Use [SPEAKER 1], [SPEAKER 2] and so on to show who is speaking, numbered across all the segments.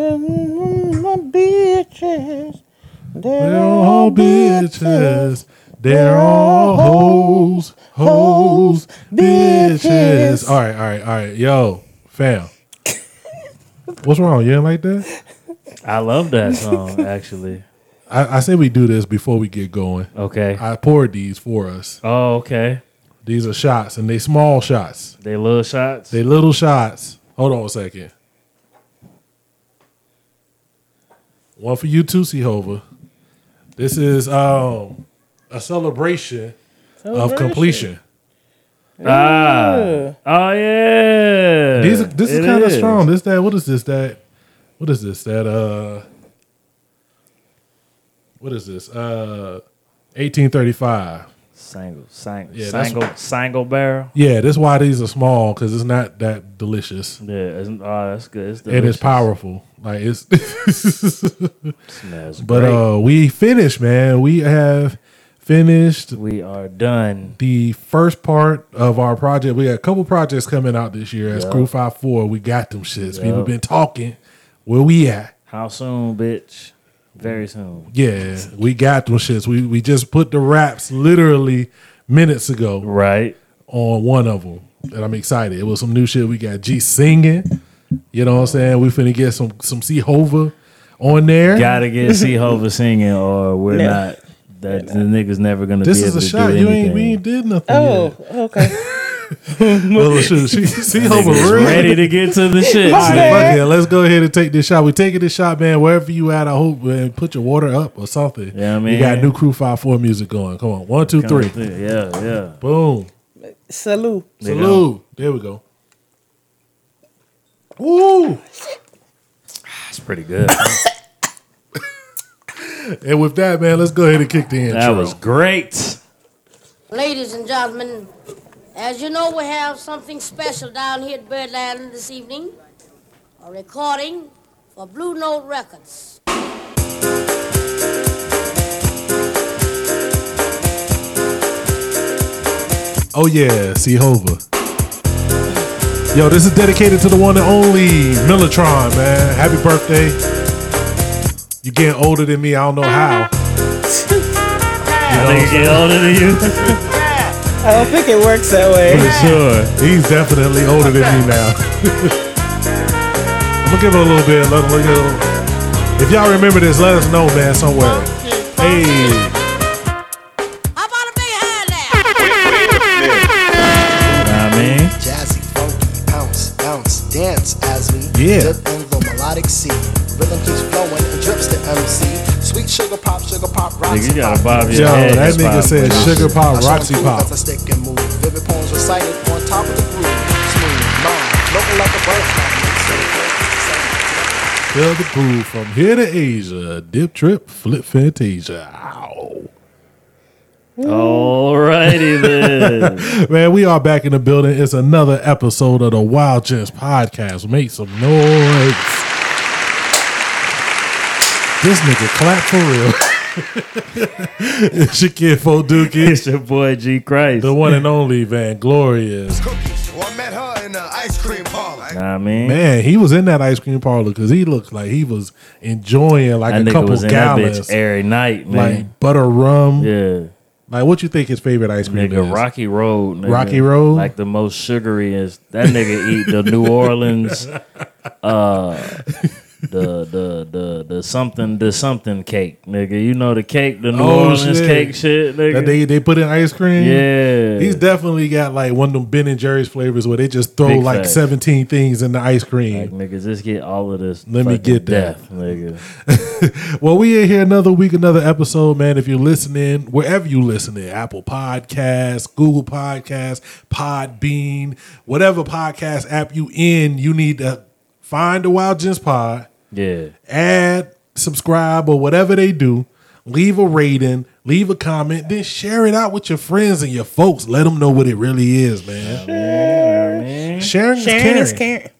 [SPEAKER 1] When my bitches, they're
[SPEAKER 2] They're all bitches. They're all hoes, hoes, bitches. All right, all right, all right. Yo, fam. What's wrong? You ain't like that?
[SPEAKER 3] I love that song actually.
[SPEAKER 2] I, I say we do this before we get going.
[SPEAKER 3] Okay.
[SPEAKER 2] I poured these for us.
[SPEAKER 3] Oh, okay.
[SPEAKER 2] These are shots, and they small shots.
[SPEAKER 3] They little shots.
[SPEAKER 2] They little shots. Hold on a second. One for you too, Sehova. This is um a celebration, of completion.
[SPEAKER 3] ah.
[SPEAKER 1] Yeah.
[SPEAKER 3] Oh yeah.
[SPEAKER 2] These are, this is
[SPEAKER 3] It
[SPEAKER 2] kind of strong. This that what is this that what is this that uh what is this uh 1835.
[SPEAKER 3] Single, single,
[SPEAKER 2] Yeah, that's-
[SPEAKER 3] single, single barrel.
[SPEAKER 2] Yeah, that's why these are small because it's not that delicious.
[SPEAKER 3] Yeah, it's, oh, that's good. It's
[SPEAKER 2] and it's
[SPEAKER 3] delicious.
[SPEAKER 2] powerful. Like it's
[SPEAKER 3] Smells
[SPEAKER 2] But
[SPEAKER 3] great.
[SPEAKER 2] uh we finished, man. We have finished
[SPEAKER 3] we are done.
[SPEAKER 2] the first part of our project. We got a couple projects coming out this year as
[SPEAKER 3] Yeah.
[SPEAKER 2] Crew Five Four. We got them shits. People
[SPEAKER 3] Yeah.
[SPEAKER 2] been talking. Where we at?
[SPEAKER 3] How soon, bitch? Very soon.
[SPEAKER 2] Yeah, we got them shits. We we just put the raps literally minutes ago
[SPEAKER 3] Right.
[SPEAKER 2] on one of them, and I'm excited. It was some new shit. We got G singing. You know what I'm saying? We finna get some some C Hova on there.
[SPEAKER 3] Gotta get C Hova singing, or we're
[SPEAKER 1] No.
[SPEAKER 3] not. That the niggas never gonna
[SPEAKER 2] This
[SPEAKER 3] be
[SPEAKER 2] is
[SPEAKER 3] able
[SPEAKER 2] a
[SPEAKER 3] to
[SPEAKER 2] shot.
[SPEAKER 3] do
[SPEAKER 2] You
[SPEAKER 3] anything.
[SPEAKER 2] ain't we ain't did nothing.
[SPEAKER 1] Oh,
[SPEAKER 2] yet.
[SPEAKER 1] okay.
[SPEAKER 2] Well, shit, she, see
[SPEAKER 3] Niggas
[SPEAKER 2] over
[SPEAKER 3] ready to get to the shit.
[SPEAKER 2] All right,
[SPEAKER 1] Man.
[SPEAKER 2] fuck it. Let's go ahead and take this shot. We taking this shot, man. Wherever you at, I hope man, put your water up or something.
[SPEAKER 3] Yeah,
[SPEAKER 2] We got
[SPEAKER 3] man.
[SPEAKER 2] new crew five four music going. Come on, one, two, three,
[SPEAKER 3] Yeah, yeah.
[SPEAKER 2] boom,
[SPEAKER 1] Salute.
[SPEAKER 3] There you
[SPEAKER 2] salute. There we go. Woo!
[SPEAKER 3] That's pretty good.
[SPEAKER 2] And with that, man, let's go ahead and kick the intro.
[SPEAKER 3] that was great.
[SPEAKER 4] Ladies and gentlemen, as you know, we have something special down here at Birdland this evening. A recording for Blue Note Records.
[SPEAKER 2] oh yeah, see Hova. Yo, this is dedicated to the one and only Militron, man. Happy birthday! You getting older than me? I don't know how.
[SPEAKER 3] I think get older than you.
[SPEAKER 1] I don't think it works that way.
[SPEAKER 3] For sure.
[SPEAKER 2] He's definitely older than me now. I'm gonna give it a little bit. Let him look at him. If y'all remember this, let us know, man, somewhere. Hey,
[SPEAKER 4] How about a big hand there?
[SPEAKER 3] Know what I mean,
[SPEAKER 5] Jazzy, funky, bounce, bounce, dance as we
[SPEAKER 2] Yeah.
[SPEAKER 5] dip in the melodic sea. Rhythm keeps flowing and drips to MC. Sweet sugar pop, sugar pop,
[SPEAKER 3] Nigga,
[SPEAKER 5] rocks.
[SPEAKER 3] you gotta bob your
[SPEAKER 2] yo,
[SPEAKER 3] head.
[SPEAKER 2] that
[SPEAKER 3] That's
[SPEAKER 2] nigga
[SPEAKER 3] fine.
[SPEAKER 2] said sugar pop, Roxy pop.
[SPEAKER 5] As I stick and move, vivid poems recited on top of the groove. Smooth, long, looking like a bird.
[SPEAKER 2] Feel the groove from here to Asia. Dip trip, flip fantasia. Ow.
[SPEAKER 3] Alrighty then.
[SPEAKER 2] Man, we are back in the building. It's another episode of the Wild Gents podcast. Make some noise. This nigga clap for real. it's your kid Fo Dookie,
[SPEAKER 3] it's your boy G Christ.
[SPEAKER 2] the one and only Van Glorious.
[SPEAKER 6] cookies. Well, I met her in the ice cream parlor.
[SPEAKER 3] Know what I mean,
[SPEAKER 2] Man, he was in that ice cream parlor because he looked like he was enjoying like
[SPEAKER 3] that
[SPEAKER 2] a
[SPEAKER 3] nigga
[SPEAKER 2] couple
[SPEAKER 3] was in that
[SPEAKER 2] gallons,
[SPEAKER 3] bitch every night,
[SPEAKER 2] like
[SPEAKER 3] man.
[SPEAKER 2] butter rum.
[SPEAKER 3] yeah.
[SPEAKER 2] Like, what you think his favorite ice cream
[SPEAKER 3] Nigga,
[SPEAKER 2] is?
[SPEAKER 3] Rocky Road. Nigga.
[SPEAKER 2] Rocky Road?
[SPEAKER 3] Like the most sugary is that nigga eat the New Orleans uh the the the the something the something cake, nigga. You know the cake, the New
[SPEAKER 2] Oh,
[SPEAKER 3] Orleans
[SPEAKER 2] shit.
[SPEAKER 3] cake shit, nigga.
[SPEAKER 2] that they they put in ice cream.
[SPEAKER 3] yeah.
[SPEAKER 2] He's definitely got like one of them Ben and Jerry's flavors where they just throw
[SPEAKER 3] Big
[SPEAKER 2] like
[SPEAKER 3] facts.
[SPEAKER 2] 17 things in the ice
[SPEAKER 3] like
[SPEAKER 2] cream.
[SPEAKER 3] nigga, just get all of this.
[SPEAKER 2] Let me
[SPEAKER 3] fucking
[SPEAKER 2] get that.
[SPEAKER 3] death, nigga.
[SPEAKER 2] well, we in here another week, another episode, man. If you're listening, wherever you listening, Apple Podcasts, Google Podcasts, Podbean, whatever podcast app you in, you need to find the Wild Gents Pod,
[SPEAKER 3] Yeah.
[SPEAKER 2] add, subscribe, or whatever they do. Leave a rating, leave a comment, then share it out with your friends and your folks. Let them know what it really is, man.
[SPEAKER 3] Man.
[SPEAKER 2] Sharing, is
[SPEAKER 1] Sharon is
[SPEAKER 2] caring.
[SPEAKER 1] Karen.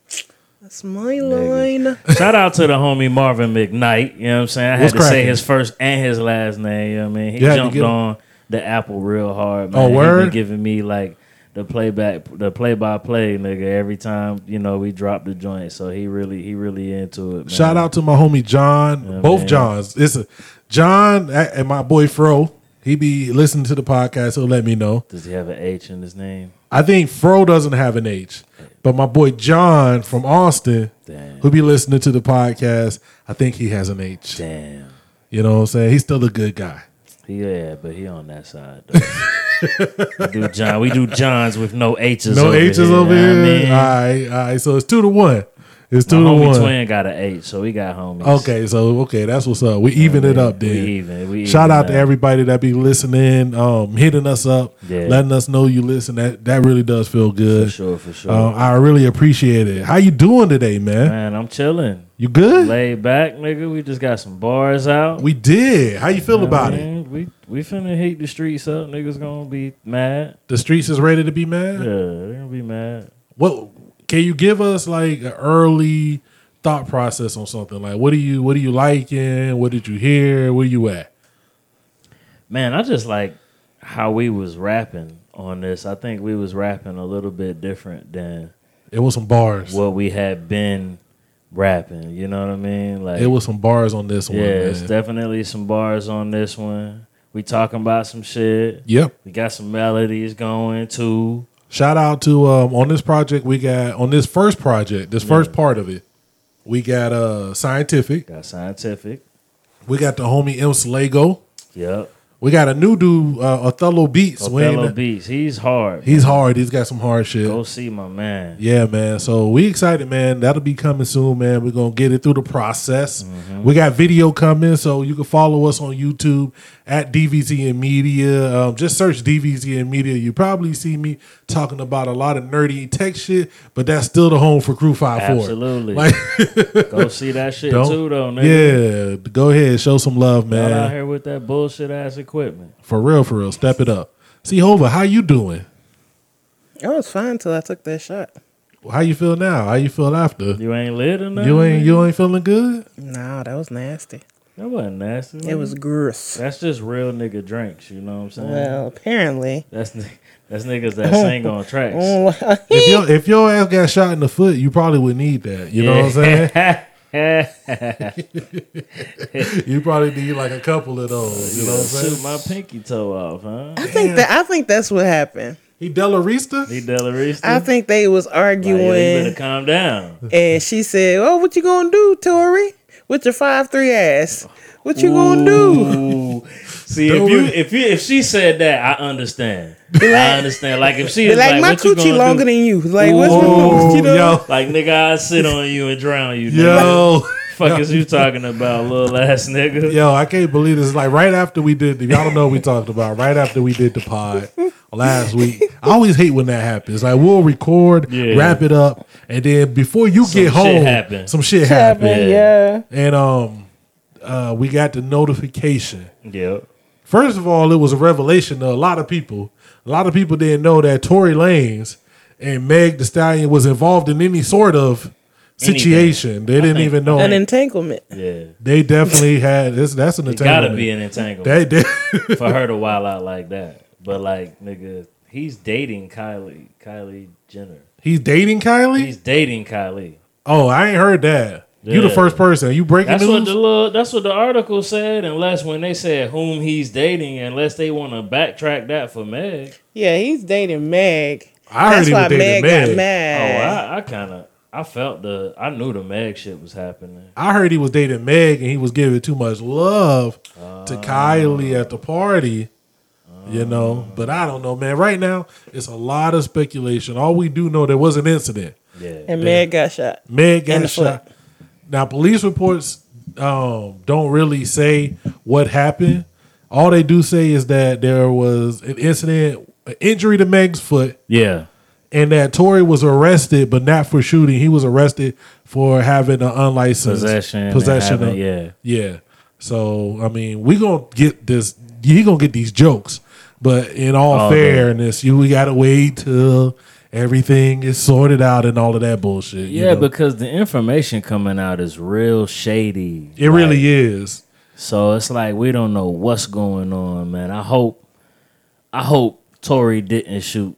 [SPEAKER 1] That's my line.
[SPEAKER 3] Shout out to the homie Marvin McKnight. You know what I'm saying? I had
[SPEAKER 2] What's
[SPEAKER 3] to say
[SPEAKER 2] cracking?
[SPEAKER 3] his first and his last name. You know what I mean? He
[SPEAKER 2] Yeah, you
[SPEAKER 3] jumped
[SPEAKER 2] get-
[SPEAKER 3] on the apple real hard, man.
[SPEAKER 2] Oh,
[SPEAKER 3] He been
[SPEAKER 2] word?
[SPEAKER 3] giving me like the playback, the play by play, nigga. Every time you know we drop the joint, so he really, he really into it. Man.
[SPEAKER 2] Shout out to my homie John,
[SPEAKER 3] Yeah,
[SPEAKER 2] both
[SPEAKER 3] man.
[SPEAKER 2] Johns. It's a John a- and my boy Fro. He be listening to the podcast. He'll let me know.
[SPEAKER 3] Does he have an H in his name?
[SPEAKER 2] I think Fro doesn't have an H, but my boy John from Austin,
[SPEAKER 3] Damn.
[SPEAKER 2] who be listening to the podcast, I think he has an H.
[SPEAKER 3] Damn.
[SPEAKER 2] You know what I'm saying? He's still a good guy.
[SPEAKER 3] He, yeah, but he on that side. Though. we do John. We do Johns with no H's.
[SPEAKER 2] No
[SPEAKER 3] over
[SPEAKER 2] H's
[SPEAKER 3] here,
[SPEAKER 2] over
[SPEAKER 3] you
[SPEAKER 2] here.
[SPEAKER 3] know what I mean?
[SPEAKER 2] All right, all right. So it's two to one. It's
[SPEAKER 3] My
[SPEAKER 2] two to
[SPEAKER 3] homie
[SPEAKER 2] one.
[SPEAKER 3] twin got an H, so we got homies.
[SPEAKER 2] Okay, so okay, that's what's up. We even it up
[SPEAKER 3] We
[SPEAKER 2] then.
[SPEAKER 3] even. We
[SPEAKER 2] Shout
[SPEAKER 3] even
[SPEAKER 2] out to
[SPEAKER 3] now.
[SPEAKER 2] everybody that be listening, um, hitting us up,
[SPEAKER 3] Yeah.
[SPEAKER 2] letting us know you listen. That that really does feel good.
[SPEAKER 3] For sure, for sure.
[SPEAKER 2] Um, I really appreciate it. How you doing today, man?
[SPEAKER 3] Man, I'm chilling.
[SPEAKER 2] You good?
[SPEAKER 3] Laid back, nigga. We just got some bars out.
[SPEAKER 2] We did. How you feel about it?
[SPEAKER 3] Man, We we finna heat the streets up. Niggas gonna be mad.
[SPEAKER 2] The streets is ready to be mad.
[SPEAKER 3] Yeah, they're gonna be mad.
[SPEAKER 2] What can you give us like an early thought process on something? Like what do you what are you liking? What did you hear? Where you at?
[SPEAKER 3] Man, I just like how we was rapping on this. I think we was rapping a little bit different than
[SPEAKER 2] It was some bars.
[SPEAKER 3] what we had been rapping. You know what I mean? Like
[SPEAKER 2] it was some bars on this
[SPEAKER 3] yeah,
[SPEAKER 2] one.
[SPEAKER 3] it's
[SPEAKER 2] man.
[SPEAKER 3] definitely some bars on this one. We talking about some shit.
[SPEAKER 2] yep.
[SPEAKER 3] We got some melodies going too.
[SPEAKER 2] Shout out to um, on this project we got on this first project, this first part of it, we got uh scientific,
[SPEAKER 3] Got scientific.
[SPEAKER 2] we got the homie M Slago,
[SPEAKER 3] Yep.
[SPEAKER 2] we got a new dude uh, Othello Beats. We ain't-
[SPEAKER 3] Othello Beats. He's hard.
[SPEAKER 2] He's hard. He's got some hard shit.
[SPEAKER 3] Go see my man.
[SPEAKER 2] Yeah, man. So we excited, man. That'll be coming soon, man. We're gonna get it through the process.
[SPEAKER 3] Mm-hmm.
[SPEAKER 2] We got video coming, so you can follow us on YouTube at DVZ and Media. Um, just search DVZ and Media. You probably see me talking about a lot of nerdy tech shit, but that's still the home for Crew Five Four.
[SPEAKER 3] Absolutely.
[SPEAKER 2] Like,
[SPEAKER 3] Go see that shit
[SPEAKER 2] don't-
[SPEAKER 3] too, though, nigga.
[SPEAKER 2] yeah, go ahead, show some love,
[SPEAKER 3] Y'all out
[SPEAKER 2] man.
[SPEAKER 3] here with that bullshit ass equipment.
[SPEAKER 2] For real, for real. Step it up. See, Hova, how you doing?
[SPEAKER 1] I was fine till I took that shot.
[SPEAKER 2] How you feel now? How you feel after?
[SPEAKER 3] You ain't lit or nothing.
[SPEAKER 2] You ain't
[SPEAKER 3] nigga?
[SPEAKER 2] you ain't feeling good?
[SPEAKER 1] Nah, that was nasty.
[SPEAKER 3] That wasn't nasty.
[SPEAKER 1] It was gross.
[SPEAKER 3] That's just real nigga drinks. You know what I'm saying?
[SPEAKER 1] Well, apparently. Oh,
[SPEAKER 3] That's ni- that's niggas that sing on tracks.
[SPEAKER 2] if your if your ass got shot in the foot, you probably would need that. You know what I'm saying? You probably need like a couple of those. You know what I'm
[SPEAKER 3] Shoot
[SPEAKER 2] saying?
[SPEAKER 3] my pinky toe off, huh?
[SPEAKER 1] I think that I think that's what happened.
[SPEAKER 2] He Delarista?
[SPEAKER 3] He Delarista.
[SPEAKER 1] I think they was
[SPEAKER 3] Mm. Like, yo, you
[SPEAKER 1] arguing,
[SPEAKER 3] better calm down.
[SPEAKER 1] and she said, "Oh, what you gonna do, Tori? With your five three ass? What you gonna do?"
[SPEAKER 3] Ooh. See
[SPEAKER 2] Do
[SPEAKER 3] if you
[SPEAKER 2] it.
[SPEAKER 3] if you if she said that, I understand. I understand. Like if she
[SPEAKER 1] Be
[SPEAKER 3] is
[SPEAKER 1] like,
[SPEAKER 3] like,
[SPEAKER 1] my
[SPEAKER 3] what you
[SPEAKER 1] coochie
[SPEAKER 3] gonna
[SPEAKER 1] longer
[SPEAKER 3] do?
[SPEAKER 1] than you. Like what's
[SPEAKER 2] Oh,
[SPEAKER 1] wrong? You know?
[SPEAKER 2] yo,
[SPEAKER 3] Like nigga, I sit on you and drown you. Nigga.
[SPEAKER 2] yo,
[SPEAKER 3] Fuck is you talking about, little ass nigga?
[SPEAKER 2] yo! I can't believe this. Like right after we did, the, y'all don't know what we talked about. Right after we did the pod last week, I always hate when that happens. Like we'll record,
[SPEAKER 3] Yeah.
[SPEAKER 2] wrap it up, and then before you
[SPEAKER 3] Some
[SPEAKER 2] get
[SPEAKER 3] shit
[SPEAKER 2] home,
[SPEAKER 3] happen.
[SPEAKER 2] some shit
[SPEAKER 1] Happened,
[SPEAKER 2] happened,
[SPEAKER 1] yeah.
[SPEAKER 2] and um, uh, we got the notification.
[SPEAKER 3] Yep.
[SPEAKER 2] First of all, it was a revelation to a lot of people. A lot of people didn't know that Tory Lanez and Meg The Stallion was involved in any sort of situation. They didn't
[SPEAKER 3] think-
[SPEAKER 2] even know.
[SPEAKER 1] An entanglement.
[SPEAKER 3] Yeah.
[SPEAKER 2] they definitely had. That's, that's an entanglement.
[SPEAKER 3] Gotta be an entanglement
[SPEAKER 2] They did.
[SPEAKER 3] for her to wild out like that. But like, nigga, he's dating Kylie Kylie Jenner.
[SPEAKER 2] He's dating Kylie.
[SPEAKER 3] He's dating Kylie.
[SPEAKER 2] oh, I ain't heard that. You the
[SPEAKER 3] Yeah.
[SPEAKER 2] first person. You breaking
[SPEAKER 3] That's what
[SPEAKER 2] news?
[SPEAKER 3] the little, that's what the article said. Unless when they said whom he's dating, unless they want to backtrack that for Meg.
[SPEAKER 1] Yeah, he's dating Meg.
[SPEAKER 2] I heard
[SPEAKER 1] that's
[SPEAKER 2] he was
[SPEAKER 1] why
[SPEAKER 2] dating
[SPEAKER 1] Meg, got
[SPEAKER 2] Meg.
[SPEAKER 3] Oh,
[SPEAKER 1] mad.
[SPEAKER 3] I, I kind of I felt the I knew the Meg shit was happening.
[SPEAKER 2] I heard he was dating Meg and he was giving too much love
[SPEAKER 3] Ah.
[SPEAKER 2] to Kylie at the party. You know,
[SPEAKER 3] Ah.
[SPEAKER 2] but I don't know, man. Right now, it's a lot of speculation. All we do know there was an incident.
[SPEAKER 3] Yeah,
[SPEAKER 1] and Meg got shot.
[SPEAKER 2] Meg
[SPEAKER 1] In the
[SPEAKER 2] got shot. Now, police reports um, don't really say what happened. All they do say is that there was an incident, an injury to Meg's foot,
[SPEAKER 3] yeah.
[SPEAKER 2] and that Tory was arrested, but not for shooting. He was arrested for having an unlicensed
[SPEAKER 3] Possession, and
[SPEAKER 2] possession
[SPEAKER 3] having-
[SPEAKER 2] of,
[SPEAKER 3] yeah.
[SPEAKER 2] yeah. So I mean, we gonna get this. He gonna get these jokes, but in all
[SPEAKER 3] All day.
[SPEAKER 2] fairness, you we gotta wait till everything is sorted out and all of that bullshit. you
[SPEAKER 3] Yeah,
[SPEAKER 2] know?
[SPEAKER 3] because the information coming out is real shady.
[SPEAKER 2] it really is.
[SPEAKER 3] So it's like we don't know what's going on, man. I hope I hope Tory didn't shoot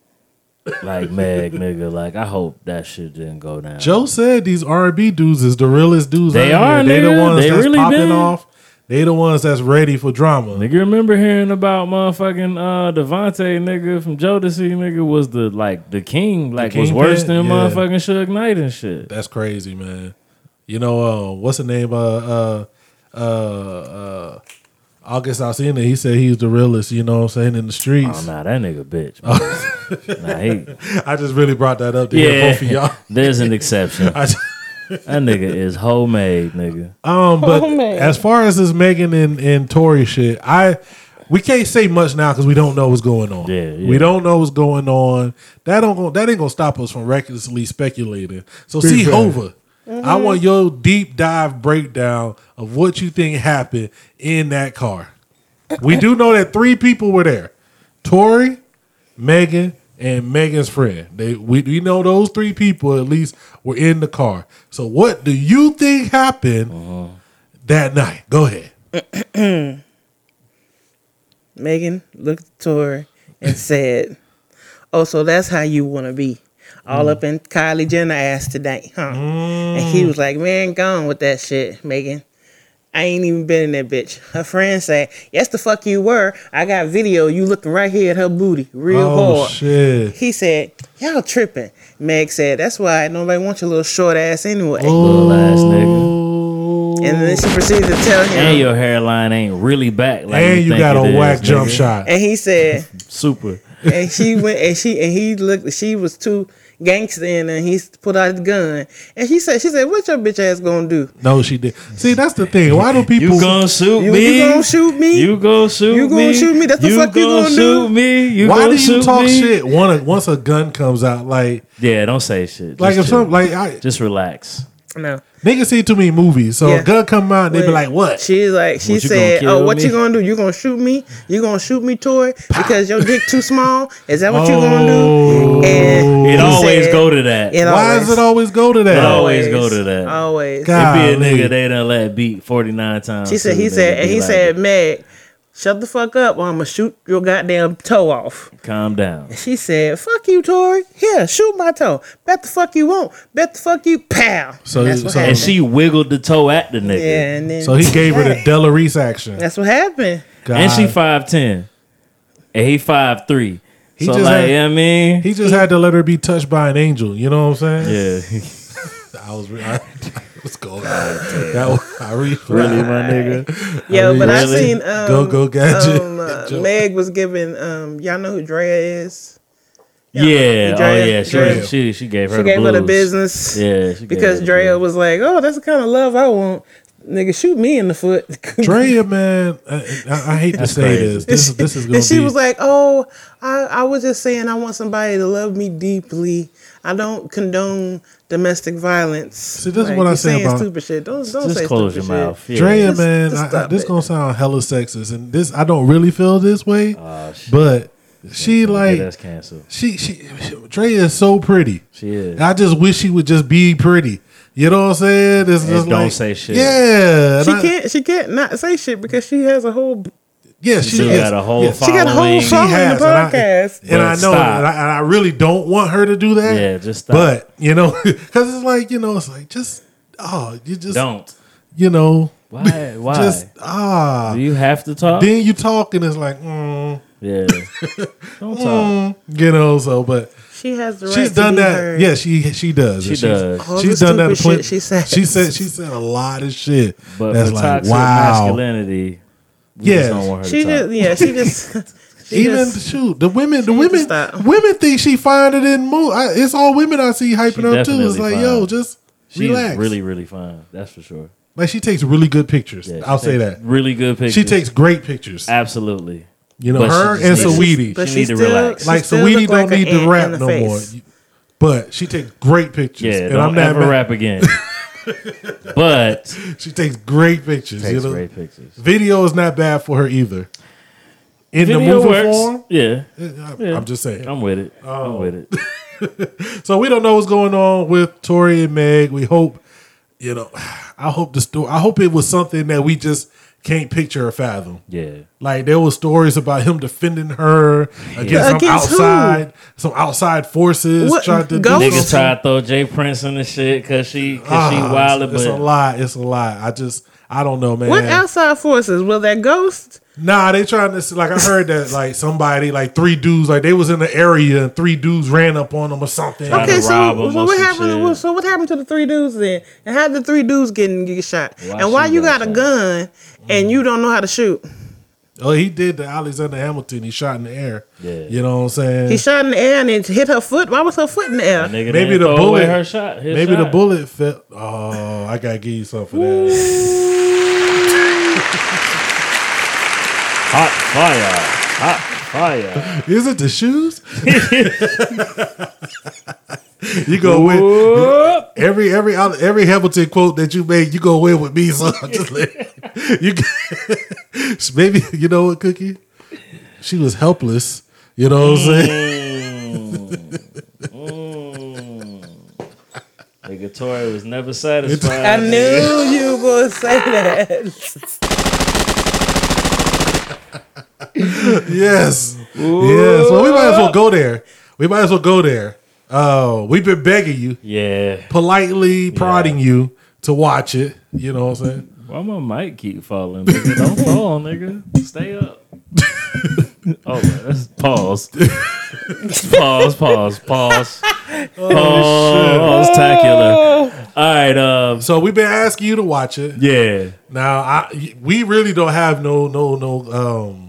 [SPEAKER 3] Like Meg, nigga. Like I hope that shit didn't go down.
[SPEAKER 2] Joe said these R&B dudes is the realest dudes.
[SPEAKER 3] They
[SPEAKER 2] out
[SPEAKER 3] are,
[SPEAKER 2] Here. They the
[SPEAKER 3] nigga.
[SPEAKER 2] ones
[SPEAKER 3] They
[SPEAKER 2] that's
[SPEAKER 3] really
[SPEAKER 2] popping
[SPEAKER 3] been.
[SPEAKER 2] off. They the ones that's ready for drama.
[SPEAKER 3] Nigga, remember hearing about motherfucking uh Devontae nigga from Jodeci nigga was the like the king, like was
[SPEAKER 2] kingpin?
[SPEAKER 3] worse than
[SPEAKER 2] Yeah.
[SPEAKER 3] motherfucking Suge Knight and shit.
[SPEAKER 2] That's crazy, man. You know, uh, what's the name? Uh, uh, uh, uh, August Alsina. He said he's the realest. You know what I'm saying in the
[SPEAKER 3] Oh
[SPEAKER 2] streets.
[SPEAKER 3] nah, that nigga bitch. man. nah, he,
[SPEAKER 2] I just really brought that up to
[SPEAKER 3] yeah,
[SPEAKER 2] hear both of y'all.
[SPEAKER 3] there's an exception. that
[SPEAKER 2] I just-
[SPEAKER 3] nigga is homemade, nigga.
[SPEAKER 2] Um, but
[SPEAKER 1] Oh, man.
[SPEAKER 2] as far as this Megan and, and Tory shit, I we can't say much now because we don't know what's going on.
[SPEAKER 3] Yeah, yeah.
[SPEAKER 2] we don't know what's going on. That don't go, that ain't gonna stop us from recklessly speculating. So see Hova, I want your deep dive breakdown of what you think happened in that car. We do know that three people were there: Tory, Megan, and Megan's friend. They we, we know those three people at least were in the car. So what do you think happened that night? Go ahead.
[SPEAKER 1] Megan looked at Tori and said, "Oh, so that's how you want to be,
[SPEAKER 2] Mm.
[SPEAKER 1] all up in Kylie Jenner ass today, huh?" And he was like, "Man, gone with that shit, Megan. I ain't even been in that bitch." Her friend said, "Yes, the fuck you were. I got video. You looking right here at her booty, real
[SPEAKER 2] oh
[SPEAKER 1] hard."
[SPEAKER 2] shit!
[SPEAKER 1] He said, "Y'all tripping." Meg said, "That's why nobody wants your little short ass anyway."
[SPEAKER 2] Oh.
[SPEAKER 3] Little ass nigga.
[SPEAKER 1] And then she proceeded to tell him.
[SPEAKER 3] And your hairline ain't really back like
[SPEAKER 2] and you
[SPEAKER 3] think
[SPEAKER 2] got
[SPEAKER 3] it
[SPEAKER 2] a
[SPEAKER 3] is,
[SPEAKER 2] whack jump
[SPEAKER 3] nigga.
[SPEAKER 2] shot.
[SPEAKER 1] and he said,
[SPEAKER 3] Super.
[SPEAKER 1] and she went and she and he looked she was too gangster in and he put out his gun and she said she said what your bitch ass gonna do
[SPEAKER 2] No, she did. See, that's the thing. Why do people?
[SPEAKER 3] You gonna shoot
[SPEAKER 1] you,
[SPEAKER 3] me?
[SPEAKER 1] you gonna shoot me
[SPEAKER 3] You gonna shoot
[SPEAKER 1] You gonna
[SPEAKER 3] me?
[SPEAKER 1] shoot me? That's the fuck you gonna do?
[SPEAKER 3] shoot me? You
[SPEAKER 2] why
[SPEAKER 3] gonna
[SPEAKER 2] do you
[SPEAKER 3] shoot
[SPEAKER 2] talk
[SPEAKER 3] me?
[SPEAKER 2] shit? One, once a gun comes out, like
[SPEAKER 3] Yeah, don't say shit.
[SPEAKER 2] like
[SPEAKER 3] Just
[SPEAKER 2] if
[SPEAKER 3] chill.
[SPEAKER 2] some like I,
[SPEAKER 3] just relax.
[SPEAKER 1] no
[SPEAKER 2] niggas see too many movies, so
[SPEAKER 1] Yeah.
[SPEAKER 2] a gun come out, and they be like, "What?
[SPEAKER 1] she's like she
[SPEAKER 3] What, you
[SPEAKER 1] said
[SPEAKER 3] gonna
[SPEAKER 1] oh
[SPEAKER 3] kill
[SPEAKER 1] what you
[SPEAKER 3] me?"
[SPEAKER 1] gonna do you gonna shoot me you gonna shoot me toy because your dick too small is that what you gonna do and
[SPEAKER 3] Oh. It
[SPEAKER 1] he
[SPEAKER 3] always
[SPEAKER 1] said-
[SPEAKER 3] go to that.
[SPEAKER 1] it
[SPEAKER 2] Why does it always go to that?"
[SPEAKER 3] It always go to that.
[SPEAKER 1] always
[SPEAKER 2] God.
[SPEAKER 3] It be a
[SPEAKER 2] Golly.
[SPEAKER 3] nigga they done let beat forty nine times.
[SPEAKER 1] "Ah, she said
[SPEAKER 3] too,
[SPEAKER 1] he
[SPEAKER 3] nigga.
[SPEAKER 1] said and
[SPEAKER 3] Be
[SPEAKER 1] he
[SPEAKER 3] like,
[SPEAKER 1] said meg shut the fuck up or i'm gonna shoot your goddamn toe off
[SPEAKER 3] "Calm down."
[SPEAKER 1] She said, "Fuck you, Tori. Here, shoot my toe. Bet the fuck you won't. Bet the fuck you, pal."
[SPEAKER 2] So-
[SPEAKER 1] So that's what
[SPEAKER 2] so-
[SPEAKER 1] happened.
[SPEAKER 3] And she wiggled the toe at the nigga,
[SPEAKER 1] yeah, and then
[SPEAKER 2] So he gave her the Della Reese action.
[SPEAKER 1] that's what happened.
[SPEAKER 2] God.
[SPEAKER 3] and she five ten, and he five three.
[SPEAKER 2] He
[SPEAKER 3] so
[SPEAKER 2] just
[SPEAKER 3] like,
[SPEAKER 2] had-
[SPEAKER 3] yeah, I mean,
[SPEAKER 2] He just had to let her be touched by an angel. You know what I'm saying?
[SPEAKER 3] yeah,
[SPEAKER 2] I was. Re- I, what's going on? That was, I re-
[SPEAKER 3] really, my nigga.
[SPEAKER 1] Yo, but I
[SPEAKER 3] Oh, really?
[SPEAKER 1] seen um,
[SPEAKER 2] Go go gadget.
[SPEAKER 1] um, uh,
[SPEAKER 2] Joke.
[SPEAKER 1] Meg was giving um, y'all know who Drea is.
[SPEAKER 3] Yeah,
[SPEAKER 1] Drea-
[SPEAKER 3] oh yeah, she,
[SPEAKER 1] Drea.
[SPEAKER 3] she she gave her
[SPEAKER 1] She
[SPEAKER 3] the
[SPEAKER 1] gave her the
[SPEAKER 3] blues.
[SPEAKER 1] business.
[SPEAKER 3] Yeah, she gave her
[SPEAKER 1] because
[SPEAKER 3] the
[SPEAKER 1] Drea
[SPEAKER 3] blues.
[SPEAKER 1] was like, "Oh, that's the kind of love I want." Nigga, shoot me in the foot.
[SPEAKER 2] Drea, man, I, I, I hate to say
[SPEAKER 3] crazy.
[SPEAKER 2] this. This is this is gonna
[SPEAKER 1] and she
[SPEAKER 2] be.
[SPEAKER 1] was like, "Oh, I, I was just saying I want somebody to love me deeply. I don't condone domestic violence." See,
[SPEAKER 2] this is what I say
[SPEAKER 1] saying
[SPEAKER 2] about-
[SPEAKER 1] stupid shit. Don't don't say
[SPEAKER 3] Just close your
[SPEAKER 1] stupid shit.
[SPEAKER 3] mouth. Yeah.
[SPEAKER 2] Drea,
[SPEAKER 1] Just-
[SPEAKER 2] man,
[SPEAKER 1] just
[SPEAKER 2] I- I-
[SPEAKER 1] stop
[SPEAKER 2] this
[SPEAKER 1] it.
[SPEAKER 2] gonna sound hella sexist, and this I don't really feel this way, but she
[SPEAKER 3] Uh, Oh, Yeah,
[SPEAKER 2] like
[SPEAKER 3] that's canceled.
[SPEAKER 2] she she Drea is so pretty.
[SPEAKER 3] She is.
[SPEAKER 2] I just wish she would just be pretty. You know what I'm saying? It's just
[SPEAKER 3] don't
[SPEAKER 2] like-
[SPEAKER 3] say shit.
[SPEAKER 2] Yeah, and
[SPEAKER 1] She
[SPEAKER 2] I-
[SPEAKER 1] can't she can't not say shit because she has a whole
[SPEAKER 2] Yeah, she,
[SPEAKER 3] She
[SPEAKER 2] is-
[SPEAKER 3] got a whole
[SPEAKER 2] yes,
[SPEAKER 1] she got a whole
[SPEAKER 3] Following. She
[SPEAKER 1] song in the
[SPEAKER 2] has, and I-
[SPEAKER 1] podcast.
[SPEAKER 2] and I
[SPEAKER 3] But
[SPEAKER 2] know,
[SPEAKER 3] stop.
[SPEAKER 2] and I, and I really don't want her to do that.
[SPEAKER 3] Yeah, just stop.
[SPEAKER 2] but you know, because it's like you know, it's like just oh, you just
[SPEAKER 3] Don't.
[SPEAKER 2] you know,
[SPEAKER 3] Why? Why?
[SPEAKER 2] just ah.
[SPEAKER 3] Do you have to talk?
[SPEAKER 2] Then you talk and it's like, mm,
[SPEAKER 3] Yeah. Don't
[SPEAKER 2] Oh.
[SPEAKER 3] talk.
[SPEAKER 2] you know, so but
[SPEAKER 1] she has the right
[SPEAKER 2] she's
[SPEAKER 1] to
[SPEAKER 2] done
[SPEAKER 1] be
[SPEAKER 2] that.
[SPEAKER 1] heard.
[SPEAKER 2] Yeah, she she does.
[SPEAKER 3] She
[SPEAKER 2] She's-
[SPEAKER 3] does.
[SPEAKER 1] All
[SPEAKER 2] She's
[SPEAKER 1] the
[SPEAKER 2] done that.
[SPEAKER 1] stupid
[SPEAKER 2] to plenty-
[SPEAKER 1] shit she says.
[SPEAKER 2] She said she said a lot of shit.
[SPEAKER 3] But
[SPEAKER 2] that's
[SPEAKER 3] for
[SPEAKER 2] like
[SPEAKER 3] toxic
[SPEAKER 2] wow.
[SPEAKER 3] masculinity, we
[SPEAKER 2] Yes.
[SPEAKER 3] just don't want her
[SPEAKER 1] She
[SPEAKER 3] to talk.
[SPEAKER 1] just yeah, she just she
[SPEAKER 2] Even
[SPEAKER 1] just,
[SPEAKER 2] shoot the women,
[SPEAKER 1] needs
[SPEAKER 2] the
[SPEAKER 1] to
[SPEAKER 2] women,
[SPEAKER 1] stop.
[SPEAKER 2] women think she find it in move. I, it's all women I see hyping up too. It's
[SPEAKER 3] definitely
[SPEAKER 2] like
[SPEAKER 3] fine.
[SPEAKER 2] yo, just
[SPEAKER 3] She's
[SPEAKER 2] relax.
[SPEAKER 3] really, really fine. That's for sure.
[SPEAKER 2] Like she takes really good pictures.
[SPEAKER 3] Yeah, she
[SPEAKER 2] I'll say
[SPEAKER 3] takes
[SPEAKER 2] that.
[SPEAKER 3] Really good pictures.
[SPEAKER 2] She takes great pictures.
[SPEAKER 3] absolutely.
[SPEAKER 2] You know,
[SPEAKER 3] but she
[SPEAKER 2] her
[SPEAKER 3] just
[SPEAKER 2] and
[SPEAKER 3] needs-
[SPEAKER 2] Saweetie.
[SPEAKER 1] but
[SPEAKER 3] she
[SPEAKER 1] she
[SPEAKER 3] need to
[SPEAKER 1] still,
[SPEAKER 3] relax.
[SPEAKER 1] she
[SPEAKER 2] like
[SPEAKER 1] still
[SPEAKER 2] Saweetie
[SPEAKER 1] look
[SPEAKER 2] don't
[SPEAKER 1] like
[SPEAKER 2] need
[SPEAKER 1] an
[SPEAKER 2] to
[SPEAKER 1] ant
[SPEAKER 2] rap
[SPEAKER 1] in the
[SPEAKER 2] no
[SPEAKER 1] face.
[SPEAKER 2] more. But she takes great pictures.
[SPEAKER 3] Yeah,
[SPEAKER 2] and
[SPEAKER 3] don't
[SPEAKER 2] I'm not
[SPEAKER 3] ever
[SPEAKER 2] mad-
[SPEAKER 3] rap again. but
[SPEAKER 2] She takes great pictures.
[SPEAKER 3] takes
[SPEAKER 2] you know?
[SPEAKER 3] great pictures.
[SPEAKER 2] Video is not bad for her either. In the
[SPEAKER 3] Video
[SPEAKER 2] movie
[SPEAKER 3] works.
[SPEAKER 2] form, Oh.
[SPEAKER 3] Yeah,
[SPEAKER 2] I,
[SPEAKER 3] Yeah.
[SPEAKER 2] I'm just saying.
[SPEAKER 3] I'm with it. I'm with it.
[SPEAKER 2] So we don't know what's going on with Tori and Meg. We hope, you know, I hope the story. I hope it was something that we just can't picture or fathom.
[SPEAKER 3] Yeah.
[SPEAKER 2] Like there was stories about him defending her against some
[SPEAKER 1] Against who?
[SPEAKER 2] outside, some outside forces.
[SPEAKER 1] What-
[SPEAKER 2] Tried to
[SPEAKER 1] ghosts?
[SPEAKER 2] do
[SPEAKER 3] Niggas
[SPEAKER 2] something.
[SPEAKER 3] try to throw Jay Prince in the shit because she, cause she
[SPEAKER 2] Ah,
[SPEAKER 3] wildin',
[SPEAKER 2] It's, it's a
[SPEAKER 3] but
[SPEAKER 2] lie. It's a lie. I just I don't know, man.
[SPEAKER 1] What outside forces? Well, that ghost.
[SPEAKER 2] Nah, they trying to like I heard that like somebody like three dudes like they was in the area and three dudes ran up on them or something.
[SPEAKER 3] Trying to
[SPEAKER 1] Okay, so,
[SPEAKER 3] rob 'em
[SPEAKER 1] so
[SPEAKER 3] or
[SPEAKER 1] what
[SPEAKER 3] some
[SPEAKER 1] happened?
[SPEAKER 3] shit.
[SPEAKER 1] what- So what happened to the three dudes then? And how did the three dudes getting get shot?
[SPEAKER 3] Why
[SPEAKER 1] and why
[SPEAKER 3] she
[SPEAKER 1] you got
[SPEAKER 3] got
[SPEAKER 1] a
[SPEAKER 3] shot?
[SPEAKER 1] gun and you don't know how to shoot?
[SPEAKER 2] Oh, he did the Alexander Hamilton. He shot in the air.
[SPEAKER 3] Yeah.
[SPEAKER 2] you know what I'm saying.
[SPEAKER 1] He shot in the air and it hit her foot. Why was her foot in the air?
[SPEAKER 3] nigga
[SPEAKER 2] Maybe
[SPEAKER 3] didn't
[SPEAKER 2] the
[SPEAKER 3] throw
[SPEAKER 2] bullet-
[SPEAKER 3] away her shot. his
[SPEAKER 2] Maybe the
[SPEAKER 3] shot.
[SPEAKER 2] bullet fell. Oh, I gotta give you something for that.
[SPEAKER 3] Hot fire. Hot fire.
[SPEAKER 2] Is it the shoes? you go with
[SPEAKER 3] Whoop.
[SPEAKER 2] every every every Hamilton quote that you make. You go win with me, son. Just let- you maybe you know what, Cookie? She was helpless. You know what I'm saying?
[SPEAKER 3] Nigga Tory was never satisfied.
[SPEAKER 1] I knew you were gonna say that.
[SPEAKER 2] Yes. Yes. Well, we might as well go there. We might as well go there. Oh, we've been begging you,
[SPEAKER 3] Yeah.
[SPEAKER 2] politely prodding you to watch it. You know what I'm saying?
[SPEAKER 3] Why my mic keep falling? Nigga? Don't fall, nigga. Stay up. oh, that's pause. pause, pause, pause.
[SPEAKER 2] Oh,
[SPEAKER 3] Pause, tacular.
[SPEAKER 2] Ah.
[SPEAKER 3] All right, um,
[SPEAKER 2] So we've been asking you to watch it.
[SPEAKER 3] yeah.
[SPEAKER 2] Now, I we really don't have no no no um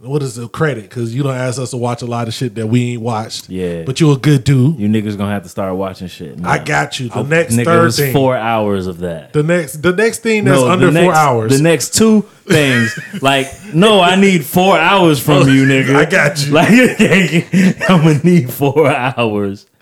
[SPEAKER 2] what is the credit because you don't ask us to watch a lot of shit that we ain't watched.
[SPEAKER 3] Yeah.
[SPEAKER 2] but you a good dude.
[SPEAKER 3] You niggas gonna have to start watching shit. now.
[SPEAKER 2] I got you. The next
[SPEAKER 3] Nigga, it
[SPEAKER 2] third
[SPEAKER 3] was
[SPEAKER 2] thing,
[SPEAKER 3] four hours of that.
[SPEAKER 2] the next the next thing that's
[SPEAKER 3] the
[SPEAKER 2] under
[SPEAKER 3] next,
[SPEAKER 2] four hours.
[SPEAKER 3] The next two things, like, no, I need four hours from you, nigga.
[SPEAKER 2] I got you.
[SPEAKER 3] Like, I'm gonna need four hours.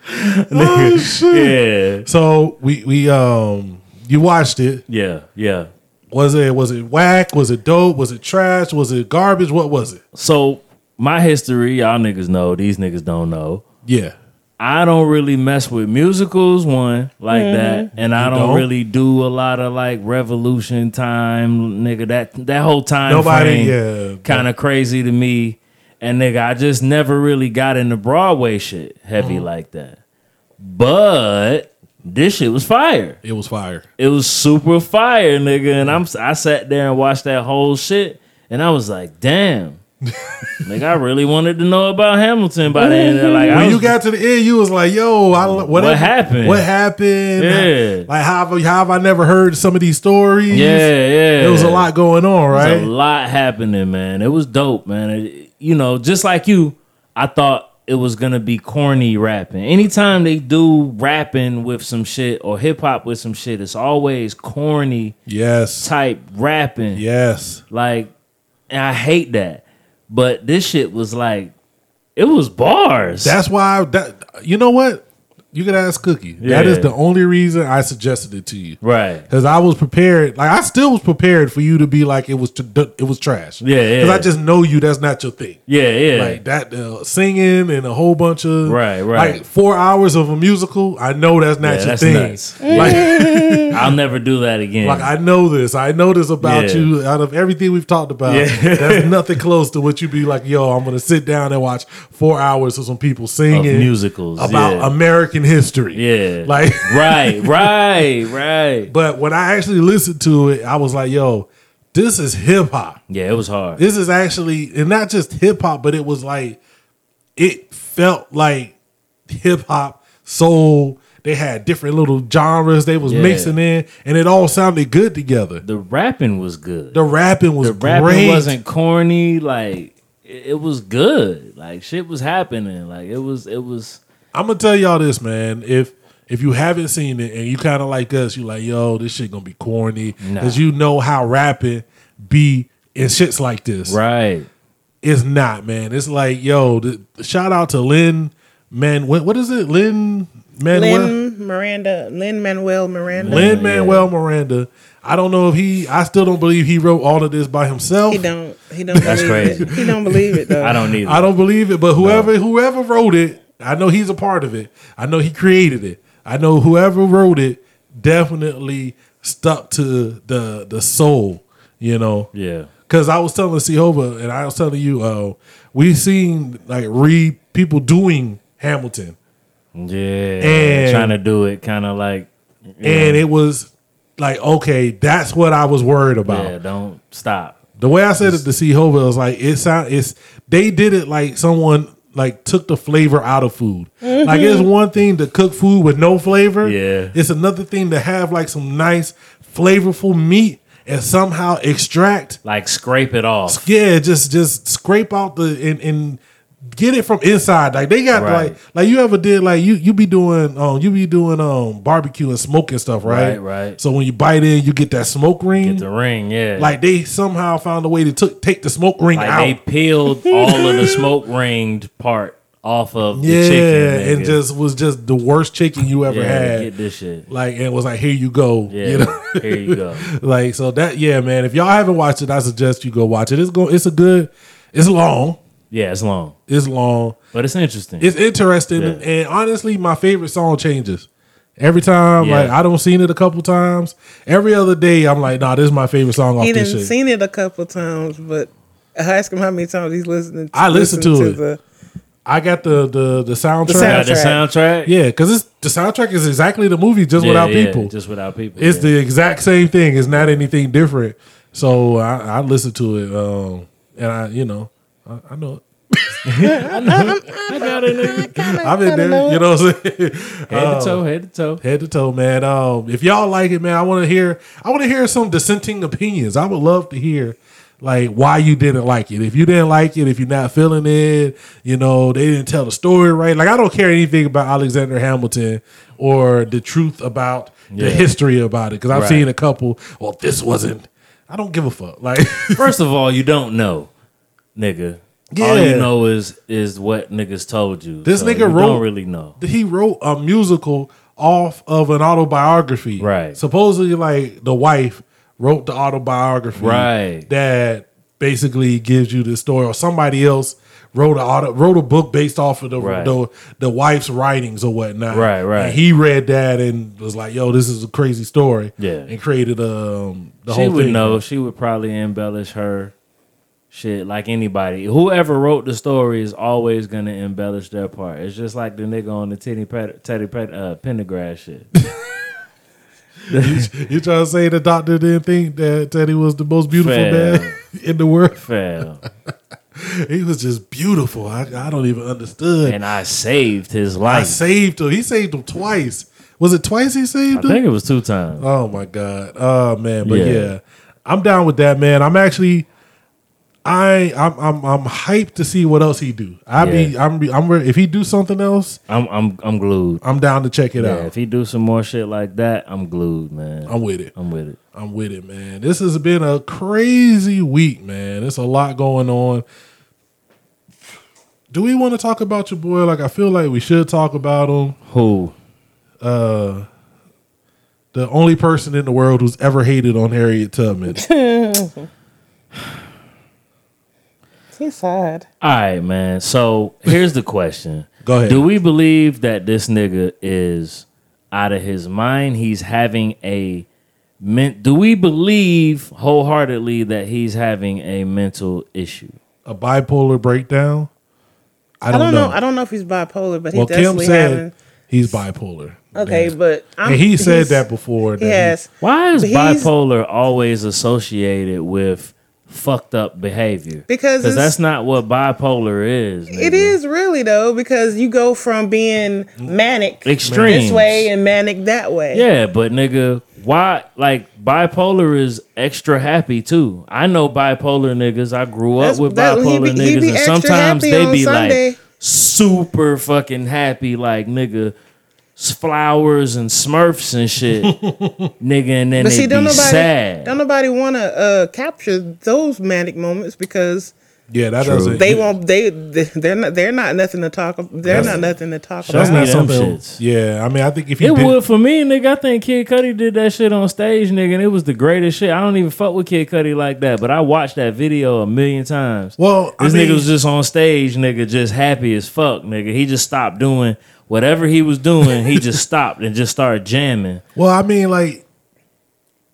[SPEAKER 2] Oh, shit.
[SPEAKER 3] Yeah,
[SPEAKER 2] So we we um you watched it.
[SPEAKER 3] yeah, yeah.
[SPEAKER 2] Was it was it whack? Was it dope? Was it trash? Was it garbage? What was it?
[SPEAKER 3] So my history, y'all niggas know. These niggas don't know.
[SPEAKER 2] Yeah.
[SPEAKER 3] I don't really mess with musicals, one like that, and I don't,
[SPEAKER 2] don't?
[SPEAKER 3] really do a lot of like Revolution time, nigga. That that whole time
[SPEAKER 2] Nobody-
[SPEAKER 3] frame,
[SPEAKER 2] yeah.
[SPEAKER 3] kind of crazy to me. And nigga, I just never really got into Broadway shit heavy like that. But this shit was fire.
[SPEAKER 2] It was fire.
[SPEAKER 3] It was super fire, nigga. And I'm I sat there and watched that whole shit, and I was like, damn. like I really wanted to know about Hamilton by the end. Of, like I
[SPEAKER 2] When
[SPEAKER 3] was,
[SPEAKER 2] you got to the end, you was like, "Yo, I, whatever, what
[SPEAKER 3] happened?
[SPEAKER 2] What happened?
[SPEAKER 3] Yeah.
[SPEAKER 2] Like how have, how have I never heard some of these stories?
[SPEAKER 3] yeah, yeah.
[SPEAKER 2] There was a lot going on,
[SPEAKER 3] There
[SPEAKER 2] right?
[SPEAKER 3] was a lot happening, man. It was dope, man. It- you know, just like you, I thought it was gonna be corny rapping. Anytime they do rapping with some shit or hip hop with some shit, it's always corny
[SPEAKER 2] Yes,
[SPEAKER 3] type rapping.
[SPEAKER 2] yes.
[SPEAKER 3] Like, and I hate that. But this shit was like, it was bars.
[SPEAKER 2] That's why that you know what you could ask Cookie. That
[SPEAKER 3] Yeah.
[SPEAKER 2] is the only reason I suggested it to you,
[SPEAKER 3] right.
[SPEAKER 2] Because I was prepared. Like I still was prepared for you to be like it was tr- it was trash.
[SPEAKER 3] Yeah, yeah.
[SPEAKER 2] Because I just know you. That's not your thing.
[SPEAKER 3] Yeah, yeah.
[SPEAKER 2] Like that uh, singing and a whole bunch of
[SPEAKER 3] Right, right.
[SPEAKER 2] Like four hours of a musical. I know that's not
[SPEAKER 3] Yeah,
[SPEAKER 2] your
[SPEAKER 3] that's
[SPEAKER 2] thing.
[SPEAKER 3] nuts.
[SPEAKER 2] Like,
[SPEAKER 3] I'll never do that again.
[SPEAKER 2] like I know this. I know this about
[SPEAKER 3] Yeah.
[SPEAKER 2] you. Out of everything we've talked about,
[SPEAKER 3] Yeah.
[SPEAKER 2] that's nothing close to what you be like. Yo, I'm gonna sit down and watch four hours of some people
[SPEAKER 3] of
[SPEAKER 2] singing
[SPEAKER 3] musicals.
[SPEAKER 2] about
[SPEAKER 3] yeah.
[SPEAKER 2] American history.
[SPEAKER 3] Yeah.
[SPEAKER 2] like.
[SPEAKER 3] right, right, right.
[SPEAKER 2] But when I actually listened to it, I was like, "Yo, this is hip hop."
[SPEAKER 3] Yeah, it was hard.
[SPEAKER 2] this is actually and not just hip hop, but it was like it felt like hip hop soul. They had different little genres they was
[SPEAKER 3] Yeah.
[SPEAKER 2] mixing in, and it all sounded good together.
[SPEAKER 3] the rapping was good.
[SPEAKER 2] The rapping was
[SPEAKER 3] The rapping
[SPEAKER 2] great.
[SPEAKER 3] wasn't corny. Like it, it was good. Like shit was happening. Like it was. It was.
[SPEAKER 2] I'm gonna tell y'all this, man. If if you haven't seen it and you kind of like us, you like, yo, this shit gonna be corny
[SPEAKER 3] Nah.
[SPEAKER 2] because you know how rapping be in shits like this.
[SPEAKER 3] Right.
[SPEAKER 2] It's not, man. It's like, yo, th- shout out to Lynn. Man, what, what is it? Lynn Manuel.
[SPEAKER 1] Lynn Miranda, Lynn Manuel Miranda.
[SPEAKER 2] Lin Manuel Miranda. I don't know if he. I still don't believe he wrote all of this by himself.
[SPEAKER 1] He don't. He don't.
[SPEAKER 3] That's
[SPEAKER 1] believe
[SPEAKER 3] crazy.
[SPEAKER 1] It. He don't believe it though.
[SPEAKER 3] I don't need.
[SPEAKER 2] I don't believe it. But whoever whoever wrote it, I know he's a part of it. I know he created it. I know whoever wrote it definitely stuck to the the soul You know,
[SPEAKER 3] Yeah.
[SPEAKER 2] Because I was telling Sehova, and I was telling you, uh, we seen like re people doing Hamilton,
[SPEAKER 3] Yeah.
[SPEAKER 2] And-
[SPEAKER 3] trying to do it kind of like. you
[SPEAKER 2] and
[SPEAKER 3] know,
[SPEAKER 2] it was like, okay, that's what I was worried about.
[SPEAKER 3] Yeah, don't stop.
[SPEAKER 2] The way I said it to Sehova was like, it sound it's they did it like someone like took the flavor out of food. Like it's one thing to cook food with no flavor.
[SPEAKER 3] Mm-hmm. Yeah.
[SPEAKER 2] it's another thing to have like some nice flavorful meat and somehow extract
[SPEAKER 3] Like, scrape it off.
[SPEAKER 2] Yeah, just just scrape out the and and get it from inside. Like they got
[SPEAKER 3] Right.
[SPEAKER 2] like like you ever did like you you be doing um you be doing um barbecue and smoking stuff, right?
[SPEAKER 3] Right, right.
[SPEAKER 2] So when you bite in, you get that smoke ring.
[SPEAKER 3] Get the ring. Yeah.
[SPEAKER 2] like they somehow found a way to took take the smoke ring
[SPEAKER 3] Like,
[SPEAKER 2] out.
[SPEAKER 3] they peeled all of the smoke ringed part off of
[SPEAKER 2] yeah,
[SPEAKER 3] the chicken.
[SPEAKER 2] and
[SPEAKER 3] nigga.
[SPEAKER 2] just was just the worst chicken you ever
[SPEAKER 3] yeah,
[SPEAKER 2] had.
[SPEAKER 3] get this shit.
[SPEAKER 2] Like and it was like here you go.
[SPEAKER 3] Yeah.
[SPEAKER 2] You know?
[SPEAKER 3] Here you go.
[SPEAKER 2] like so that yeah, man. If y'all haven't watched it, I suggest you go watch it. It's go it's a good it's long.
[SPEAKER 3] Yeah, it's long,
[SPEAKER 2] It's long.
[SPEAKER 3] but it's interesting.
[SPEAKER 2] It's interesting,
[SPEAKER 3] Yeah.
[SPEAKER 2] and, and honestly, my favorite song changes every time.
[SPEAKER 3] Yeah.
[SPEAKER 2] Like I don't seen it a couple times. Every other day, I'm like, nah, this is my favorite song off
[SPEAKER 1] He done
[SPEAKER 2] this shit.
[SPEAKER 1] seen it a couple times, but I ask him how many times he's listening. To,
[SPEAKER 2] I listened
[SPEAKER 1] listened
[SPEAKER 2] to it. I got the the the soundtrack.
[SPEAKER 1] The sound-
[SPEAKER 3] Got the soundtrack.
[SPEAKER 2] yeah, because it's the soundtrack is exactly the movie, just
[SPEAKER 3] Yeah,
[SPEAKER 2] without
[SPEAKER 3] yeah,
[SPEAKER 2] people.
[SPEAKER 3] Just without people.
[SPEAKER 2] it's
[SPEAKER 3] yeah.
[SPEAKER 2] the exact same thing. It's not anything different. So I, I listen to it, um, and I you know I, I know it. I've been there, you know what I'm saying?
[SPEAKER 3] head to toe, head to toe.
[SPEAKER 2] head to toe, man. Um, if y'all like it, man, I want to hear. I want to hear some dissenting opinions. I would love to hear like why you didn't like it. If you didn't like it, if you're not feeling it, you know they didn't tell the story right. Like I don't care anything about Alexander Hamilton or the truth about
[SPEAKER 3] Yeah.
[SPEAKER 2] the history about it because I've
[SPEAKER 3] Right.
[SPEAKER 2] seen a couple. Well, this wasn't. I don't give a fuck. Like
[SPEAKER 3] First of all, you don't know, nigga. All
[SPEAKER 2] Yeah.
[SPEAKER 3] you know is is what niggas told you.
[SPEAKER 2] This
[SPEAKER 3] So
[SPEAKER 2] nigga
[SPEAKER 3] you
[SPEAKER 2] wrote-
[SPEAKER 3] don't really know.
[SPEAKER 2] he wrote a musical off of an autobiography.
[SPEAKER 3] Right.
[SPEAKER 2] Supposedly, like the wife wrote the autobiography.
[SPEAKER 3] Right.
[SPEAKER 2] That basically gives you the story, or somebody else wrote a auto, wrote a book based off of the,
[SPEAKER 3] Right.
[SPEAKER 2] the the wife's writings or whatnot.
[SPEAKER 3] Right, right.
[SPEAKER 2] And he read that and was like, "Yo, this is a crazy story."
[SPEAKER 3] Yeah.
[SPEAKER 2] And created um the
[SPEAKER 3] She
[SPEAKER 2] whole
[SPEAKER 3] would
[SPEAKER 2] thing.
[SPEAKER 3] know. She would probably embellish her shit like anybody. Whoever wrote the story is always gonna embellish their part. It's just like the nigga on the Teddy Pet- Teddy Pet- uh, Pendergrass shit.
[SPEAKER 2] You trying to say the doctor didn't think that Teddy was the most beautiful
[SPEAKER 3] Fam.
[SPEAKER 2] man in the world?
[SPEAKER 3] Fell.
[SPEAKER 2] He was just beautiful. I, I don't even understood.
[SPEAKER 3] And I saved his
[SPEAKER 2] I
[SPEAKER 3] life.
[SPEAKER 2] saved him. He saved him twice. Was it twice he
[SPEAKER 3] I
[SPEAKER 2] saved him?
[SPEAKER 3] think it was two times.
[SPEAKER 2] Oh my god. Oh man. But yeah.
[SPEAKER 3] Yeah.
[SPEAKER 2] I'm down with that, man. I'm actually, I I'm I'm, I'm hyped to see what else he do. I be
[SPEAKER 3] Yeah.
[SPEAKER 2] I'm be, I'm re- if he do something else,
[SPEAKER 3] I'm I'm I'm glued.
[SPEAKER 2] I'm down to check it
[SPEAKER 3] Yeah,
[SPEAKER 2] out. Oh.
[SPEAKER 3] if he do some more shit like that, I'm glued, man.
[SPEAKER 2] I'm with it.
[SPEAKER 3] I'm with it.
[SPEAKER 2] I'm with it, man. This has been a crazy week, man. It's a lot going on. Do we want to talk about your boy? Like I feel like we should talk about him.
[SPEAKER 3] Who?
[SPEAKER 2] The only person in the world who's ever hated on Harriet Tubman.
[SPEAKER 1] He's sad.
[SPEAKER 3] All right, man. So here's the question.
[SPEAKER 2] Go ahead.
[SPEAKER 3] Do we believe that this nigga is out of his mind? He's having a men- do we believe wholeheartedly that he's having a mental issue?
[SPEAKER 2] a bipolar breakdown? I
[SPEAKER 1] I
[SPEAKER 2] don't,
[SPEAKER 1] don't
[SPEAKER 2] know.
[SPEAKER 1] know. I don't know if he's bipolar, but he
[SPEAKER 2] well, Kim
[SPEAKER 1] definitely
[SPEAKER 2] said
[SPEAKER 1] having.
[SPEAKER 2] he's bipolar.
[SPEAKER 1] Okay,
[SPEAKER 2] Yeah.
[SPEAKER 1] but I'm,
[SPEAKER 2] and he said
[SPEAKER 1] he's-
[SPEAKER 2] that before. that
[SPEAKER 1] He has.
[SPEAKER 3] Why is
[SPEAKER 1] But he's-
[SPEAKER 3] bipolar always associated with fucked up behavior?
[SPEAKER 1] Because
[SPEAKER 3] Because
[SPEAKER 1] it's-
[SPEAKER 3] that's not what bipolar is.
[SPEAKER 1] It
[SPEAKER 3] nigga.
[SPEAKER 1] is really though because you go from being manic
[SPEAKER 3] Extremes.
[SPEAKER 1] this way and manic that way.
[SPEAKER 3] Yeah, but nigga, why? Like bipolar is extra happy too. I know bipolar niggas. I grew up
[SPEAKER 1] That's-
[SPEAKER 3] with
[SPEAKER 1] that- he
[SPEAKER 3] bipolar
[SPEAKER 1] be- he
[SPEAKER 3] niggas,
[SPEAKER 1] be
[SPEAKER 3] and
[SPEAKER 1] extra
[SPEAKER 3] sometimes
[SPEAKER 1] happy
[SPEAKER 3] they
[SPEAKER 1] on
[SPEAKER 3] be
[SPEAKER 1] Sunday.
[SPEAKER 3] like super fucking happy, like nigga, s- flowers and Smurfs and shit, nigga, and then
[SPEAKER 1] But
[SPEAKER 3] they
[SPEAKER 1] see, don't
[SPEAKER 3] be
[SPEAKER 1] nobody
[SPEAKER 3] sad.
[SPEAKER 1] don't nobody want to uh, capture those manic moments because
[SPEAKER 2] yeah, that
[SPEAKER 3] True.
[SPEAKER 2] doesn't.
[SPEAKER 1] they won't. They they're not. They're not nothing to talk. They're not nothing to talk
[SPEAKER 3] Show
[SPEAKER 1] about.
[SPEAKER 2] That's not
[SPEAKER 3] Yeah, them
[SPEAKER 2] something.
[SPEAKER 3] shits.
[SPEAKER 2] Yeah, I mean, I think if
[SPEAKER 3] It
[SPEAKER 2] you did,
[SPEAKER 3] would for me, nigga. I think Kid Cudi did that shit on stage, nigga, and it was the greatest shit. I don't even fuck with Kid Cudi like that, but I watched that video a million times.
[SPEAKER 2] well, I
[SPEAKER 3] This
[SPEAKER 2] mean,
[SPEAKER 3] nigga was just on stage, nigga, just happy as fuck, nigga. He just stopped doing whatever he was doing. He just stopped and just started jamming.
[SPEAKER 2] well, I mean, like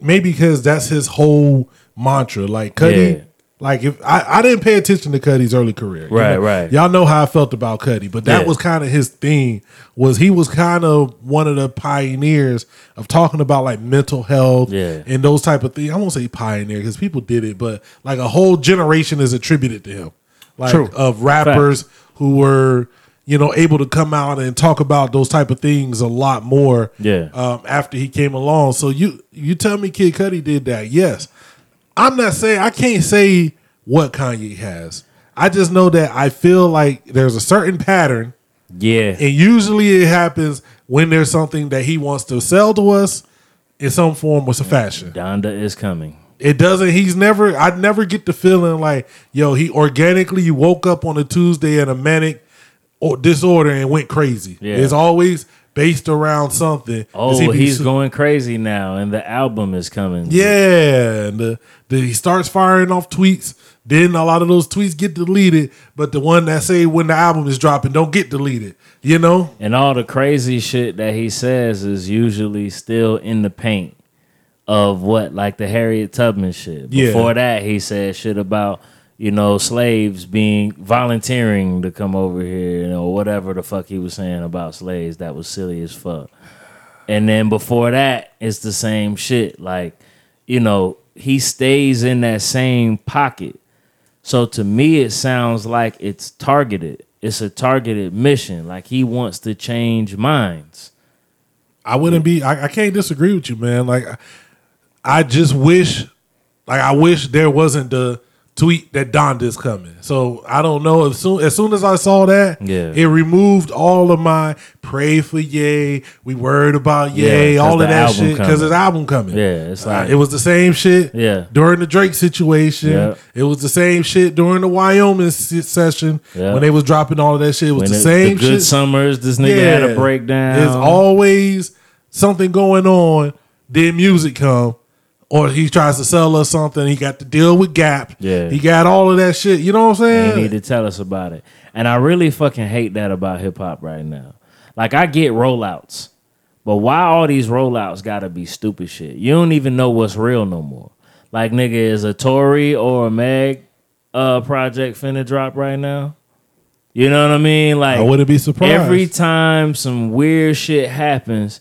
[SPEAKER 2] maybe because that's his whole mantra. Like Cuddy,
[SPEAKER 3] Yeah.
[SPEAKER 2] like if I, I didn't pay attention to Cuddy's early career. You
[SPEAKER 3] Right,
[SPEAKER 2] know,
[SPEAKER 3] right.
[SPEAKER 2] Y'all know how I felt about Cuddy, but that
[SPEAKER 3] Yeah.
[SPEAKER 2] was kind of his thing. Was he was kind of one of the pioneers of talking about like mental health
[SPEAKER 3] Yeah.
[SPEAKER 2] and those type of things. I won't say pioneer because people did it, but like a whole generation is attributed to him. Like
[SPEAKER 3] True.
[SPEAKER 2] of rappers who were you know able to come out and talk about those type of things a lot more
[SPEAKER 3] Yeah.
[SPEAKER 2] um, after he came along. So you you tell me Kid Cudi did that? Yes. I'm not saying I can't say what Kanye has. I just know that I feel like there's a certain pattern,
[SPEAKER 3] Yeah.
[SPEAKER 2] and usually it happens when there's something that he wants to sell to us in some form or some fashion.
[SPEAKER 3] Donda is coming.
[SPEAKER 2] It doesn't. He's never. I never get the feeling like yo. He organically woke up on a Tuesday in a manic or disorder and went crazy.
[SPEAKER 3] Yeah.
[SPEAKER 2] It's always based around something. 'Cause
[SPEAKER 3] Oh,
[SPEAKER 2] he be
[SPEAKER 3] he's
[SPEAKER 2] su-
[SPEAKER 3] going crazy now, and the album is coming.
[SPEAKER 2] Yeah, and the, the, he starts firing off tweets. Then a lot of those tweets get deleted, but the one that say when the album is dropping don't get deleted. You know,
[SPEAKER 3] And all the crazy shit that he says is usually still in the paint of what, like the Harriet Tubman shit.
[SPEAKER 2] Yeah.
[SPEAKER 3] Before that, he said shit about, you know, slaves being volunteering to come over here, you know, whatever the fuck he was saying about slaves. That was silly as fuck. And then before that, it's the same shit. Like, you know, he stays in that same pocket. So to me, it sounds like it's targeted. It's a targeted mission. Like he wants to change minds.
[SPEAKER 2] I wouldn't be. I, I can't disagree with you, man. Like, I- I just wish, like, I wish there wasn't the tweet that Donda's coming. So I don't know. As soon as soon as I saw that,
[SPEAKER 3] Yeah.
[SPEAKER 2] it removed all of my pray for Yay. We worried about Yay.
[SPEAKER 3] Yeah, 'cause
[SPEAKER 2] all
[SPEAKER 3] the
[SPEAKER 2] of that
[SPEAKER 3] album
[SPEAKER 2] shit because
[SPEAKER 3] coming.
[SPEAKER 2] his album coming.
[SPEAKER 3] Yeah, it's
[SPEAKER 2] Uh,
[SPEAKER 3] like-
[SPEAKER 2] it was the same shit.
[SPEAKER 3] Yeah.
[SPEAKER 2] during the Drake situation,
[SPEAKER 3] Yeah.
[SPEAKER 2] it was the same shit during the Wyoming se- session
[SPEAKER 3] Yeah.
[SPEAKER 2] when they was dropping all of that shit. It was
[SPEAKER 3] When
[SPEAKER 2] the
[SPEAKER 3] it-
[SPEAKER 2] same
[SPEAKER 3] the good
[SPEAKER 2] shit.
[SPEAKER 3] summers, this nigga had a breakdown.
[SPEAKER 2] There's always something going on. Then music come, or he tries to sell us something. He got to deal with Gap.
[SPEAKER 3] Yeah.
[SPEAKER 2] he got all of that shit. You know what I'm
[SPEAKER 3] They
[SPEAKER 2] saying?
[SPEAKER 3] need to tell us about it. And I really fucking hate that about hip hop right now. Like I get rollouts, but why all these rollouts gotta be stupid shit? You don't even know what's real no more. Like nigga, is a Tory or a Meg uh project finna drop right now? You know what I mean? Like
[SPEAKER 2] I wouldn't be surprised.
[SPEAKER 3] Every time some weird shit happens,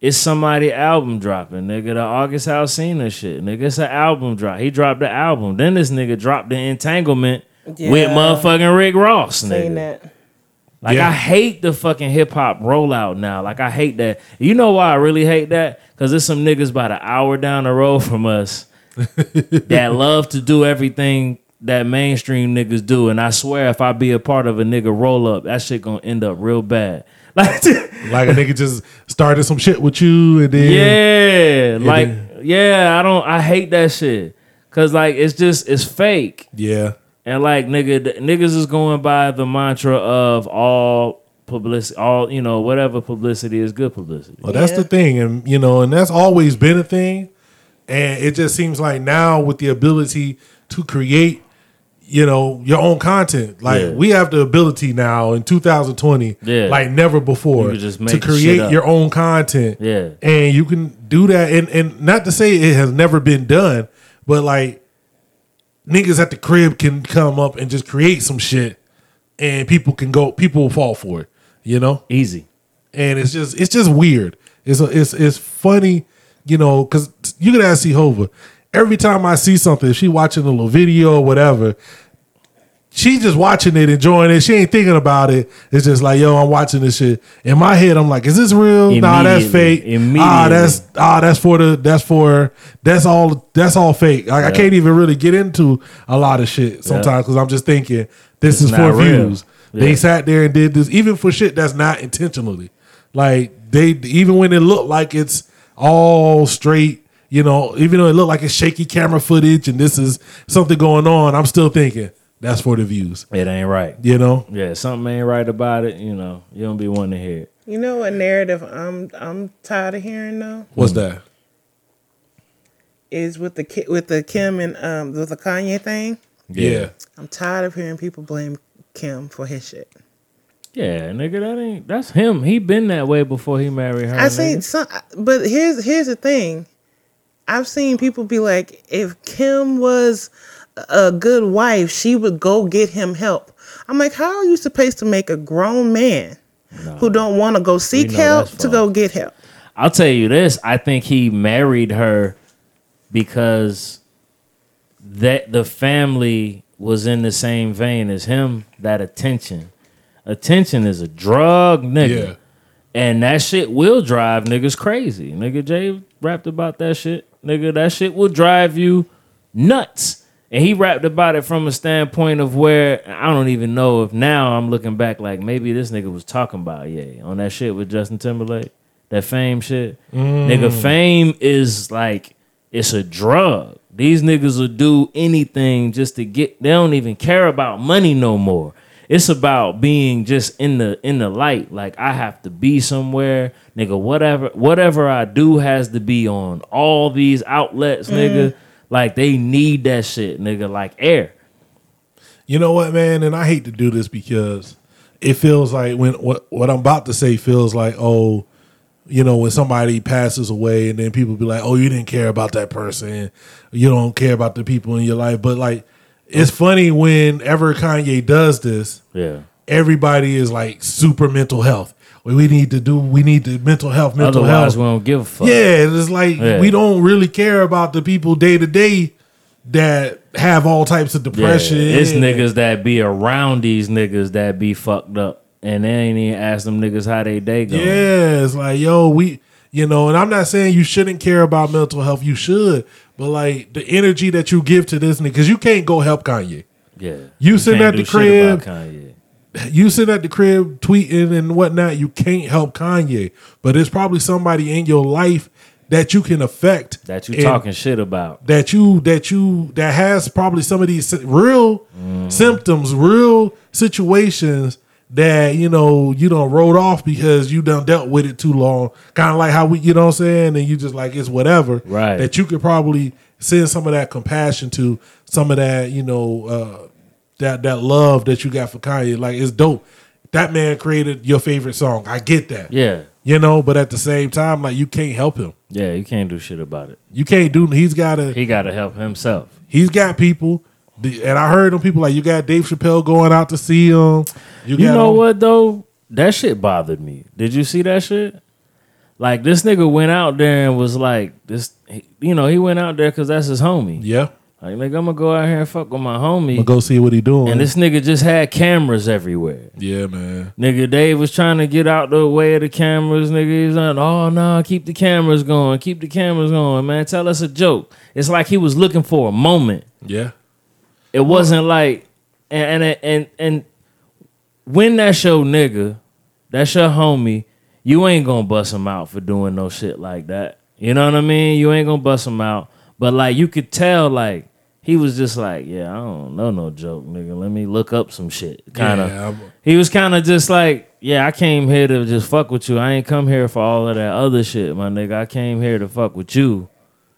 [SPEAKER 3] it's somebody album dropping. Nigga, the August Alcina shit. Nigga, it's an album drop. He dropped the album. Then this nigga dropped the entanglement with
[SPEAKER 1] Yeah.
[SPEAKER 3] motherfucking Rick Ross.
[SPEAKER 1] Seen
[SPEAKER 3] Nigga.
[SPEAKER 1] that.
[SPEAKER 3] Like
[SPEAKER 2] Yeah.
[SPEAKER 3] I hate the fucking hip hop rollout now. Like I hate that. You know why I really hate that? Cause there's some niggas about an hour down the road from us that love to do everything that mainstream niggas do. And I swear if I be a part of a nigga roll up, that shit gonna end up real bad. Like
[SPEAKER 2] like a nigga just started some shit with you, and then
[SPEAKER 3] Yeah. Like yeah, I don't I hate that shit. Cause like it's just it's fake.
[SPEAKER 2] yeah,
[SPEAKER 3] And like nigga, th- niggas is going by the mantra of all publicity, all you know, whatever publicity is good publicity.
[SPEAKER 2] Well, that's the thing, and you know, and that's always been a thing. And it just seems like now with the ability to create, you know, your own content, like
[SPEAKER 3] Yeah.
[SPEAKER 2] we have the ability now in 2020,
[SPEAKER 3] Yeah.
[SPEAKER 2] like never before,
[SPEAKER 3] can just
[SPEAKER 2] to
[SPEAKER 3] make shit
[SPEAKER 2] create
[SPEAKER 3] up.
[SPEAKER 2] your own content.
[SPEAKER 3] Yeah.
[SPEAKER 2] and you can do that, and and not to say it has never been done, but like niggas at the crib can come up and just create some shit, and people can go, people will fall for it, you know
[SPEAKER 3] Easy.
[SPEAKER 2] and it's just it's just weird. It's a, it's it's funny, you know, because you could ask Jehovah. Every time I see something, if she watching a little video or whatever, she just watching it, enjoying it. She ain't thinking about it. It's just like, yo, I'm watching this shit. In my head, I'm like, is this real? Nah, that's
[SPEAKER 3] Immediately.
[SPEAKER 2] fake. Ah, that's
[SPEAKER 3] Immediately.
[SPEAKER 2] ah, that's for the that's for that's all that's all fake. Like, I can't even really get into a lot of shit sometimes because I'm just thinking this is for
[SPEAKER 3] not real.
[SPEAKER 2] views. They
[SPEAKER 3] Yeah.
[SPEAKER 2] sat there and did this, even for shit that's not intentionally. Like they, even when it looked like it's all straight, you know, even though it looked like it's shaky camera footage and this is something going on, I'm still thinking that's for the views,
[SPEAKER 3] It ain't right.
[SPEAKER 2] you know.
[SPEAKER 3] Yeah, something ain't right about it. You know, you don't be wanting to hear. It.
[SPEAKER 1] You know what narrative I'm I'm tired of hearing though
[SPEAKER 2] What's that?
[SPEAKER 1] is with the Ki- with the Kim and um with the Kanye thing.
[SPEAKER 2] Yeah,
[SPEAKER 1] I'm tired of hearing people blame Kim for his shit.
[SPEAKER 3] Yeah, nigga, that ain't that's him. He been that way before he married her.
[SPEAKER 1] I seen
[SPEAKER 3] nigga.
[SPEAKER 1] some, but here's here's the thing. I've seen people be like, if Kim was a good wife, she would go get him help. I'm like, how are you supposed to make a grown man who don't want to go seek
[SPEAKER 3] know
[SPEAKER 1] help
[SPEAKER 3] that's
[SPEAKER 1] to go get help?
[SPEAKER 3] I'll tell you this. I think he married her because that the family was in the same vein as him. That attention, attention is a drug, nigga,
[SPEAKER 2] Yeah.
[SPEAKER 3] and that shit will drive niggas crazy. Nigga Jay rapped about that shit. Nigga, that shit will drive you nuts. And he rapped about it from a standpoint of where I don't even know if now I'm looking back like maybe this nigga was talking about yeah on that shit with Justin Timberlake, that fame shit. Nigga, fame is like it's a drug. These niggas will do anything just to get. They don't even care about money no more. It's about being just in the in the light. Like I have to be somewhere, nigga. Whatever whatever I do has to be on all these outlets,
[SPEAKER 2] Mm.
[SPEAKER 3] nigga. Like they need that shit, nigga. Like air.
[SPEAKER 2] You know what, man? And I hate to do this because it feels like when what what I'm about to say feels like oh, you know, when somebody passes away and then people be like, oh, you didn't care about that person, you don't care about the people in your life. But like, it's funny whenever Kanye does this,
[SPEAKER 3] Yeah.
[SPEAKER 2] everybody is like super mental health. We we need to do. We need to mental health. Mental
[SPEAKER 3] Otherwise,
[SPEAKER 2] health.
[SPEAKER 3] we don't give a fuck.
[SPEAKER 2] Yeah, it's like
[SPEAKER 3] Yeah.
[SPEAKER 2] we don't really care about the people day to day that have all types of
[SPEAKER 3] Yeah,
[SPEAKER 2] depression.
[SPEAKER 3] It's niggas that be around these niggas that be fucked up, and they ain't even ask them niggas how they day go.
[SPEAKER 2] Yeah, it's like yo, we you know, and I'm not saying you shouldn't care about mental health. You should, but like the energy that you give to this nigga, because you can't go help Kanye.
[SPEAKER 3] yeah.
[SPEAKER 2] You sitting
[SPEAKER 3] can't
[SPEAKER 2] at the
[SPEAKER 3] do shit about
[SPEAKER 2] crib,
[SPEAKER 3] Kanye.
[SPEAKER 2] you sit at the crib tweeting and whatnot, you can't help Kanye. But there's probably somebody in your life that you can affect.
[SPEAKER 3] that you
[SPEAKER 2] and
[SPEAKER 3] talking shit about.
[SPEAKER 2] that you that you that has probably some of these real
[SPEAKER 3] Mm.
[SPEAKER 2] symptoms, real situations that you know you don't wrote off because you done dealt with it too long. Kind of like how we, you know what I'm saying, and you just like it's whatever.
[SPEAKER 3] Right.
[SPEAKER 2] That you could probably send some of that compassion to some of that, you know, uh that that love that you got for Kanye. Like it's dope. That man created your favorite song. I get that.
[SPEAKER 3] Yeah.
[SPEAKER 2] You know, but at the same time, like you can't help him.
[SPEAKER 3] Yeah, you can't do shit about it.
[SPEAKER 2] You can't do. He's got to.
[SPEAKER 3] He got to help himself.
[SPEAKER 2] He's got people, the- and I heard them people like you got Dave Chappelle going out to see him. You,
[SPEAKER 3] You
[SPEAKER 2] got
[SPEAKER 3] know
[SPEAKER 2] him-
[SPEAKER 3] what though? That shit bothered me. Did you see that shit? Like this nigga went out there and was like, this, he- you know, he went out there because that's his homie.
[SPEAKER 2] Yeah,
[SPEAKER 3] Like, nigga, I'm gonna go out here and fuck with my homie.
[SPEAKER 2] but go see what he doing.
[SPEAKER 3] And this nigga just had cameras everywhere.
[SPEAKER 2] yeah, man.
[SPEAKER 3] Nigga, Dave was trying to get out the way of the cameras. Nigga, he's like, oh no, keep the cameras going, keep the cameras going, man. Tell us a joke. It's like he was looking for a moment.
[SPEAKER 2] Yeah,
[SPEAKER 3] It wasn't like and and and and when that's your nigga, that's your homie, you ain't gonna bust him out for doing no shit like that. You know what I mean? You ain't gonna bust him out. But like you could tell like he was just like, Yeah, I don't know no joke, nigga. Let me look up some shit. Kinda
[SPEAKER 2] Yeah, I'm-
[SPEAKER 3] he was kinda just like, Yeah, I came here to just fuck with you. I ain't come here for all of that other shit, my nigga. I came here to fuck with you.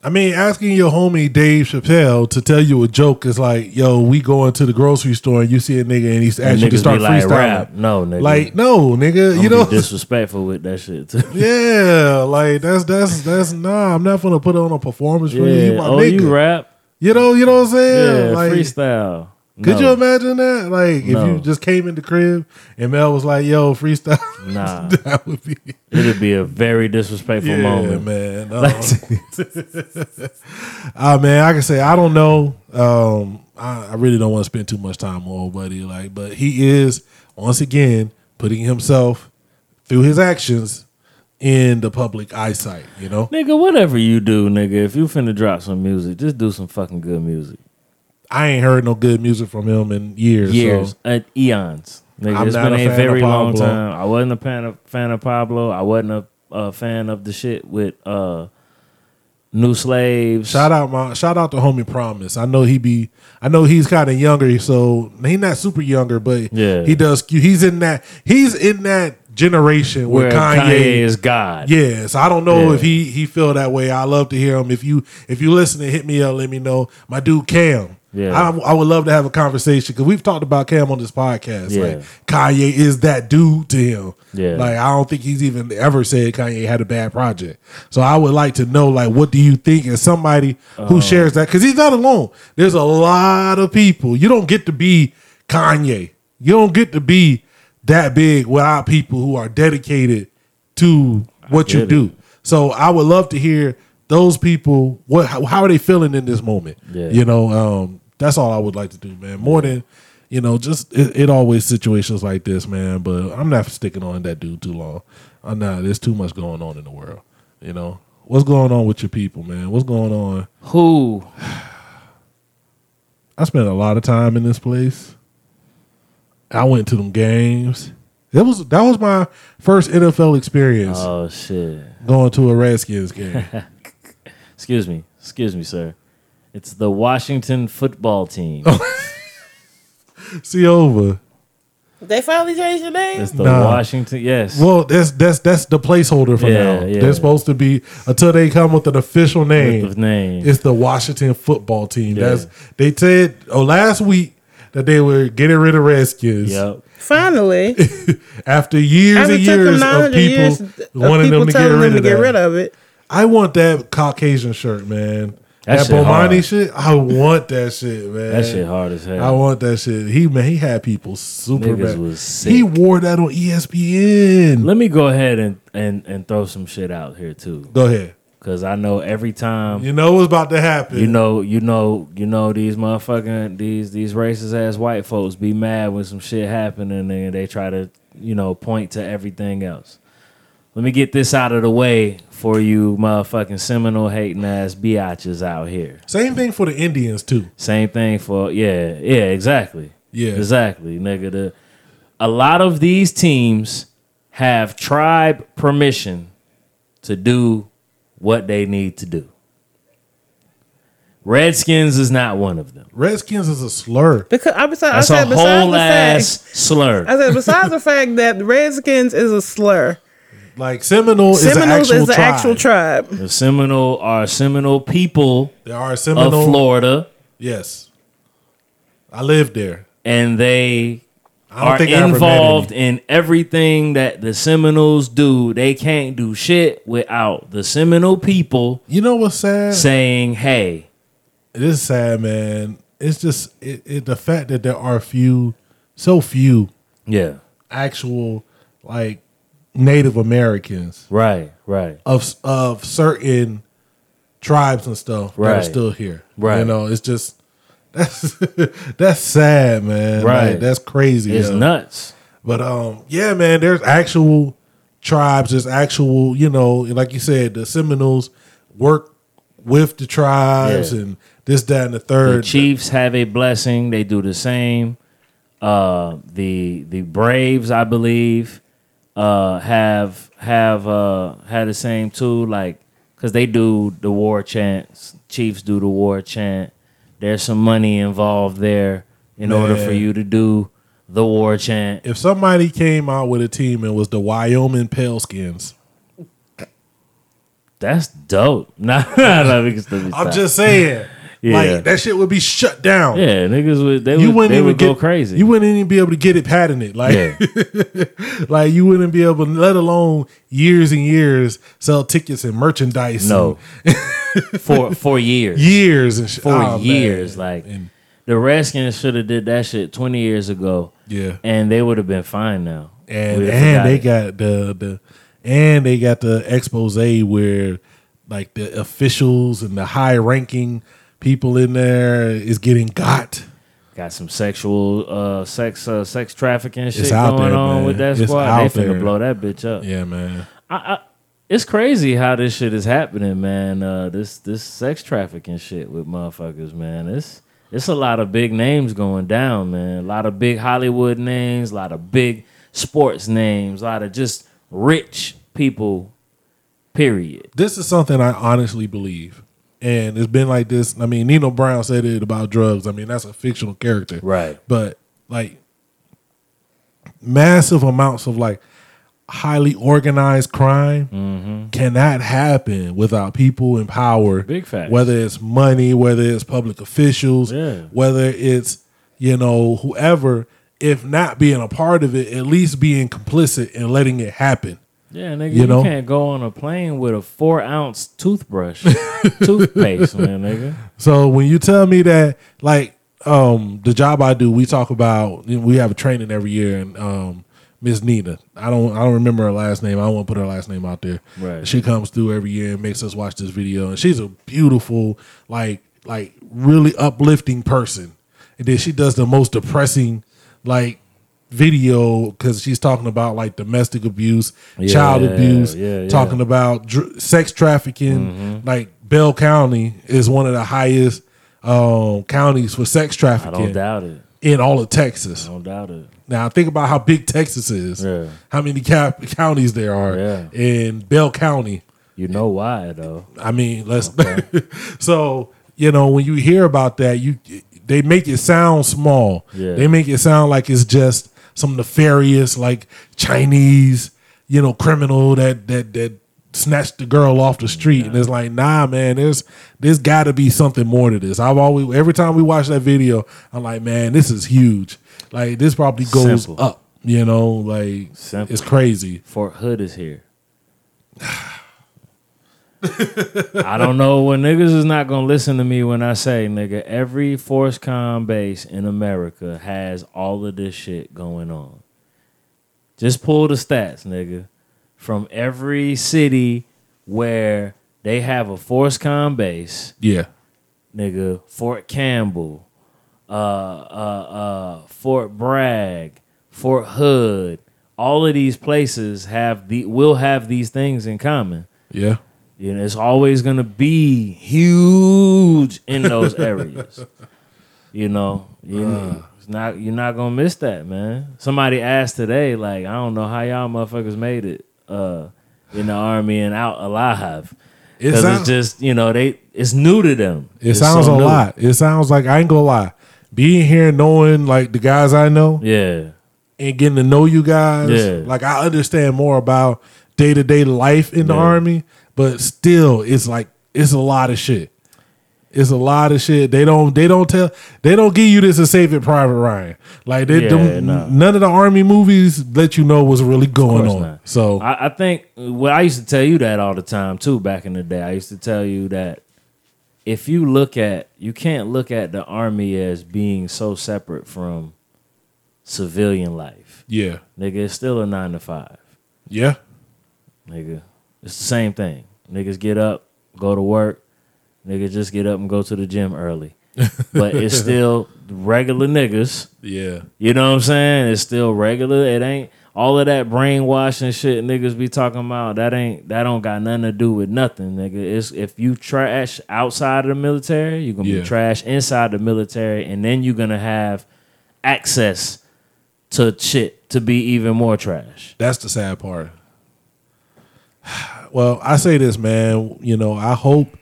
[SPEAKER 2] I mean, asking your homie Dave Chappelle to tell you a joke is like, yo, we going to the grocery store and you see a nigga and he's
[SPEAKER 3] And
[SPEAKER 2] actually
[SPEAKER 3] niggas
[SPEAKER 2] start
[SPEAKER 3] be like
[SPEAKER 2] freestyling.
[SPEAKER 3] rap. No, nigga.
[SPEAKER 2] Like, no, nigga,
[SPEAKER 3] I'm
[SPEAKER 2] you know.
[SPEAKER 3] gonna be disrespectful with that shit too.
[SPEAKER 2] yeah, like that's that's that's nah. I'm not gonna put on a performance for you. You my
[SPEAKER 3] oh,
[SPEAKER 2] nigga.
[SPEAKER 3] you rap?
[SPEAKER 2] You know, you know what I'm saying?
[SPEAKER 3] Yeah,
[SPEAKER 2] like,
[SPEAKER 3] freestyle.
[SPEAKER 2] Could
[SPEAKER 3] No,
[SPEAKER 2] you imagine that? Like, if
[SPEAKER 3] No.
[SPEAKER 2] you just came in the crib and Mel was like, "Yo, freestyle,"
[SPEAKER 3] Nah.
[SPEAKER 2] that would be
[SPEAKER 3] It'd be a very disrespectful
[SPEAKER 2] yeah,
[SPEAKER 3] moment.
[SPEAKER 2] man. Uh, uh, man, I can say I don't know. Um, I, I really don't want to spend too much time on old buddy. Like, but he is once again putting himself through his actions in the public eyesight. You know,
[SPEAKER 3] Nigga, whatever you do, nigga, if you finna drop some music, just do some fucking good music.
[SPEAKER 2] I ain't heard no good music from him in years.
[SPEAKER 3] Years,
[SPEAKER 2] so-
[SPEAKER 3] at eons. Nigga,
[SPEAKER 2] I'm
[SPEAKER 3] it's
[SPEAKER 2] not
[SPEAKER 3] been
[SPEAKER 2] a
[SPEAKER 3] a,
[SPEAKER 2] fan of
[SPEAKER 3] very long
[SPEAKER 2] Pablo.
[SPEAKER 3] time. I wasn't a fan of, fan of Pablo. I wasn't a, a fan of the shit with uh, New Slaves.
[SPEAKER 2] Shout out my shout out to homie Promise. I know he be I know he's kind of younger, so he not super younger, but
[SPEAKER 3] Yeah.
[SPEAKER 2] he does. He's in that he's in that generation where,
[SPEAKER 3] Where Kanye, is God.
[SPEAKER 2] yeah, so I don't know
[SPEAKER 3] Yeah.
[SPEAKER 2] if he he feel that way. I love to hear him. If you if you listening, hit me up. Let me know, my dude Cam.
[SPEAKER 3] Yeah.
[SPEAKER 2] I, I would love to have a conversation because we've talked about Cam on this podcast.
[SPEAKER 3] Yeah.
[SPEAKER 2] Like Kanye is that dude to him.
[SPEAKER 3] Yeah.
[SPEAKER 2] Like I don't think he's even ever said Kanye had a bad project. So I would like to know like what do you think as somebody who shares that because he's not alone. There's a lot of people. You don't get to be Kanye. You don't get to be that big without people who are dedicated to what you
[SPEAKER 3] get
[SPEAKER 2] do. So I would love to hear those people. What how, how are they feeling in this moment?
[SPEAKER 3] Yeah.
[SPEAKER 2] You know, um, that's all I would like to do, man. More than you know, just it, it always situations like this, man. But I'm not sticking on that dude too long. I'm not. There's too much going on in the world. You know, what's going on with your people, man? What's going on?
[SPEAKER 3] Who?
[SPEAKER 2] I spent a lot of time in this place. I went to them games. That was that was my first NFL experience
[SPEAKER 3] Oh shit.
[SPEAKER 2] going to a Redskins game.
[SPEAKER 3] Excuse me. Excuse me, sir. It's the Washington football team.
[SPEAKER 2] Oh, See over.
[SPEAKER 1] They finally changed the name.
[SPEAKER 3] It's the
[SPEAKER 2] Nah.
[SPEAKER 3] Washington. Yes.
[SPEAKER 2] Well, that's that's that's the placeholder for
[SPEAKER 3] Yeah,
[SPEAKER 2] now.
[SPEAKER 3] yeah.
[SPEAKER 2] They're supposed to be until they come with an official name.
[SPEAKER 3] With the name.
[SPEAKER 2] It's the Washington football team.
[SPEAKER 3] Yeah.
[SPEAKER 2] That's they said oh, last week that they were getting rid of Redskins
[SPEAKER 3] Yep.
[SPEAKER 1] Finally,
[SPEAKER 2] after years
[SPEAKER 1] after
[SPEAKER 2] and
[SPEAKER 1] it took them
[SPEAKER 2] years
[SPEAKER 1] 900
[SPEAKER 2] of people
[SPEAKER 1] years of
[SPEAKER 2] wanting
[SPEAKER 1] people
[SPEAKER 2] them to get
[SPEAKER 1] telling
[SPEAKER 2] rid
[SPEAKER 1] them
[SPEAKER 2] of
[SPEAKER 1] to get
[SPEAKER 2] that.
[SPEAKER 1] rid of it.
[SPEAKER 2] I want that Caucasian shirt, man.
[SPEAKER 3] That
[SPEAKER 2] That,
[SPEAKER 3] shit
[SPEAKER 2] Bomani
[SPEAKER 3] hard.
[SPEAKER 2] shit, I want that shit, man.
[SPEAKER 3] That shit hard as hell.
[SPEAKER 2] I want that shit. He man, he had people super
[SPEAKER 3] Niggas
[SPEAKER 2] mad.
[SPEAKER 3] was sick.
[SPEAKER 2] He wore that on E ESPN.
[SPEAKER 3] Let me go ahead and, and, and throw some shit out here too,
[SPEAKER 2] Go ahead.
[SPEAKER 3] because I know every time
[SPEAKER 2] You know what's about to happen.
[SPEAKER 3] you know you know you know these motherfucking these these racist ass white folks be mad when some shit happen and then they try to you know point to everything else. Let me get this out of the way for you motherfucking Seminole hating ass biatches out here.
[SPEAKER 2] Same thing for the Indians too.
[SPEAKER 3] Same thing for yeah, yeah, exactly.
[SPEAKER 2] Yeah.
[SPEAKER 3] Exactly, nigga. The, a lot of these teams have tribe permission to do what they need to do. Redskins is not one of them.
[SPEAKER 2] Redskins is a slur.
[SPEAKER 1] Because I, besides, I
[SPEAKER 3] That's
[SPEAKER 1] said
[SPEAKER 3] a
[SPEAKER 1] besides
[SPEAKER 3] whole
[SPEAKER 1] the
[SPEAKER 3] ass
[SPEAKER 1] fact,
[SPEAKER 3] slur.
[SPEAKER 1] I said besides the fact that the Redskins is a slur,
[SPEAKER 2] Like Seminole is an
[SPEAKER 1] Seminoles
[SPEAKER 2] actual
[SPEAKER 1] is the
[SPEAKER 2] tribe.
[SPEAKER 1] actual tribe.
[SPEAKER 3] the Seminole are Seminole people
[SPEAKER 2] There are
[SPEAKER 3] of
[SPEAKER 2] Seminole.
[SPEAKER 3] Florida,
[SPEAKER 2] Yes, I lived there.
[SPEAKER 3] and they
[SPEAKER 2] I don't
[SPEAKER 3] are
[SPEAKER 2] think I
[SPEAKER 3] involved
[SPEAKER 2] Ever met
[SPEAKER 3] in everything that the Seminoles do. They can't do shit without the Seminole people
[SPEAKER 2] any. You know what's sad?
[SPEAKER 3] saying, "Hey,
[SPEAKER 2] It is sad, man. It's just it, it, the fact that there are few, so few
[SPEAKER 3] yeah,
[SPEAKER 2] actual like Native Americans
[SPEAKER 3] right, right,
[SPEAKER 2] of of certain tribes and stuff that are
[SPEAKER 3] Right.
[SPEAKER 2] still here. you
[SPEAKER 3] Right.
[SPEAKER 2] know, it's just that's that's sad, man. Right,
[SPEAKER 3] Right.
[SPEAKER 2] that's crazy.
[SPEAKER 3] it's
[SPEAKER 2] yo.
[SPEAKER 3] nuts."
[SPEAKER 2] But um, yeah, man, there's actual tribes. There's actual, you know, and like you said, the Seminoles work with the tribes
[SPEAKER 3] Yeah.
[SPEAKER 2] and this, that, and the
[SPEAKER 3] The
[SPEAKER 2] third.
[SPEAKER 3] Chiefs have a blessing; they do the same. Uh, the the Braves, I believe, uh, have have uh, had the same too. Like, cause they do the war chants. Chiefs do the war chant. There's some money involved there in order for
[SPEAKER 2] Man.
[SPEAKER 3] you to do the war chant.
[SPEAKER 2] If somebody came out with a team and was the Wyoming Pelskins,
[SPEAKER 3] That's dope. Nah, nah, niggas do be
[SPEAKER 2] I'm
[SPEAKER 3] stop.
[SPEAKER 2] just saying,
[SPEAKER 3] Yeah.
[SPEAKER 2] like that shit would be shut down.
[SPEAKER 3] yeah, niggas would they
[SPEAKER 2] You
[SPEAKER 3] would
[SPEAKER 2] wouldn't
[SPEAKER 3] they
[SPEAKER 2] even
[SPEAKER 3] would
[SPEAKER 2] get,
[SPEAKER 3] go crazy.
[SPEAKER 2] You wouldn't even be able to get it patented. Like,
[SPEAKER 3] yeah,
[SPEAKER 2] like you wouldn't be able, let alone years and years, sell tickets and merchandise.
[SPEAKER 3] no, for for years.
[SPEAKER 2] and years and shit.
[SPEAKER 3] for
[SPEAKER 2] Oh, man.
[SPEAKER 3] years. Like
[SPEAKER 2] And-
[SPEAKER 3] the Redskins should have did that shit twenty years ago.
[SPEAKER 2] Yeah.
[SPEAKER 3] and they would have been fine now.
[SPEAKER 2] and
[SPEAKER 3] We'd have
[SPEAKER 2] and
[SPEAKER 3] forgot
[SPEAKER 2] they
[SPEAKER 3] it.
[SPEAKER 2] got the the and they got the expose where like the officials and the high ranking people in there is getting got.
[SPEAKER 3] got some sexual uh sex uh, sex trafficking shit
[SPEAKER 2] out
[SPEAKER 3] going
[SPEAKER 2] there,
[SPEAKER 3] on
[SPEAKER 2] man.
[SPEAKER 3] with that
[SPEAKER 2] It's
[SPEAKER 3] squad.
[SPEAKER 2] out
[SPEAKER 3] They finna
[SPEAKER 2] there.
[SPEAKER 3] blow that bitch up.
[SPEAKER 2] Yeah, man.
[SPEAKER 3] It's crazy how this shit is happening, man. Uh, this this sex trafficking shit with motherfuckers, man. It's it's a lot of big names going down, man. A lot of big Hollywood names, a lot of big sports names, a lot of just rich people. Period.
[SPEAKER 2] This is something I honestly believe. And it's been like this. I mean, Nino Brown said it about drugs. I mean, that's a fictional character.
[SPEAKER 3] Right.
[SPEAKER 2] But like massive amounts of like highly organized crime cannot happen without people in power.
[SPEAKER 3] Mm-hmm. Big facts.
[SPEAKER 2] Whether it's money, whether it's public officials,
[SPEAKER 3] Yeah.
[SPEAKER 2] whether it's, you know, whoever, if not being a part of it, at least being complicit and letting it happen.
[SPEAKER 3] Yeah, nigga,
[SPEAKER 2] You
[SPEAKER 3] you,
[SPEAKER 2] know?
[SPEAKER 3] can't go on a plane with a four ounce toothbrush, toothpaste, man, nigga.
[SPEAKER 2] So when you tell me that, like, um, the job I do, we talk about you know, we have a training every year, and um, Miss Nina, I don't, I don't remember her last name. I don't want to put her last name out there.
[SPEAKER 3] Right.
[SPEAKER 2] She comes through every year and makes us watch this video, and she's a beautiful, like, like really uplifting person. And then she does the most depressing, like, video because she's talking about like domestic abuse, child
[SPEAKER 3] Yeah,
[SPEAKER 2] abuse,
[SPEAKER 3] yeah, yeah.
[SPEAKER 2] talking about dr- sex trafficking.
[SPEAKER 3] Mm-hmm.
[SPEAKER 2] Like Bell County is one of the highest um, counties for sex
[SPEAKER 3] I don't
[SPEAKER 2] trafficking
[SPEAKER 3] doubt it.
[SPEAKER 2] in all of Texas.
[SPEAKER 3] I don't doubt it.
[SPEAKER 2] Now think about how big Texas is,
[SPEAKER 3] Yeah.
[SPEAKER 2] how many cap- counties there are
[SPEAKER 3] Yeah.
[SPEAKER 2] in Bell County.
[SPEAKER 3] You know why though?
[SPEAKER 2] I mean, let's. so you know when you hear about that, you they make it sound small.
[SPEAKER 3] Yeah.
[SPEAKER 2] They make it sound like it's just some nefarious, like Chinese, you know, criminal that that that snatched the girl off the street. And it's like, nah, man, there's there's got to be something more to this. I've always every time we watch that video, I'm like, man, this is huge. Like this probably goes
[SPEAKER 3] Simple.
[SPEAKER 2] up. You know, like
[SPEAKER 3] Simple.
[SPEAKER 2] it's crazy.
[SPEAKER 3] Fort Hood is here. I don't know when niggas is not gonna listen to me when I say, nigga, every force com base in America has all of this shit going on. Just pull the stats, nigga, from every city where they have a force com base
[SPEAKER 2] Yeah,
[SPEAKER 3] nigga. Fort Campbell, uh, uh, uh, Fort Bragg, Fort Hood. All of these places have the will have these things in common.
[SPEAKER 2] yeah,
[SPEAKER 3] You know, it's always gonna be huge in those areas. you know, you
[SPEAKER 2] Uh.
[SPEAKER 3] it's not you're not gonna miss that, man. Somebody asked today, like, I don't know how y'all motherfuckers made it uh, in the army and out alive.
[SPEAKER 2] It
[SPEAKER 3] Because
[SPEAKER 2] sound-
[SPEAKER 3] it's just you know they it's new to them.
[SPEAKER 2] It
[SPEAKER 3] It's
[SPEAKER 2] sounds
[SPEAKER 3] so
[SPEAKER 2] a
[SPEAKER 3] new.
[SPEAKER 2] lot. It sounds like I ain't gonna lie. Being here, knowing like the guys I know,
[SPEAKER 3] Yeah,
[SPEAKER 2] and getting to know you guys,
[SPEAKER 3] Yeah.
[SPEAKER 2] like I understand more about day to day life in the
[SPEAKER 3] Yeah.
[SPEAKER 2] army. But still, it's like it's a lot of shit. It's a lot of shit. They don't. They don't tell. They don't give you this to save it, Private Ryan. Like they
[SPEAKER 3] Yeah,
[SPEAKER 2] don't.
[SPEAKER 3] no.
[SPEAKER 2] None of the army movies let you know what's really going
[SPEAKER 3] course
[SPEAKER 2] on.
[SPEAKER 3] not.
[SPEAKER 2] So
[SPEAKER 3] I, I think well, I used to tell you that all the time too. Back in the day, I used to tell you that if you look at you can't look at the army as being so separate from civilian life,
[SPEAKER 2] yeah,
[SPEAKER 3] nigga. It's still a nine to five,
[SPEAKER 2] yeah,
[SPEAKER 3] nigga. It's the same thing. Niggas get up, go to work. Niggas just get up and go to the gym early, but it's still regular niggas.
[SPEAKER 2] yeah,
[SPEAKER 3] You know what I'm saying? It's still regular. It ain't all of that brainwashing shit niggas be talking about. That ain't that don't got nothing to do with nothing, nigga. It's if you trash outside of the military, you're gonna
[SPEAKER 2] Yeah.
[SPEAKER 3] be trash inside the military, and then you're gonna have access to shit to be even more trash.
[SPEAKER 2] That's the sad part. Well, I say this, man. You know, I hope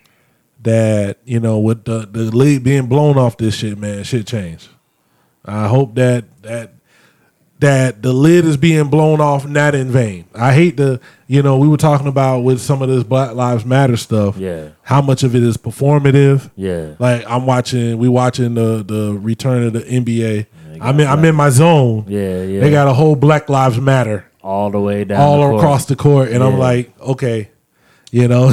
[SPEAKER 2] that you know with the the lid being blown off this shit, man, shit changed. I hope that that that the lid is being blown off, not in vain. I hate the you know we were talking about with some of this Black Lives Matter stuff.
[SPEAKER 3] Yeah.
[SPEAKER 2] how much of it is performative?
[SPEAKER 3] Yeah.
[SPEAKER 2] like I'm watching. We watching the the return of the NBA.
[SPEAKER 3] They got
[SPEAKER 2] I'm in, I'm in my zone.
[SPEAKER 3] Yeah, yeah.
[SPEAKER 2] They got a whole Black Lives Matter
[SPEAKER 3] All the way down.
[SPEAKER 2] all
[SPEAKER 3] the court.
[SPEAKER 2] across the court, and I'm
[SPEAKER 3] Yeah.
[SPEAKER 2] like, okay, you know,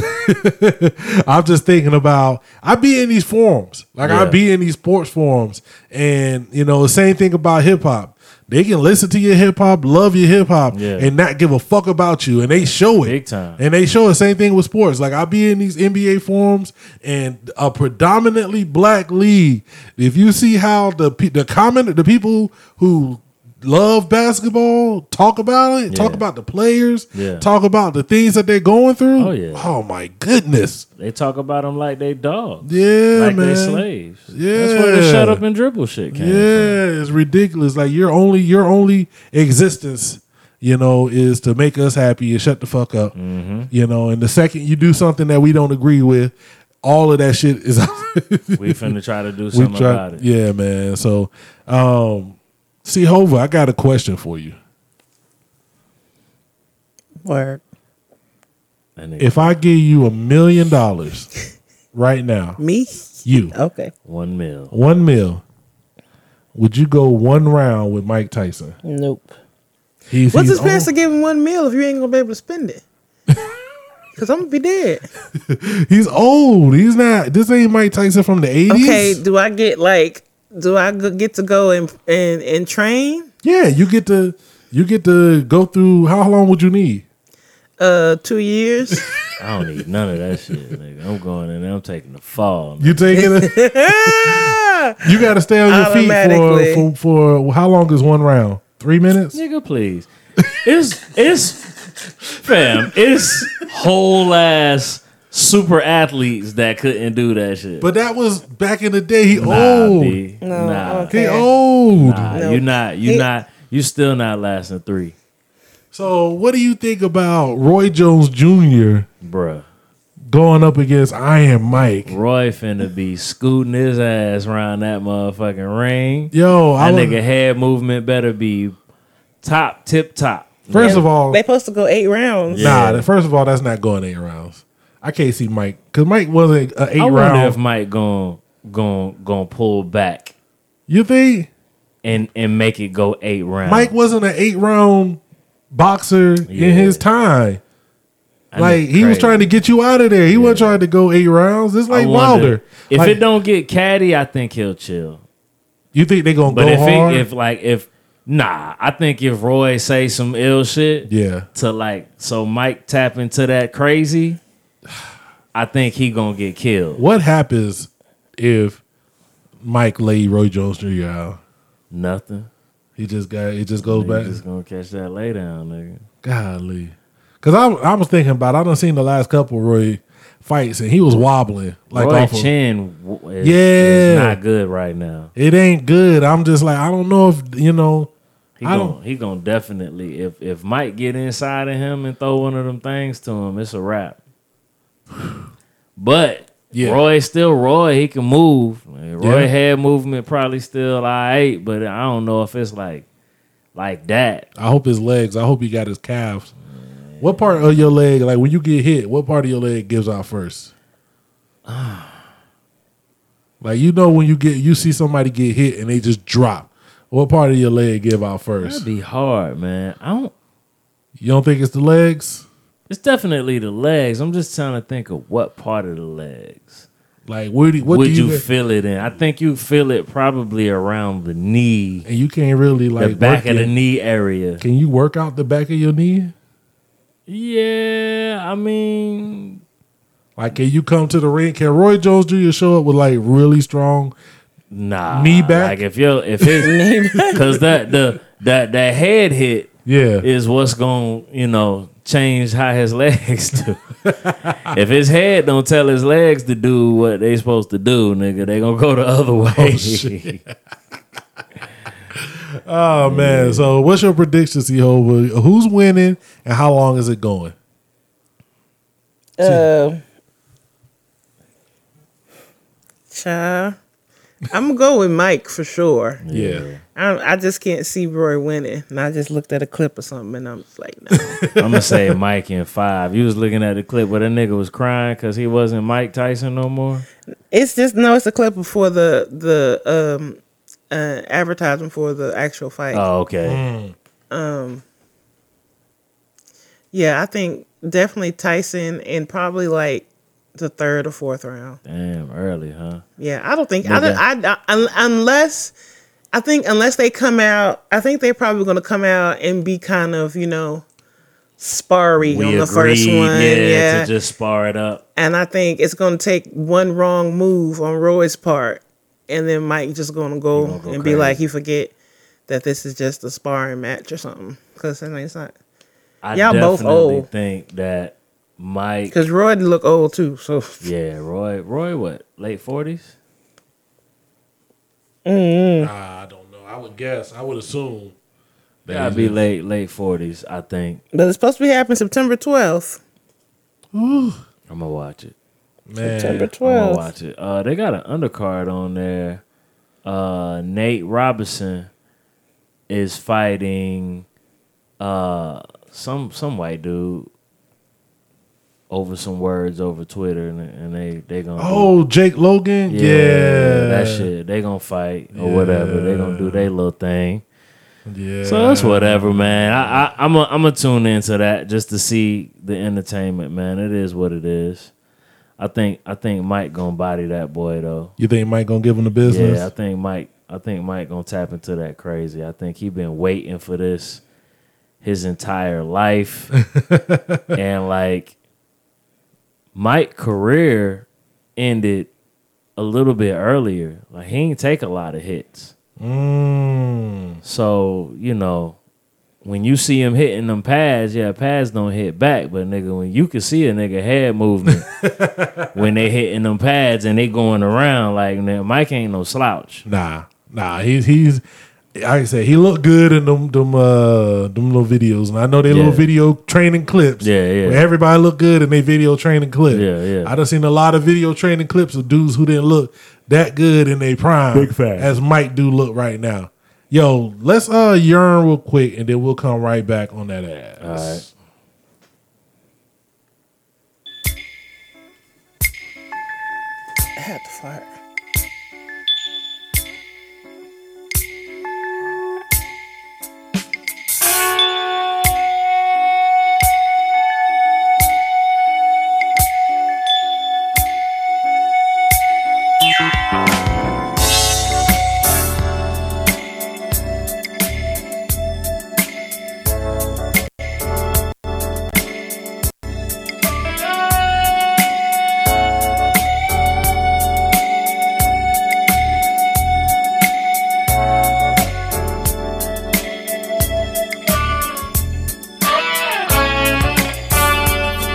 [SPEAKER 2] I'm just thinking about I be in these forums, like I
[SPEAKER 3] Yeah.
[SPEAKER 2] be in these sports forums, and you know, the same thing about hip hop. They can listen to your hip hop, love your hip hop,
[SPEAKER 3] Yeah.
[SPEAKER 2] and not give a fuck about you, and they show it
[SPEAKER 3] Big time.
[SPEAKER 2] and they show the same thing with sports. Like I be in these NBA forums and a predominantly black league. If you see how the pe- the comment the people who love basketball talk about it, talk
[SPEAKER 3] Yeah.
[SPEAKER 2] about the players,
[SPEAKER 3] Yeah.
[SPEAKER 2] talk about the things that they're going through.
[SPEAKER 3] Oh, yeah.
[SPEAKER 2] Oh my goodness.
[SPEAKER 3] They talk about them like they dogs.
[SPEAKER 2] Yeah,
[SPEAKER 3] like
[SPEAKER 2] man.
[SPEAKER 3] they slaves. That's where
[SPEAKER 2] Yeah.
[SPEAKER 3] the shut up and dribble shit came from.
[SPEAKER 2] Yeah, it's ridiculous. Like your only your only existence, you know, is to make us happy and shut the fuck up.
[SPEAKER 3] Mm-hmm.
[SPEAKER 2] You know, and the second you do something that we don't agree with, all of that shit is
[SPEAKER 3] We finna try to do something
[SPEAKER 2] try-
[SPEAKER 3] about it.
[SPEAKER 2] Yeah, man. So, um, see, Hova, I got a question for you.
[SPEAKER 1] Word.
[SPEAKER 3] That nigga,
[SPEAKER 2] If I give you a million dollars right now,
[SPEAKER 1] Me?
[SPEAKER 2] you
[SPEAKER 1] Okay.
[SPEAKER 3] one mil.
[SPEAKER 2] one mil, would you go one round with Mike Tyson?
[SPEAKER 1] Nope.
[SPEAKER 2] He's,
[SPEAKER 1] What's
[SPEAKER 2] he's
[SPEAKER 1] his pants to
[SPEAKER 2] on-
[SPEAKER 1] give him one meal if you ain't gonna be able to spend it? Cause I'm gonna be dead.
[SPEAKER 2] He's old. He's not. This ain't Mike Tyson from the eighties.
[SPEAKER 1] Okay, do I get like? Do I go- get to go and and and train?
[SPEAKER 2] Yeah, you get to you get to go through. How long would you need?
[SPEAKER 1] Uh, two years.
[SPEAKER 3] I don't need none of that shit, nigga. I'm going in there. I'm taking the fall. nigga.
[SPEAKER 2] You taking it?
[SPEAKER 1] Ah!
[SPEAKER 2] You got to stay on your feet for,
[SPEAKER 1] Automatically.
[SPEAKER 2] for for how long is one round? Three minutes.
[SPEAKER 3] Nigga, please. It's it's fam. It's whole ass super athletes that couldn't do that shit.
[SPEAKER 2] But that was back in the day. He
[SPEAKER 3] nah,
[SPEAKER 2] old.
[SPEAKER 3] B.
[SPEAKER 1] No, I
[SPEAKER 3] nah,
[SPEAKER 1] don't
[SPEAKER 2] He
[SPEAKER 1] care.
[SPEAKER 2] old.
[SPEAKER 3] nah.
[SPEAKER 1] No.
[SPEAKER 3] You not. You
[SPEAKER 1] He-
[SPEAKER 3] not. You still not lasting three,
[SPEAKER 2] So what do you think about Roy Jones Jr.
[SPEAKER 3] bruh.
[SPEAKER 2] going up against Iron Mike?
[SPEAKER 3] Roy finna be scooting his ass around that motherfucking ring.
[SPEAKER 2] Yo, I
[SPEAKER 3] that
[SPEAKER 2] was,
[SPEAKER 3] nigga head movement better be top tip top.
[SPEAKER 2] first of all,
[SPEAKER 1] They supposed to go eight rounds.
[SPEAKER 2] nah. th- First of all, that's not going eight rounds. I can't see Mike because Mike wasn't an eight
[SPEAKER 3] I wonder
[SPEAKER 2] round.
[SPEAKER 3] if Mike gon' gon' gon' pull back
[SPEAKER 2] you think
[SPEAKER 3] and and make it go eight rounds.
[SPEAKER 2] Mike wasn't an eight round boxer
[SPEAKER 3] Yeah.
[SPEAKER 2] in his time.
[SPEAKER 3] I know,
[SPEAKER 2] Like he was
[SPEAKER 3] crazy.
[SPEAKER 2] trying to get you out of there. He wasn't trying to go eight rounds. It's
[SPEAKER 3] I
[SPEAKER 2] like
[SPEAKER 3] wonder.
[SPEAKER 2] Wilder.
[SPEAKER 3] If
[SPEAKER 2] Like,
[SPEAKER 3] it don't get caddy, I think he'll chill.
[SPEAKER 2] you think they gonna
[SPEAKER 3] But
[SPEAKER 2] go
[SPEAKER 3] if
[SPEAKER 2] hard?
[SPEAKER 3] it, if like if nah, I think if Roy say some ill shit
[SPEAKER 2] yeah,
[SPEAKER 3] to like so Mike tap into that crazy, I think he gonna get killed.
[SPEAKER 2] what happens if Mike laid Roy Jones Jr. out?
[SPEAKER 3] Nothing.
[SPEAKER 2] He just got it. Just goes
[SPEAKER 3] You
[SPEAKER 2] back.
[SPEAKER 3] just gonna catch that lay down, nigga.
[SPEAKER 2] Golly, because I I was thinking about. it. I done seen the last couple Roy fights, and he was wobbling like
[SPEAKER 3] Roy
[SPEAKER 2] off of-
[SPEAKER 3] Chin w- is,
[SPEAKER 2] Yeah.
[SPEAKER 3] is not good right now.
[SPEAKER 2] It ain't good. I'm just like I don't know if you know.
[SPEAKER 3] He
[SPEAKER 2] I
[SPEAKER 3] gon'
[SPEAKER 2] don't.
[SPEAKER 3] he gonna definitely if if Mike get inside of him and throw one of them things to him, it's a wrap. But
[SPEAKER 2] Yeah.
[SPEAKER 3] Roy still Roy, he can move. Like, Roy
[SPEAKER 2] Yeah.
[SPEAKER 3] head movement probably still all right, but I don't know if it's like like that.
[SPEAKER 2] I hope his legs. I hope he got his calves. What part of your leg, like when you get hit, what part of your leg gives out first? like you know when you get you see somebody get hit and they just drop. What part of your leg give out
[SPEAKER 3] That'd
[SPEAKER 2] first?
[SPEAKER 3] be hard, man. I don't
[SPEAKER 2] You don't think it's the legs?
[SPEAKER 3] it's definitely the legs. I'm just trying to think of what part of the legs.
[SPEAKER 2] Like where do what
[SPEAKER 3] would
[SPEAKER 2] do
[SPEAKER 3] you,
[SPEAKER 2] you,
[SPEAKER 3] feel it in? I think you feel it probably around the knee,
[SPEAKER 2] and you can't really like
[SPEAKER 3] the back
[SPEAKER 2] work
[SPEAKER 3] of the
[SPEAKER 2] it.
[SPEAKER 3] knee area.
[SPEAKER 2] Can you work out the back of your knee?
[SPEAKER 3] Yeah, I mean,
[SPEAKER 2] Like can you come to the ring? Can Roy Jones Jr. show up with like really strong?
[SPEAKER 3] nah.
[SPEAKER 2] Knee back?
[SPEAKER 3] Like if you if it's because that the that that head hit
[SPEAKER 2] Yeah.
[SPEAKER 3] is what's gonna you know change how his legs do. if his head don't tell his legs to do what they supposed to do, nigga, they gonna go the other way.
[SPEAKER 2] Oh, shit. Oh man! So, what's your prediction, Sehova? Who's winning, and how long is it going?
[SPEAKER 1] Uh, child, I'm gonna go with Mike for sure.
[SPEAKER 2] Yeah,
[SPEAKER 1] I don't, I just can't see Roy winning, and I just looked at a clip or something, and I'm just like, no.
[SPEAKER 3] I'm gonna say Mike in five. You was looking at the clip where that nigga was crying because he wasn't Mike Tyson no more.
[SPEAKER 1] it's just no. It's a clip before the the um uh advertisement for the actual fight.
[SPEAKER 3] Oh, okay.
[SPEAKER 1] Yeah, I think definitely Tyson and probably like the third or fourth round.
[SPEAKER 3] Damn, early, huh?
[SPEAKER 1] Yeah, I don't think I, don't- I, I- un- unless I think unless they come out, I think they're probably going to come out and be kind of you know sparry on the first
[SPEAKER 3] agreed,
[SPEAKER 1] one. Yeah,
[SPEAKER 3] to just spar it up.
[SPEAKER 1] and I think it's going to take one wrong move on Roy's part, and then Mike just going to go
[SPEAKER 3] gonna
[SPEAKER 1] and
[SPEAKER 3] go
[SPEAKER 1] be
[SPEAKER 3] crazy.
[SPEAKER 1] like he forget that this is just a sparring match or something because it's not
[SPEAKER 3] I
[SPEAKER 1] Y'all both
[SPEAKER 3] definitely
[SPEAKER 1] old.
[SPEAKER 3] think that Mike.
[SPEAKER 1] because Roy look old too. So
[SPEAKER 3] Yeah, Roy. Roy, what? Late forties.
[SPEAKER 2] I don't know. I would guess. I would assume.
[SPEAKER 3] Gotta be late, late forties. I think
[SPEAKER 1] but it's supposed to be happening September twelfth.
[SPEAKER 3] I'm gonna watch it.
[SPEAKER 1] September
[SPEAKER 2] Man,
[SPEAKER 3] I'm gonna
[SPEAKER 1] 12th.
[SPEAKER 3] watch it. Uh, they got an undercard on there. Uh, Nate Robinson is fighting uh some some white dude over some words over Twitter, and, and they they gonna
[SPEAKER 2] Oh, Jake Logan. Yeah,
[SPEAKER 3] that shit. They gonna fight or whatever. They gonna do
[SPEAKER 2] Yeah.
[SPEAKER 3] their little thing.
[SPEAKER 2] Yeah.
[SPEAKER 3] So that's whatever, man. I, I I'm a, I'm gonna tune into that just to see the entertainment, man. It is what it is. I think I think Mike gonna body that boy though.
[SPEAKER 2] You think Mike gonna give him the business?
[SPEAKER 3] Yeah, I think Mike. I think Mike gonna tap into that crazy. I think he been waiting for this his entire life, and like Mike career ended a little bit earlier. Like he ain't take a lot of hits.
[SPEAKER 2] Mm.
[SPEAKER 3] So you know, when you see him hitting them pads, yeah, pads don't hit back. But nigga, when you can see a nigga head movement when they hitting them pads and they going around, like nigga, Mike ain't no slouch.
[SPEAKER 2] Nah, nah. He's he's. Like I said, he looked good in them them uh them little videos, and I know they little
[SPEAKER 3] Yeah.
[SPEAKER 2] video training clips.
[SPEAKER 3] Yeah, yeah.
[SPEAKER 2] Where everybody look good in they video training clip.
[SPEAKER 3] Yeah, yeah.
[SPEAKER 2] I done seen a lot of video training clips of dudes who didn't look that good in their prime.
[SPEAKER 7] Big fact.
[SPEAKER 2] As Mike do look right now. Yo, let's uh yearn real quick, and then we'll come right back on that ass.
[SPEAKER 3] All right.
[SPEAKER 1] I had to fart.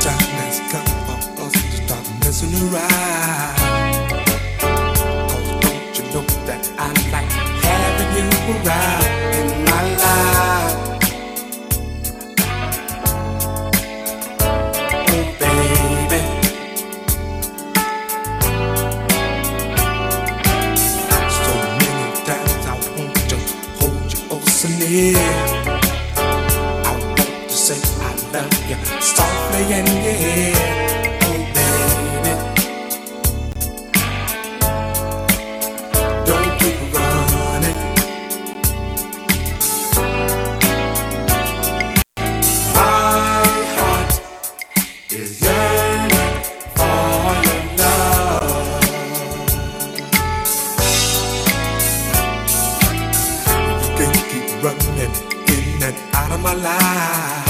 [SPEAKER 5] Darkness come on us, the darkness in your eyes. Oh, don't you know that I like having you around in my life? Oh, baby. So many times I want to hold you oh so near. I want to say I love you softly in your ear. Oh, baby. Don't keep running. My heart is yearning for your love. You can't keep running in and out of my life.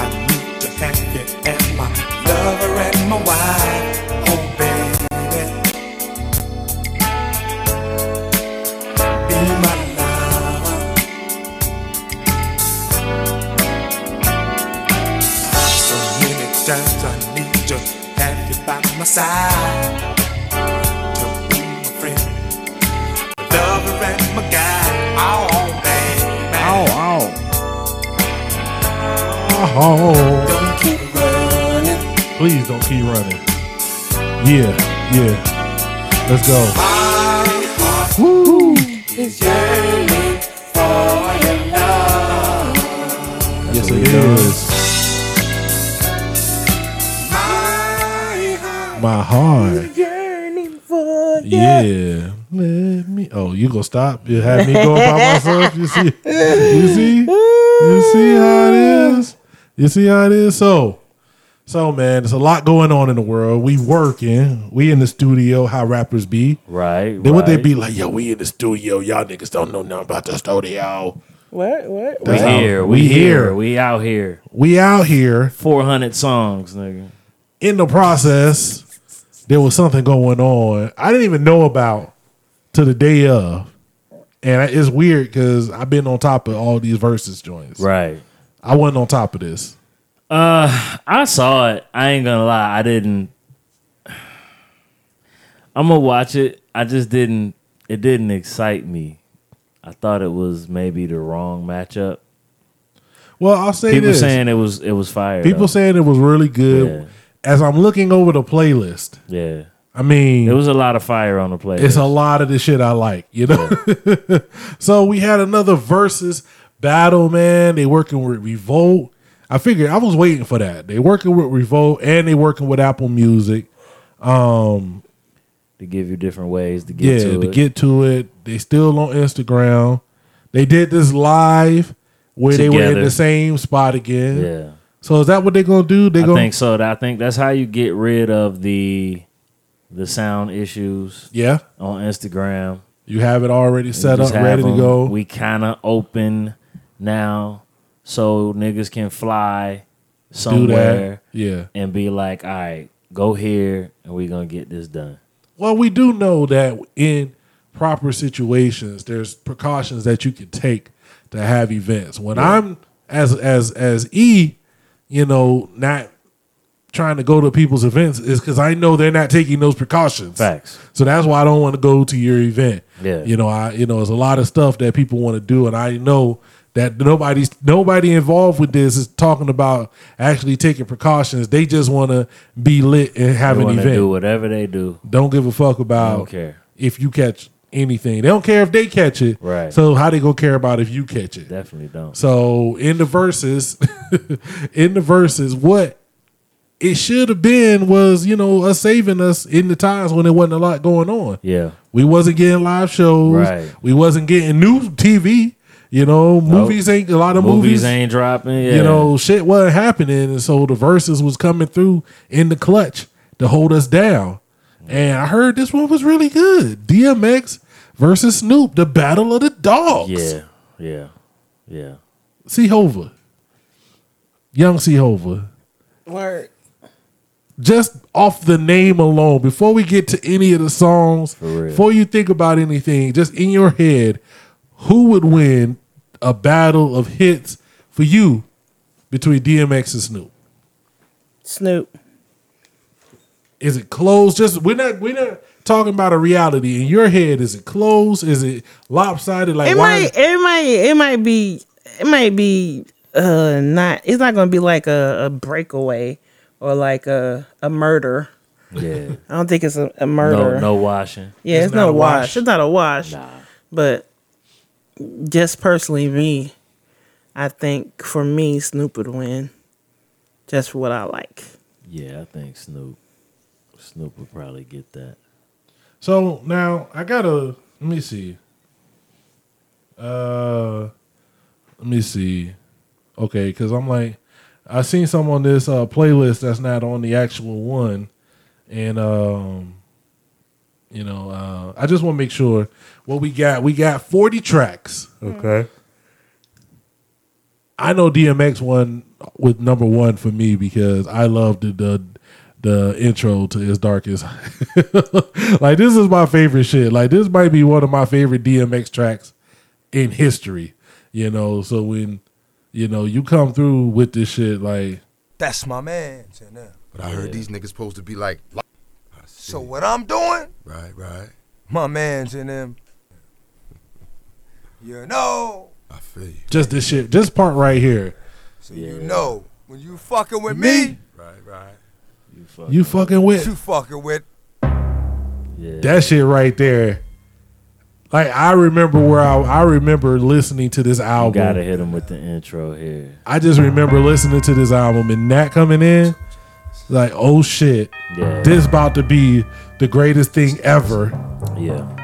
[SPEAKER 5] I need to have you as my lover and my wife. Oh, baby. Be my lover. So many times I need to have you by my side. To be my friend lover and my guy. Oh, baby.
[SPEAKER 2] Oh,
[SPEAKER 5] Don't keep running.
[SPEAKER 2] please don't keep running. Yeah, yeah. Let's go.
[SPEAKER 5] My heart is yearning for your love.
[SPEAKER 2] Yes, it is.
[SPEAKER 5] My heart
[SPEAKER 2] My heart.
[SPEAKER 1] Yearning for you.
[SPEAKER 2] Yeah. Let me. Oh, you gonna stop? You had me going by myself. You see? You see? You see how it is? You see how it is? So, so man, there's a lot going on in the world. We working. We in the studio. How rappers be?
[SPEAKER 3] Right.
[SPEAKER 2] Then would they
[SPEAKER 3] right.
[SPEAKER 2] be like? Yo, we in the studio. Y'all niggas don't know nothing about the studio.
[SPEAKER 1] What? What?
[SPEAKER 3] We
[SPEAKER 1] what?
[SPEAKER 2] That's how-
[SPEAKER 3] here.
[SPEAKER 2] we
[SPEAKER 3] We
[SPEAKER 2] here.
[SPEAKER 3] here. We out here.
[SPEAKER 2] We out here.
[SPEAKER 3] Four hundred songs, nigga.
[SPEAKER 2] in the process, there was something going on. I didn't even know about to the day of. And it's weird because I've been on top of all these verses joints.
[SPEAKER 3] Right.
[SPEAKER 2] I wasn't on top of this.
[SPEAKER 3] I saw it. I ain't gonna lie. I didn't. I'm gonna watch it. I just didn't. It didn't excite me. I thought it was maybe the wrong matchup.
[SPEAKER 2] Well, I'll say
[SPEAKER 3] People
[SPEAKER 2] this.
[SPEAKER 3] saying it was it was fire.
[SPEAKER 2] People
[SPEAKER 3] though.
[SPEAKER 2] saying it was really good.
[SPEAKER 3] Yeah.
[SPEAKER 2] As I'm looking over the playlist,
[SPEAKER 3] yeah.
[SPEAKER 2] I mean,
[SPEAKER 3] There was a lot of fire on the play.
[SPEAKER 2] it's a lot of the shit I like, you know? so we had another versus Battle, man. They working with Revolt. I figured I was waiting for that. They working with Revolt and they working with Apple Music.
[SPEAKER 3] to give you different ways to get
[SPEAKER 2] yeah,
[SPEAKER 3] to
[SPEAKER 2] to
[SPEAKER 3] it.
[SPEAKER 2] get to it. They still on Instagram. They did this live where they were in
[SPEAKER 3] Together.
[SPEAKER 2] the same spot again.
[SPEAKER 3] yeah,
[SPEAKER 2] So is that what they're gonna do? They
[SPEAKER 3] I
[SPEAKER 2] gonna
[SPEAKER 3] think so. I think that's how you get rid of the the sound issues
[SPEAKER 2] yeah.
[SPEAKER 3] on Instagram.
[SPEAKER 2] You have it already
[SPEAKER 3] You
[SPEAKER 2] set up,
[SPEAKER 3] just have
[SPEAKER 2] ready to
[SPEAKER 3] them.
[SPEAKER 2] go.
[SPEAKER 3] We kind of open now, so niggas can fly
[SPEAKER 2] do
[SPEAKER 3] somewhere
[SPEAKER 2] that. Yeah.
[SPEAKER 3] and be like, "All right, go here, and we gonna get this done."
[SPEAKER 2] Well, we do know that in proper situations, there's precautions that you can take to have events. When I'm as as as E, you know, not trying to go to people's events is because I know they're not taking those precautions.
[SPEAKER 3] Facts.
[SPEAKER 2] So that's why I don't want to go to your event.
[SPEAKER 3] Yeah.
[SPEAKER 2] You know, I you know, there's a lot of stuff that people want to do, and I know that nobody's nobody involved with this is talking about actually taking precautions. They just want to be lit and have
[SPEAKER 3] They
[SPEAKER 2] an
[SPEAKER 3] want to
[SPEAKER 2] event.
[SPEAKER 3] do whatever they do.
[SPEAKER 2] Don't give a fuck about.
[SPEAKER 3] Don't care.
[SPEAKER 2] if you catch anything. They don't care if they catch it.
[SPEAKER 3] Right.
[SPEAKER 2] So how they gonna care about if you catch it?
[SPEAKER 3] Definitely don't.
[SPEAKER 2] So in the verses, in the verses, what it should have been was you know us saving us in the times when there wasn't a lot going on.
[SPEAKER 3] Yeah,
[SPEAKER 2] We wasn't getting live shows.
[SPEAKER 3] Right.
[SPEAKER 2] We wasn't getting new TV. You know, movies ain't a lot of
[SPEAKER 3] movies,
[SPEAKER 2] movies.
[SPEAKER 3] ain't dropping. Yeah.
[SPEAKER 2] You know, shit wasn't happening, and so the verses was coming through in the clutch to hold us down. And I heard this one was really good. DMX versus Snoop, the battle of the dogs.
[SPEAKER 3] yeah, yeah, yeah.
[SPEAKER 2] C Hova. Young C Hova.
[SPEAKER 1] Word.
[SPEAKER 2] Just off the name alone, before we get to any of the songs,
[SPEAKER 3] real.
[SPEAKER 2] before you think about anything, just in your head, who would win a battle of hits for you between DMX and Snoop?
[SPEAKER 1] Snoop.
[SPEAKER 2] Is it closed? Just we're not we're not talking about a reality. In your head, is it closed? Is it lopsided? Like
[SPEAKER 1] It
[SPEAKER 2] why?
[SPEAKER 1] might it might it might be it might be uh not it's not gonna be like a, a breakaway or like a a murder.
[SPEAKER 3] Yeah.
[SPEAKER 1] I don't think it's a, a
[SPEAKER 3] No,
[SPEAKER 1] murder.
[SPEAKER 3] no washing.
[SPEAKER 1] Yeah, it's,
[SPEAKER 2] not
[SPEAKER 1] not,
[SPEAKER 2] a
[SPEAKER 1] a wash.
[SPEAKER 2] wash.
[SPEAKER 1] It's not a wash.
[SPEAKER 3] Nah.
[SPEAKER 1] But just personally me, I think for me Snoop would win. Just for what I like.
[SPEAKER 3] Yeah, I think Snoop. Snoop would probably get that.
[SPEAKER 2] So now I gotta let me see. Uh, let me see. Okay, because I'm like, I seen some on this uh, playlist that's not on the actual one, and um, you know, uh, I just want to make sure what we got. We got 40 tracks. Okay. I know DMX one with number one for me because I love the the, the intro to "As Dark As." like this is my favorite shit. Like this might be one of my favorite DMX tracks in history. You know, so when you know you come through with this shit, like
[SPEAKER 5] That's my man. till now.
[SPEAKER 6] But I heard these niggas supposed to be like,
[SPEAKER 5] So what I'm doing,
[SPEAKER 6] right, right.
[SPEAKER 5] my man's in them. You know,
[SPEAKER 6] I feel you.
[SPEAKER 2] just this shit, this part right here,
[SPEAKER 5] so you know when you fucking with me,
[SPEAKER 6] Right, right.
[SPEAKER 2] you fucking
[SPEAKER 5] you
[SPEAKER 2] with
[SPEAKER 5] fucking with
[SPEAKER 3] Yeah.
[SPEAKER 2] that shit right there. Like I remember where I, I remember listening to this
[SPEAKER 3] you
[SPEAKER 2] album.
[SPEAKER 3] gotta hit him with the intro here.
[SPEAKER 2] I just remember listening to this album and that coming in, like, oh shit,
[SPEAKER 3] Yeah.
[SPEAKER 2] this about to be the greatest thing ever,
[SPEAKER 3] Yeah.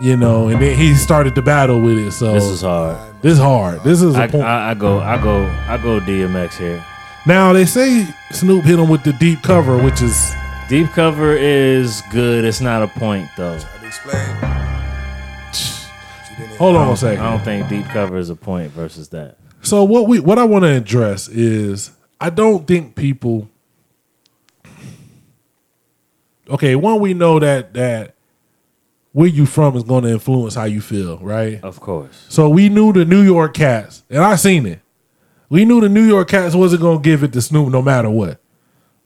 [SPEAKER 2] you know. And then he started the battle with it, so
[SPEAKER 3] This is hard.
[SPEAKER 2] this hard. This is a
[SPEAKER 3] I,
[SPEAKER 2] point.
[SPEAKER 3] I, I go I go I go DMX here.
[SPEAKER 2] now they say Snoop hit him with the deep cover, which is
[SPEAKER 3] Deep cover is good. It's not a point though.
[SPEAKER 5] I'd explain.
[SPEAKER 2] hold on a
[SPEAKER 3] I
[SPEAKER 2] second.
[SPEAKER 3] don't think deep cover is a point versus that.
[SPEAKER 2] So what we what I want to address is I don't think people Okay, one we know that that where you from is going to influence how you feel, right?
[SPEAKER 3] Of course.
[SPEAKER 2] So we knew the New York Cats, and I seen it. We knew the New York Cats wasn't gonna give it to Snoop no matter what.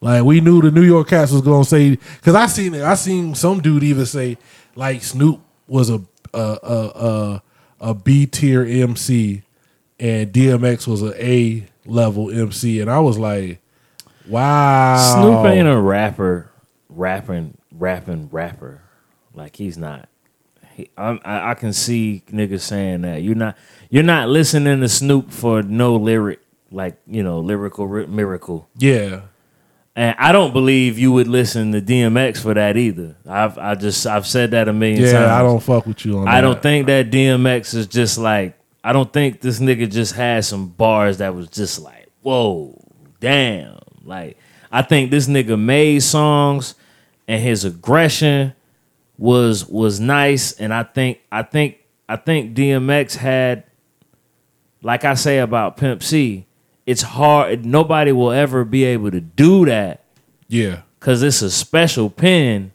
[SPEAKER 2] Like we knew the New York Cats was gonna say because I seen it. I seen some dude even say like Snoop was a a a a, a B tier MC and DMX was a A level MC, and I was like, wow,
[SPEAKER 3] Snoop ain't a rapper rapping rapping rapper. Like he's not. I'm, I, I can see niggas saying that you're not you're not listening to Snoop for no lyric like you know lyrical ri- miracle.
[SPEAKER 2] Yeah.
[SPEAKER 3] And I don't believe you would listen to DMX for that either. I've I just I've said that a million
[SPEAKER 2] Yeah,
[SPEAKER 3] times.
[SPEAKER 2] I don't fuck with you on that.
[SPEAKER 3] I don't think that DMX is just like I don't think this nigga just had some bars that was just like, whoa, damn. Like I think this nigga made songs and his aggression was was nice and I think I think I think DMX had like I say about Pimp C, it's hard nobody will ever be able to do that
[SPEAKER 2] Yeah.
[SPEAKER 3] because it's a special pen,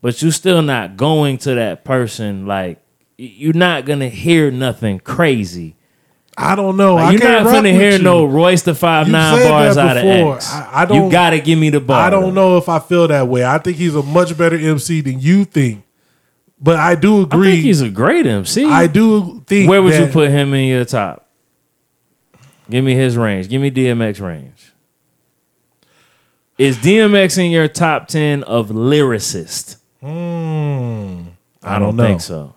[SPEAKER 3] but you still not going to that person. Like y- you're not gonna hear nothing crazy.
[SPEAKER 2] I don't know.
[SPEAKER 3] Like,
[SPEAKER 2] Oh, I
[SPEAKER 3] you're
[SPEAKER 2] can't
[SPEAKER 3] not
[SPEAKER 2] rock
[SPEAKER 3] gonna
[SPEAKER 2] with
[SPEAKER 3] hear
[SPEAKER 2] you.
[SPEAKER 3] no Royce the five
[SPEAKER 2] You
[SPEAKER 3] nine
[SPEAKER 2] said
[SPEAKER 3] bars
[SPEAKER 2] that
[SPEAKER 3] out of
[SPEAKER 2] before.
[SPEAKER 3] X.
[SPEAKER 2] I- I don't-
[SPEAKER 3] you gotta give me the bar.
[SPEAKER 2] I don't know if I feel that way. I think he's a much better MC than you think. But I do
[SPEAKER 3] I
[SPEAKER 2] agree. I,
[SPEAKER 3] think he's a great MC.
[SPEAKER 2] do think.
[SPEAKER 3] Where would you
[SPEAKER 2] that-
[SPEAKER 3] put him in your top? Give me his range. Give me DMX range. Is DMX in your top ten of lyricists?
[SPEAKER 2] Hmm. I don't know.
[SPEAKER 3] think so.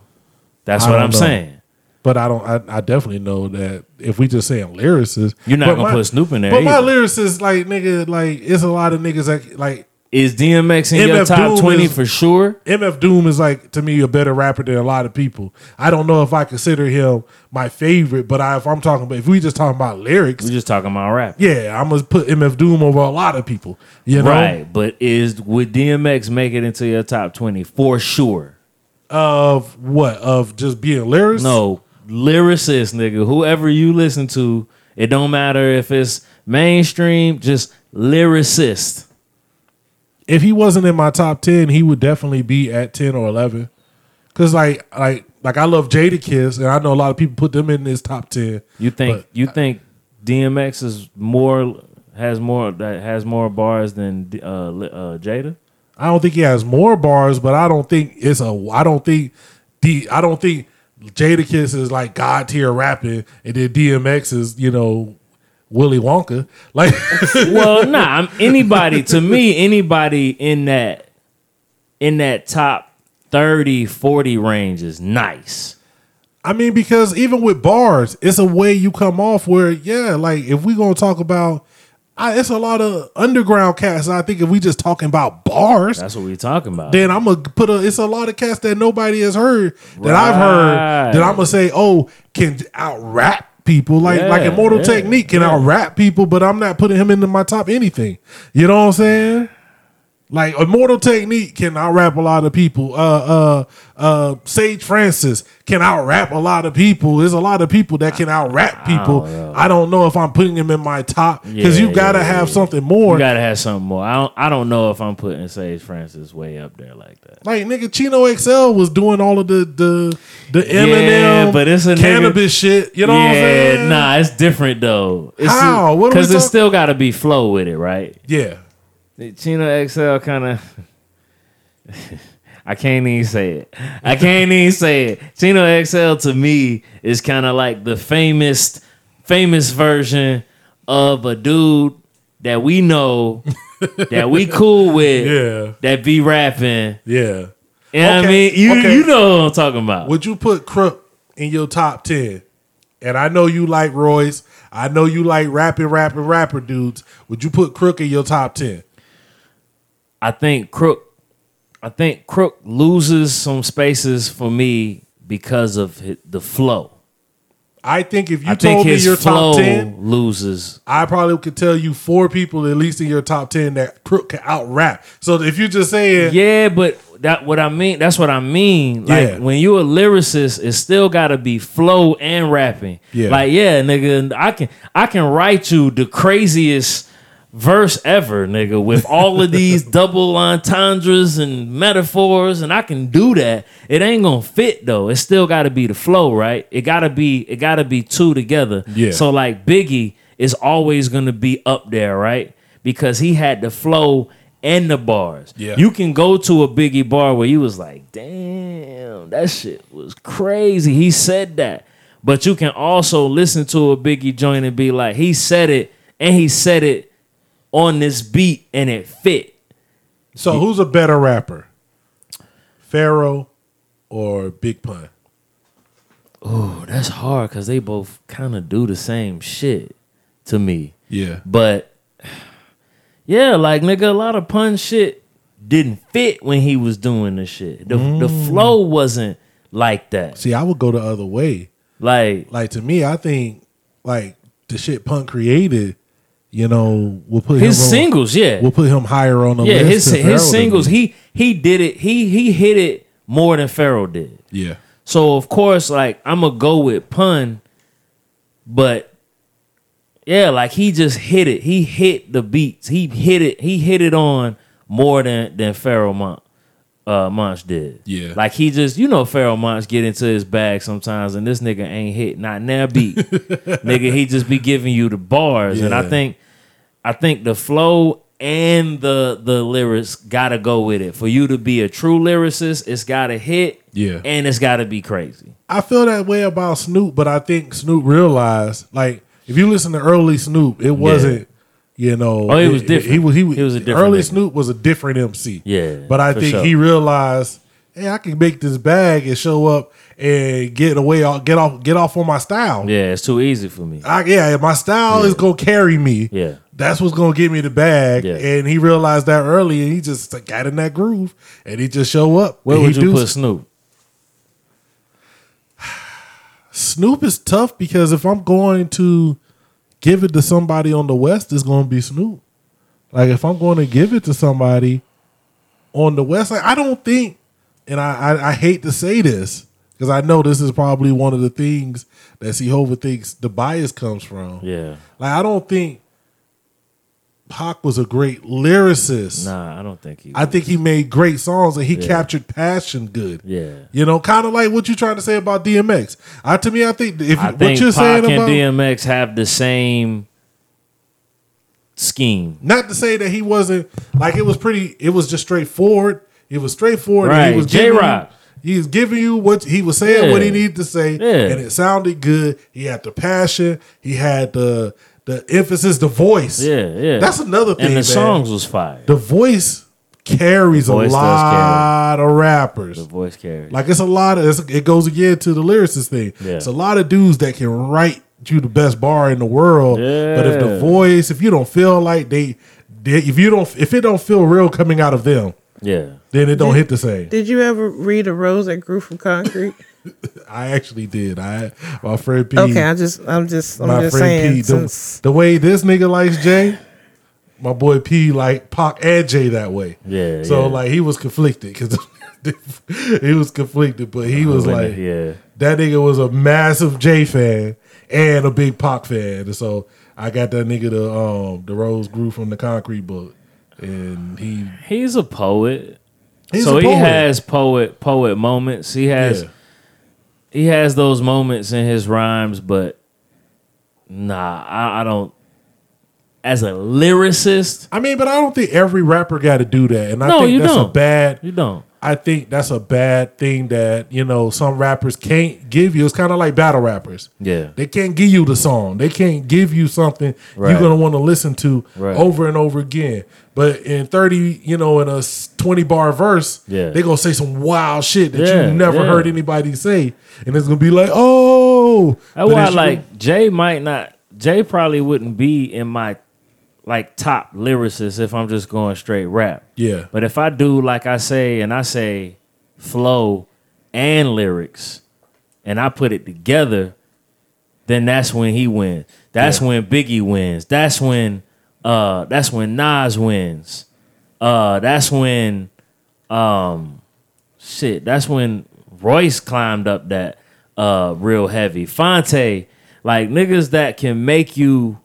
[SPEAKER 3] That's
[SPEAKER 2] I
[SPEAKER 3] what
[SPEAKER 2] don't
[SPEAKER 3] I'm
[SPEAKER 2] know.
[SPEAKER 3] saying.
[SPEAKER 2] But I don't. I, I definitely know that if we just saying lyricists,
[SPEAKER 3] You're
[SPEAKER 2] but
[SPEAKER 3] not gonna put Snoop in there
[SPEAKER 2] But my
[SPEAKER 3] either.
[SPEAKER 2] lyricists, like nigga, like it's a lot of niggas that like
[SPEAKER 3] Is DMX in your
[SPEAKER 2] MF
[SPEAKER 3] top
[SPEAKER 2] Doom
[SPEAKER 3] twenty
[SPEAKER 2] is-
[SPEAKER 3] for sure?
[SPEAKER 2] MF Doom is like to me a better rapper than a lot of people. I don't know if I consider him my favorite, but I, if I'm talking about if we just talking about lyrics,
[SPEAKER 3] We just talking about rap,
[SPEAKER 2] yeah, I'm gonna put MF Doom over a lot of people. You know,
[SPEAKER 3] right? But is would DMX make it into your top twenty for sure?
[SPEAKER 2] of what of just being lyricist?
[SPEAKER 3] No, lyricist nigga, whoever you listen to, it don't matter if it's mainstream, just lyricist.
[SPEAKER 2] if he wasn't in my top ten, he would definitely be at ten or eleven. Cause like like like I love Jada Kiss, and I know a lot of people put them in this top ten.
[SPEAKER 3] You think
[SPEAKER 2] But
[SPEAKER 3] you think DMX is more has more that has more bars than uh, li- uh, Jada?
[SPEAKER 2] I don't think he has more bars, but I don't think it's a. I don't think the. I don't think Jada Kiss is like god tier rapping, and then DMX is you know Willy Wonka. Like
[SPEAKER 3] well, nah, I'm, anybody to me, anybody in that in that top 30, 40 range is nice.
[SPEAKER 2] I mean, because even with bars, it's a way you come off where yeah, like if we gonna talk about. I, it's a lot of underground cats. I think if we just talking about bars,
[SPEAKER 3] That's what we're talking about.
[SPEAKER 2] then I'm gonna put a. It's a lot of cats that nobody has heard that I've heard that
[SPEAKER 3] Right.
[SPEAKER 2] I'm gonna say, oh, can out rap people like like
[SPEAKER 3] Yeah,
[SPEAKER 2] Immortal
[SPEAKER 3] yeah,
[SPEAKER 2] Technique can out rap people, but I'm not putting him into my top anything. You know what I'm saying? Like Immortal Technique can out rap a lot of people. Uh, uh, uh, Sage Francis can out rap a lot of people. There's a lot of people that can out rap people. I don't, know if I'm putting him in my top because
[SPEAKER 3] Yeah,
[SPEAKER 2] you gotta
[SPEAKER 3] yeah,
[SPEAKER 2] have
[SPEAKER 3] yeah.
[SPEAKER 2] something more.
[SPEAKER 3] you gotta have something more. I don't I don't know if I'm putting Sage Francis way up there like that.
[SPEAKER 2] Like nigga, Chino XL was doing all of the the the Eminem,
[SPEAKER 3] but it's a nigga-
[SPEAKER 2] cannabis shit. You know what I'm saying?
[SPEAKER 3] nah, it's different though. It's
[SPEAKER 2] How? What are we
[SPEAKER 3] Because it's
[SPEAKER 2] talk-
[SPEAKER 3] still gotta be flow with it, right?
[SPEAKER 2] Yeah,
[SPEAKER 3] Chino XL kind of. I can't even say it. I can't even say it. Chino XL to me is kind of like the famous, famous version of a dude that we know, that we cool with,
[SPEAKER 2] Yeah.
[SPEAKER 3] that be rapping.
[SPEAKER 2] yeah.
[SPEAKER 3] You know what
[SPEAKER 2] Okay,
[SPEAKER 3] I mean? You
[SPEAKER 2] okay.
[SPEAKER 3] you know what I'm talking about.
[SPEAKER 2] Would you put Krupp in your top ten? And I know you like Royce. I know you like rapping, rapping, rapper dudes. Would you put Crook in your top ten?
[SPEAKER 3] I think Crook, I think Crook loses some spaces for me because of hi- the flow.
[SPEAKER 2] I think if you
[SPEAKER 3] I think
[SPEAKER 2] told me
[SPEAKER 3] his
[SPEAKER 2] your
[SPEAKER 3] flow
[SPEAKER 2] top ten,
[SPEAKER 3] loses
[SPEAKER 2] I probably could tell you four people at least in your top ten that Crook can out rap. So if you just saying,
[SPEAKER 3] Yeah, but that what I mean. That's what I mean. Like
[SPEAKER 2] Yeah.
[SPEAKER 3] when you a lyricist, it still gotta be flow and rapping.
[SPEAKER 2] Yeah.
[SPEAKER 3] Like yeah, nigga, I can I can write you the craziest verse ever, nigga, with all of these double entendres and metaphors, and I can do that. It ain't gonna fit though. It still gotta be the flow, right? It gotta be it gotta be two together.
[SPEAKER 2] Yeah.
[SPEAKER 3] So like Biggie is always gonna be up there, right? Because he had the flow and the bars.
[SPEAKER 2] Yeah.
[SPEAKER 3] You can go to a Biggie bar where you was like, damn, that shit was crazy. He said that. But you can also listen to a Biggie joint and be like, he said it and he said it on this beat and it fit.
[SPEAKER 2] So who's a better rapper? Pharaoh or Big Pun?
[SPEAKER 3] Oh, that's hard because they both kind of do the same shit to me.
[SPEAKER 2] Yeah.
[SPEAKER 3] But yeah, like nigga, a lot of pun shit didn't fit when he was doing the shit. The the
[SPEAKER 2] Mm.
[SPEAKER 3] flow wasn't like that.
[SPEAKER 2] See, I would go the other way.
[SPEAKER 3] Like
[SPEAKER 2] Like to me, I think like the shit Punk created, you know, will put
[SPEAKER 3] his
[SPEAKER 2] him on-
[SPEAKER 3] singles, yeah.
[SPEAKER 2] will put him higher on the
[SPEAKER 3] yeah,
[SPEAKER 2] list.
[SPEAKER 3] his
[SPEAKER 2] than Pharrell
[SPEAKER 3] his
[SPEAKER 2] did.
[SPEAKER 3] singles, he he did it. He he hit it more than Pharrell did.
[SPEAKER 2] yeah,
[SPEAKER 3] So of course, like I'm gonna go with pun, but yeah, like he just hit it. He hit the beats. He hit it. He hit it on more than than Pharaoh Monch, uh, Monch did.
[SPEAKER 2] Yeah.
[SPEAKER 3] like he just you know Pharaoh Monch get into his bag sometimes, and this nigga ain't hit not now beat, nigga. He just be giving you the bars, and I
[SPEAKER 2] Yeah.
[SPEAKER 3] think I think the flow and the the lyrics gotta go with it for you to be a true lyricist. It's gotta hit.
[SPEAKER 2] Yeah.
[SPEAKER 3] and it's gotta be crazy.
[SPEAKER 2] I feel that way about Snoop, but I think Snoop realized like if you listen to early Snoop, it wasn't. You know,
[SPEAKER 3] Oh, he was different.
[SPEAKER 2] He was he was,
[SPEAKER 3] He was a different
[SPEAKER 2] early
[SPEAKER 3] nigga.
[SPEAKER 2] Snoop was a different MC.
[SPEAKER 3] Yeah,
[SPEAKER 2] but I
[SPEAKER 3] for
[SPEAKER 2] think
[SPEAKER 3] sure.
[SPEAKER 2] he realized, hey, I can make this bag and show up and get away, get off, get off on my style.
[SPEAKER 3] Yeah, it's too easy for me.
[SPEAKER 2] I, yeah, my style is gonna carry me.
[SPEAKER 3] Yeah.
[SPEAKER 2] that's what's gonna get me the bag.
[SPEAKER 3] Yeah.
[SPEAKER 2] And he realized that early, and he just got in that groove, and he just show up.
[SPEAKER 3] Where
[SPEAKER 2] and
[SPEAKER 3] would
[SPEAKER 2] he
[SPEAKER 3] you
[SPEAKER 2] do-
[SPEAKER 3] put Snoop?
[SPEAKER 2] Snoop is tough because if I'm going to give it to somebody on the West, it's gonna be Snoop. Like if I'm going to give it to somebody on the West, like I don't think, and I I, I hate to say this because I know this is probably one of the things that Seehova thinks the bias comes from.
[SPEAKER 3] Yeah.
[SPEAKER 2] Like I don't think Pac was a great lyricist.
[SPEAKER 3] Nah, I don't think he.
[SPEAKER 2] I think he made great songs and he
[SPEAKER 3] Yeah.
[SPEAKER 2] captured passion good.
[SPEAKER 3] Yeah.
[SPEAKER 2] You know, kind of like what you trying to say about DMX. I to me, I think if
[SPEAKER 3] I
[SPEAKER 2] what
[SPEAKER 3] think
[SPEAKER 2] you're
[SPEAKER 3] Pac
[SPEAKER 2] saying
[SPEAKER 3] and
[SPEAKER 2] about
[SPEAKER 3] DMX have the same scheme.
[SPEAKER 2] not to say that he wasn't like it was pretty. It was just straightforward. It was straightforward. and
[SPEAKER 3] Right.
[SPEAKER 2] He was
[SPEAKER 3] J-Rock.
[SPEAKER 2] You, he was giving you what he was saying, what he
[SPEAKER 3] Yeah.
[SPEAKER 2] needed to say,
[SPEAKER 3] Yeah.
[SPEAKER 2] and it sounded good. He had the passion. He had the the emphasis, the voice.
[SPEAKER 3] Yeah, yeah.
[SPEAKER 2] That's another thing.
[SPEAKER 3] And the
[SPEAKER 2] man.
[SPEAKER 3] songs was fire.
[SPEAKER 2] the voice carries
[SPEAKER 3] The voice
[SPEAKER 2] a
[SPEAKER 3] does
[SPEAKER 2] lot of rappers.
[SPEAKER 3] The voice carries.
[SPEAKER 2] Like it's a lot of it's, it goes again to the lyricist thing.
[SPEAKER 3] Yeah.
[SPEAKER 2] It's a lot of dudes that can write you the best bar in the world, but if the
[SPEAKER 3] Yeah.
[SPEAKER 2] voice, if you don't feel like they, they, if you don't, if it don't feel real coming out of them,
[SPEAKER 3] yeah.
[SPEAKER 2] then it don't hit the same.
[SPEAKER 1] Did you ever read a rose that grew from concrete?
[SPEAKER 2] I actually did. I my friend P.
[SPEAKER 1] Okay, I just, I'm just, I'm
[SPEAKER 2] my
[SPEAKER 1] just
[SPEAKER 2] friend
[SPEAKER 1] saying.
[SPEAKER 2] P. The,
[SPEAKER 1] since
[SPEAKER 2] the way this nigga likes Jay, my boy P. like Pac and Jay that way.
[SPEAKER 3] Yeah,
[SPEAKER 2] So
[SPEAKER 3] yeah.
[SPEAKER 2] like he was conflicted because he was conflicted, but he was like,
[SPEAKER 3] yeah.
[SPEAKER 2] That nigga was a massive J fan and a big Pac fan. And so I got that nigga the um the rose grew from the concrete book. And he
[SPEAKER 3] He's a poet.
[SPEAKER 2] he's
[SPEAKER 3] so
[SPEAKER 2] a
[SPEAKER 3] he
[SPEAKER 2] poet.
[SPEAKER 3] has poet poet moments. He has
[SPEAKER 2] Yeah.
[SPEAKER 3] he has those moments in his rhymes, but nah, I, I don't. As a lyricist,
[SPEAKER 2] I mean, but I don't think every rapper gotta do that. And I
[SPEAKER 3] No,
[SPEAKER 2] think
[SPEAKER 3] you
[SPEAKER 2] that's a
[SPEAKER 3] don't.
[SPEAKER 2] bad
[SPEAKER 3] you don't.
[SPEAKER 2] I think that's a bad thing that, you know, some rappers can't give you. It's kinda like battle rappers.
[SPEAKER 3] Yeah.
[SPEAKER 2] They can't give you the song. They can't give you something
[SPEAKER 3] Right.
[SPEAKER 2] you're gonna want to listen to
[SPEAKER 3] Right.
[SPEAKER 2] over and over again. But in thirty, you know, in a s- twenty bar verse,
[SPEAKER 3] Yeah.
[SPEAKER 2] they gonna say some wild shit that
[SPEAKER 3] Yeah,
[SPEAKER 2] you never
[SPEAKER 3] yeah.
[SPEAKER 2] heard anybody say, and it's gonna be like, oh,
[SPEAKER 3] That's
[SPEAKER 2] But
[SPEAKER 3] why,
[SPEAKER 2] it's-
[SPEAKER 3] like Jay might not. Jay probably wouldn't be in my like top lyricist if I'm just going straight rap.
[SPEAKER 2] yeah,
[SPEAKER 3] But if I do like I say, and I say flow and lyrics, and I put it together, then that's when he wins. That's when Biggie wins. That's when uh that's when Nas wins. Uh that's when um shit, that's when Royce climbed up that uh real heavy. Fonte, like niggas that can make you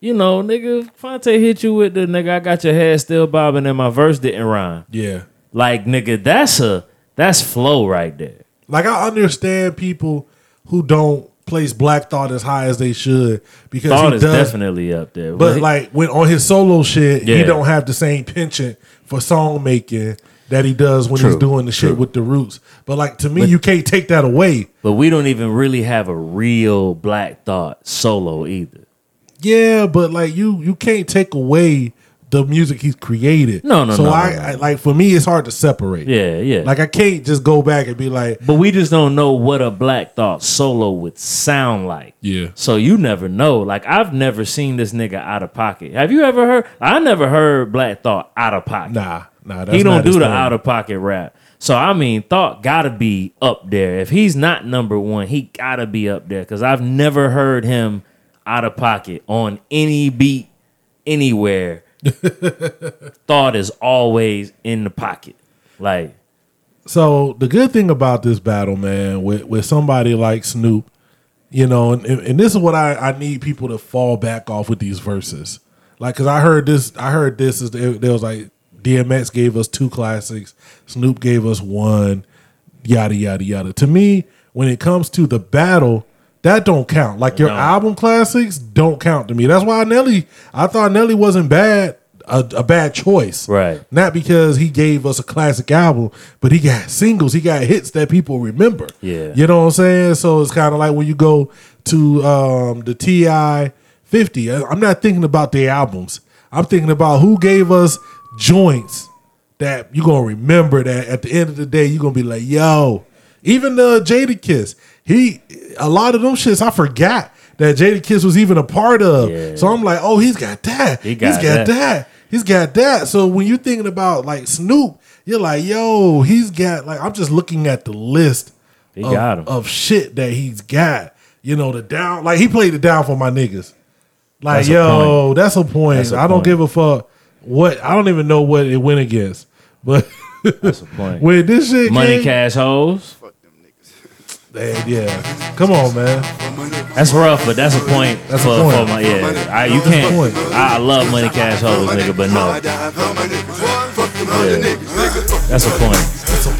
[SPEAKER 3] you know, nigga, Fonte hit you with the nigga, I got your head still bobbing and my verse didn't rhyme.
[SPEAKER 2] yeah.
[SPEAKER 3] Like, nigga, that's a that's flow right there.
[SPEAKER 2] Like I understand people who don't place Black Thought as high as they should because
[SPEAKER 3] Thought
[SPEAKER 2] he
[SPEAKER 3] is
[SPEAKER 2] does
[SPEAKER 3] definitely up there.
[SPEAKER 2] But
[SPEAKER 3] He-
[SPEAKER 2] like when on his solo shit, he
[SPEAKER 3] Yeah.
[SPEAKER 2] don't have the same penchant for song making that he does when he's
[SPEAKER 3] True,
[SPEAKER 2] doing the shit
[SPEAKER 3] true.
[SPEAKER 2] with the roots. But like to me, you can't take that away.
[SPEAKER 3] But we don't even really have a real Black Thought solo either.
[SPEAKER 2] Yeah, but like you you can't take away the music he's created.
[SPEAKER 3] No, no,
[SPEAKER 2] so
[SPEAKER 3] no,
[SPEAKER 2] I,
[SPEAKER 3] no, no.
[SPEAKER 2] I like for me, it's hard to separate.
[SPEAKER 3] Yeah, yeah.
[SPEAKER 2] Like I can't just go back and be like,
[SPEAKER 3] But we just don't know what a Black Thought solo would sound like.
[SPEAKER 2] Yeah.
[SPEAKER 3] So you never know. Like I've never seen this nigga out of pocket. Have you ever heard? I never heard Black Thought out of pocket.
[SPEAKER 2] nah, nah. That's
[SPEAKER 3] he don't
[SPEAKER 2] not
[SPEAKER 3] do
[SPEAKER 2] his
[SPEAKER 3] the
[SPEAKER 2] thing.
[SPEAKER 3] out of pocket rap. So I mean, Thought gotta be up there. If he's not number one, he gotta be up there because I've never heard him out of pocket on any beat anywhere. Thought is always in the pocket. Like
[SPEAKER 2] So the good thing about this battle, man, with with somebody like Snoop, you know, and, and and this is what I, I need people to fall back off with these verses, like because I heard this, I heard this is it, there was like DMX gave us two classics, Snoop gave us one, yada yada yada. To me, when it comes to the battle. That don't count. Like your album classics don't count to me. That's why Nelly. I thought Nelly wasn't bad, a, a bad choice,
[SPEAKER 3] Right.
[SPEAKER 2] not because he gave us a classic album, but he got singles, he got hits that people remember.
[SPEAKER 3] Yeah.
[SPEAKER 2] You know what I'm saying? So it's kind of like when you go to um, the TI 50, I- I'm not thinking about the albums. I'm thinking about who gave us joints that you're going to remember that at the end of the day, you're going to be like, yo, even the Jada Kiss, he, a lot of them shits I forgot that Jada Kiss was even a part of.
[SPEAKER 3] Yeah.
[SPEAKER 2] So I'm like, oh, he's got that.
[SPEAKER 3] He got
[SPEAKER 2] he's got that
[SPEAKER 3] that.
[SPEAKER 2] that. He's got that. So when you're thinking about like Snoop, you're like, yo, he's got like I'm just looking at the list
[SPEAKER 3] He
[SPEAKER 2] of,
[SPEAKER 3] got 'em.
[SPEAKER 2] of shit that he's got. You know, the down like he played the down for my niggas. Like,
[SPEAKER 3] That's a
[SPEAKER 2] yo, that's a point.
[SPEAKER 3] That's a
[SPEAKER 2] I don't
[SPEAKER 3] point.
[SPEAKER 2] give a fuck what I don't even know what it went against. But
[SPEAKER 3] that's the point.
[SPEAKER 2] when this shit
[SPEAKER 3] Money
[SPEAKER 2] came,
[SPEAKER 3] cash hoes.
[SPEAKER 2] eh, yeah. Come on, man.
[SPEAKER 3] That's rough, but that's a point.
[SPEAKER 2] That's a
[SPEAKER 3] for,
[SPEAKER 2] point.
[SPEAKER 3] for my yeah. I, you can't.
[SPEAKER 2] point.
[SPEAKER 3] I, I love money cash hoes, nigga, but no, that's a point.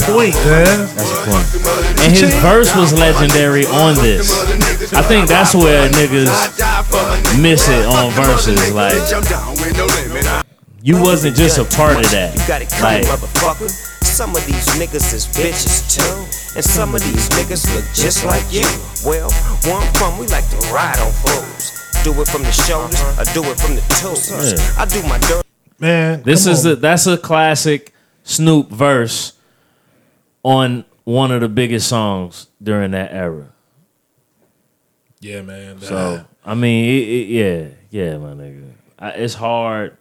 [SPEAKER 2] Point, man.
[SPEAKER 3] That's a point. And his verse was legendary on this. I think that's where niggas miss it on verses. Like you wasn't just a part of that.
[SPEAKER 7] You got it coming,
[SPEAKER 3] Like
[SPEAKER 7] motherfucker. Some of these niggas is bitches too, and some of these niggas look just like you. Well, one from we like to ride on fools. Do it from the shoulders, I do it from the toes. I do my dirt.
[SPEAKER 2] Man.
[SPEAKER 3] this
[SPEAKER 2] come
[SPEAKER 3] is
[SPEAKER 2] on.
[SPEAKER 3] the that's a classic Snoop verse on one of the biggest songs during that era.
[SPEAKER 2] Yeah, man.
[SPEAKER 3] So I mean, it, it, yeah, yeah, my nigga. I, it's hard.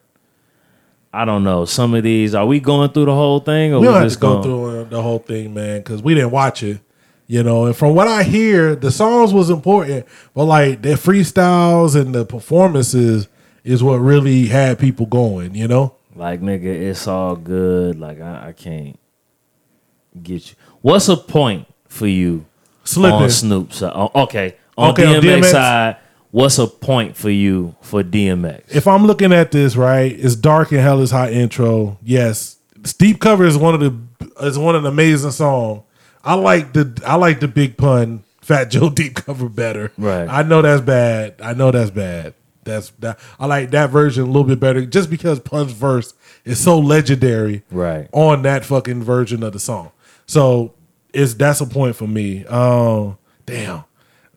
[SPEAKER 3] I don't know. Some of these, are we going through the whole thing,
[SPEAKER 2] we
[SPEAKER 3] or we
[SPEAKER 2] don't have to
[SPEAKER 3] just
[SPEAKER 2] go
[SPEAKER 3] going?
[SPEAKER 2] through the whole thing, man, because we didn't watch it, you know. And from what I hear, the songs was important, but like their freestyles and the performances is what really had people going, you know.
[SPEAKER 3] Like, nigga, it's all good. Like, I, I can't get you. What's a point for you
[SPEAKER 2] Slipping.
[SPEAKER 3] on Snoop's side? Oh, okay, on
[SPEAKER 2] Okay, on
[SPEAKER 3] DMX,
[SPEAKER 2] DMX.
[SPEAKER 3] side, what's a point for you for DMX?
[SPEAKER 2] If I'm looking at this right, it's dark and hell is hot intro. Yes, steep cover is one of the is one of the amazing song. I like the I like the big pun Fat Joe deep cover better.
[SPEAKER 3] Right.
[SPEAKER 2] I know that's bad. I know that's bad. That's that. I like that version a little bit better just because pun's verse is so legendary.
[SPEAKER 3] Right.
[SPEAKER 2] On that fucking version of the song. So it's that's a point for me. Um. Damn.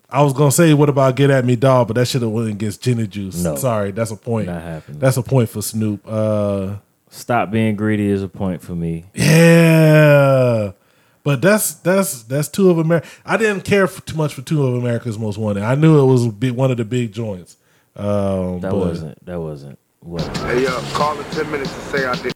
[SPEAKER 2] I was gonna say what about get at me dog, but that should have went against Jenny Juice.
[SPEAKER 3] No.
[SPEAKER 2] Sorry, that's a point.
[SPEAKER 3] Not happening.
[SPEAKER 2] That's a point for Snoop. Uh
[SPEAKER 3] Stop being greedy is a point for me.
[SPEAKER 2] yeah. But that's that's that's two of America. I didn't care for too much for two of America's Most Wanted. I knew it was big, one of the big joints. Um,
[SPEAKER 3] That
[SPEAKER 2] but-
[SPEAKER 3] wasn't. That wasn't. What?
[SPEAKER 8] Hey, uh, call in 10 minutes to say I did.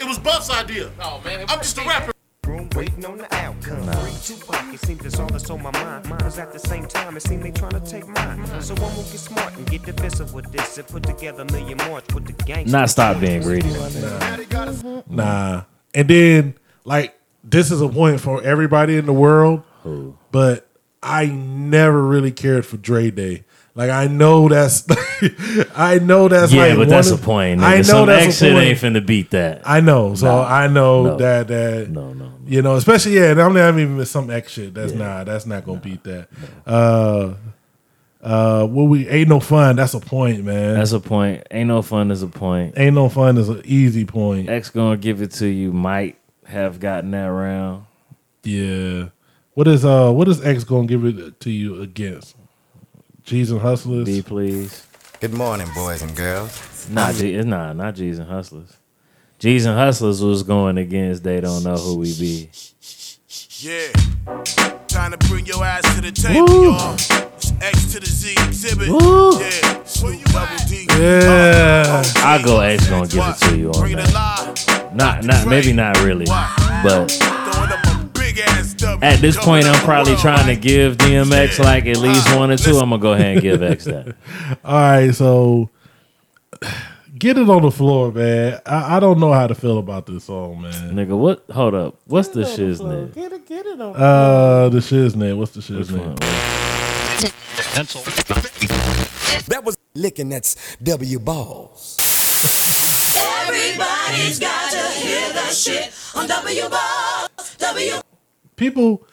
[SPEAKER 9] It was Buff's idea. Oh man, I'm just a rapper.
[SPEAKER 7] Room waiting on the outcome. Free Tupac, it seems that's all that's on my mind. Cause at the same time, it seems they trying to take mine. So one will get smart and get defensive with this and put together a million march with the gang.
[SPEAKER 3] Not stop being greedy, my nigga.
[SPEAKER 2] Nah. Uh, And then like this is a point for everybody in the world. But I never really cared for Dre Day. Like I know that's I know that's
[SPEAKER 3] Yeah,
[SPEAKER 2] like
[SPEAKER 3] but
[SPEAKER 2] one
[SPEAKER 3] that's
[SPEAKER 2] of-
[SPEAKER 3] a point. Nigga.
[SPEAKER 2] I know
[SPEAKER 3] Some
[SPEAKER 2] that's
[SPEAKER 3] X
[SPEAKER 2] a
[SPEAKER 3] shit
[SPEAKER 2] point.
[SPEAKER 3] ain't finna beat that.
[SPEAKER 2] I know. So
[SPEAKER 3] No.
[SPEAKER 2] I know
[SPEAKER 3] No.
[SPEAKER 2] that that
[SPEAKER 3] no, no.
[SPEAKER 2] you know, especially yeah, and I'm not even with some X shit. That's nah, that's not gonna beat that. Uh uh what we ain't no fun, that's a point, man.
[SPEAKER 3] That's a point. Ain't no fun is a point.
[SPEAKER 2] ain't no fun is an easy point.
[SPEAKER 3] X gonna give it to you. Might have gotten that round.
[SPEAKER 2] Yeah. What is uh what is X gonna give it to you against? Cheese and Hustlers?
[SPEAKER 3] B please.
[SPEAKER 10] Good morning, boys and girls.
[SPEAKER 3] Not G, it's not not G's and Hustlers. G's and Hustlers was going against they don't know who we be.
[SPEAKER 11] Yeah. Time to bring your ass to the table,
[SPEAKER 3] Woo.
[SPEAKER 11] y'all. It's X to the Z exhibit.
[SPEAKER 3] Woo.
[SPEAKER 11] Yeah. Where you double D.
[SPEAKER 3] Yeah. I go X gonna give it to you on that. Not not maybe not really. But at this point I'm probably trying to give DMX like at least one or two. I'm gonna go ahead and give X that.
[SPEAKER 2] All right, so get it on the floor, man. I, I don't know how to feel about this song, man.
[SPEAKER 3] Nigga, what hold up. What's the shiznit?
[SPEAKER 1] Get it, get it on.
[SPEAKER 2] Uh, the shit's name. What's the shit's name?
[SPEAKER 12] That was licking that's W balls.
[SPEAKER 5] Everybody's got to hear the shit on W Ball. W
[SPEAKER 2] People,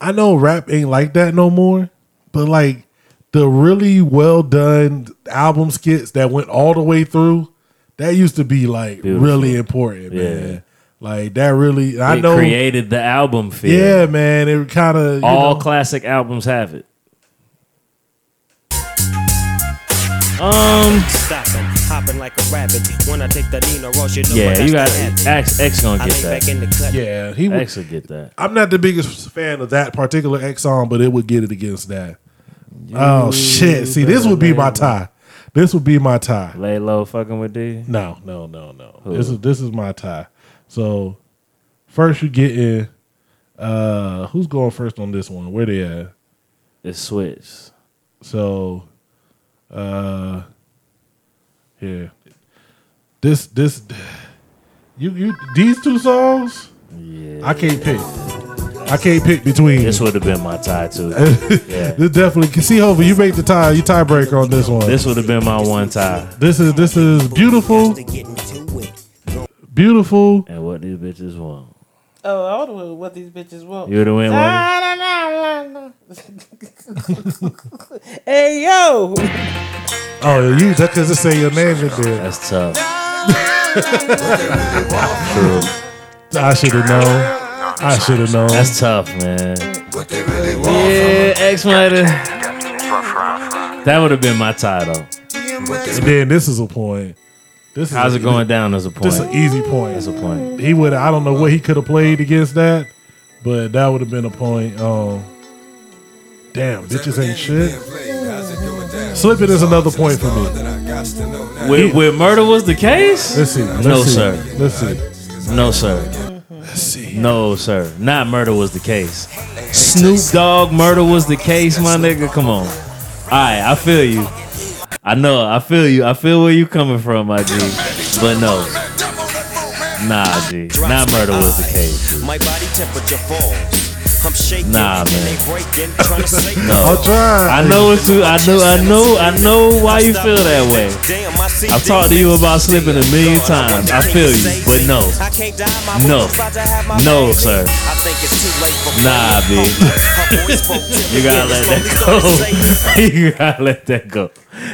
[SPEAKER 2] I know rap ain't like that no more, but like the really well done album skits that went all the way through, that used to be like
[SPEAKER 3] Beautiful.
[SPEAKER 2] really important,
[SPEAKER 3] Yeah.
[SPEAKER 2] man. Like that really, I
[SPEAKER 3] it
[SPEAKER 2] know.
[SPEAKER 3] created the album feel.
[SPEAKER 2] Yeah, man. It kind of
[SPEAKER 3] All classic albums have it. Um,
[SPEAKER 7] stopping, hopping like a rabbit. When I take the Nino Ross, you know
[SPEAKER 3] Yeah,
[SPEAKER 7] I
[SPEAKER 3] you got
[SPEAKER 7] to have it.
[SPEAKER 3] X X gonna
[SPEAKER 7] I
[SPEAKER 3] get
[SPEAKER 7] lay
[SPEAKER 3] that.
[SPEAKER 7] back in the cut.
[SPEAKER 2] Yeah, he would-
[SPEAKER 3] X will get that.
[SPEAKER 2] I'm not the biggest fan of that particular X song, but it would get it against that. oh shit! See, this would be my tie. This would be my tie.
[SPEAKER 3] Lay low, fucking with D.
[SPEAKER 2] No, no, no, no.
[SPEAKER 3] Who?
[SPEAKER 2] This is this is my tie. So first you get in. Uh, who's going first on this one? Where they at?
[SPEAKER 3] It's Switch.
[SPEAKER 2] So, uh, here, this this you you these two songs.
[SPEAKER 3] Yeah,
[SPEAKER 2] I can't pick. I can't pick between.
[SPEAKER 3] This would have been my tie too. yeah.
[SPEAKER 2] This definitely can see over. You make the tie. You tiebreaker on this one.
[SPEAKER 3] This would have been my one tie.
[SPEAKER 2] This is this is beautiful, beautiful.
[SPEAKER 3] And what these bitches want.
[SPEAKER 1] Oh, I don't know what these bitches want.
[SPEAKER 3] You the win,
[SPEAKER 1] hey yo,
[SPEAKER 2] Oh, you that doesn't say your name in there.
[SPEAKER 3] That's tough.
[SPEAKER 2] True. I should have known. I should have known.
[SPEAKER 3] That's tough, man. Yeah, X might have. That would have been my tie though.
[SPEAKER 2] And then this is a point. This is e,
[SPEAKER 3] How's it going down as a
[SPEAKER 2] This is
[SPEAKER 3] point?
[SPEAKER 2] an easy point.
[SPEAKER 3] That's a point.
[SPEAKER 2] He would. I don't know what he could have played against that, but that would have been a point. Um, damn, bitches ain't shit. Slip it is another point for me.
[SPEAKER 3] Where, where murder was the case?
[SPEAKER 2] Let's see.
[SPEAKER 3] no,
[SPEAKER 2] Let's see.
[SPEAKER 3] sir.
[SPEAKER 2] Let's see.
[SPEAKER 3] No, sir. No, sir. Not murder was the case. Snoop Dogg, murder was the case, my nigga. Come on. All right, I feel you. I know. I feel you. I feel where you coming from, my G. But no. Nah, G. Not murder was the case.
[SPEAKER 7] My body temperature falls. I'm shaking.
[SPEAKER 3] Nah,
[SPEAKER 7] and
[SPEAKER 3] man.
[SPEAKER 7] They breaking, trying to say
[SPEAKER 3] No.
[SPEAKER 7] no.
[SPEAKER 3] I know it's too. I know. I know. I know why you feel that way. I've talked to you about slipping a million times. I feel you, but no, no, no, sir. Nah, B. you gotta let that go. you gotta let that go.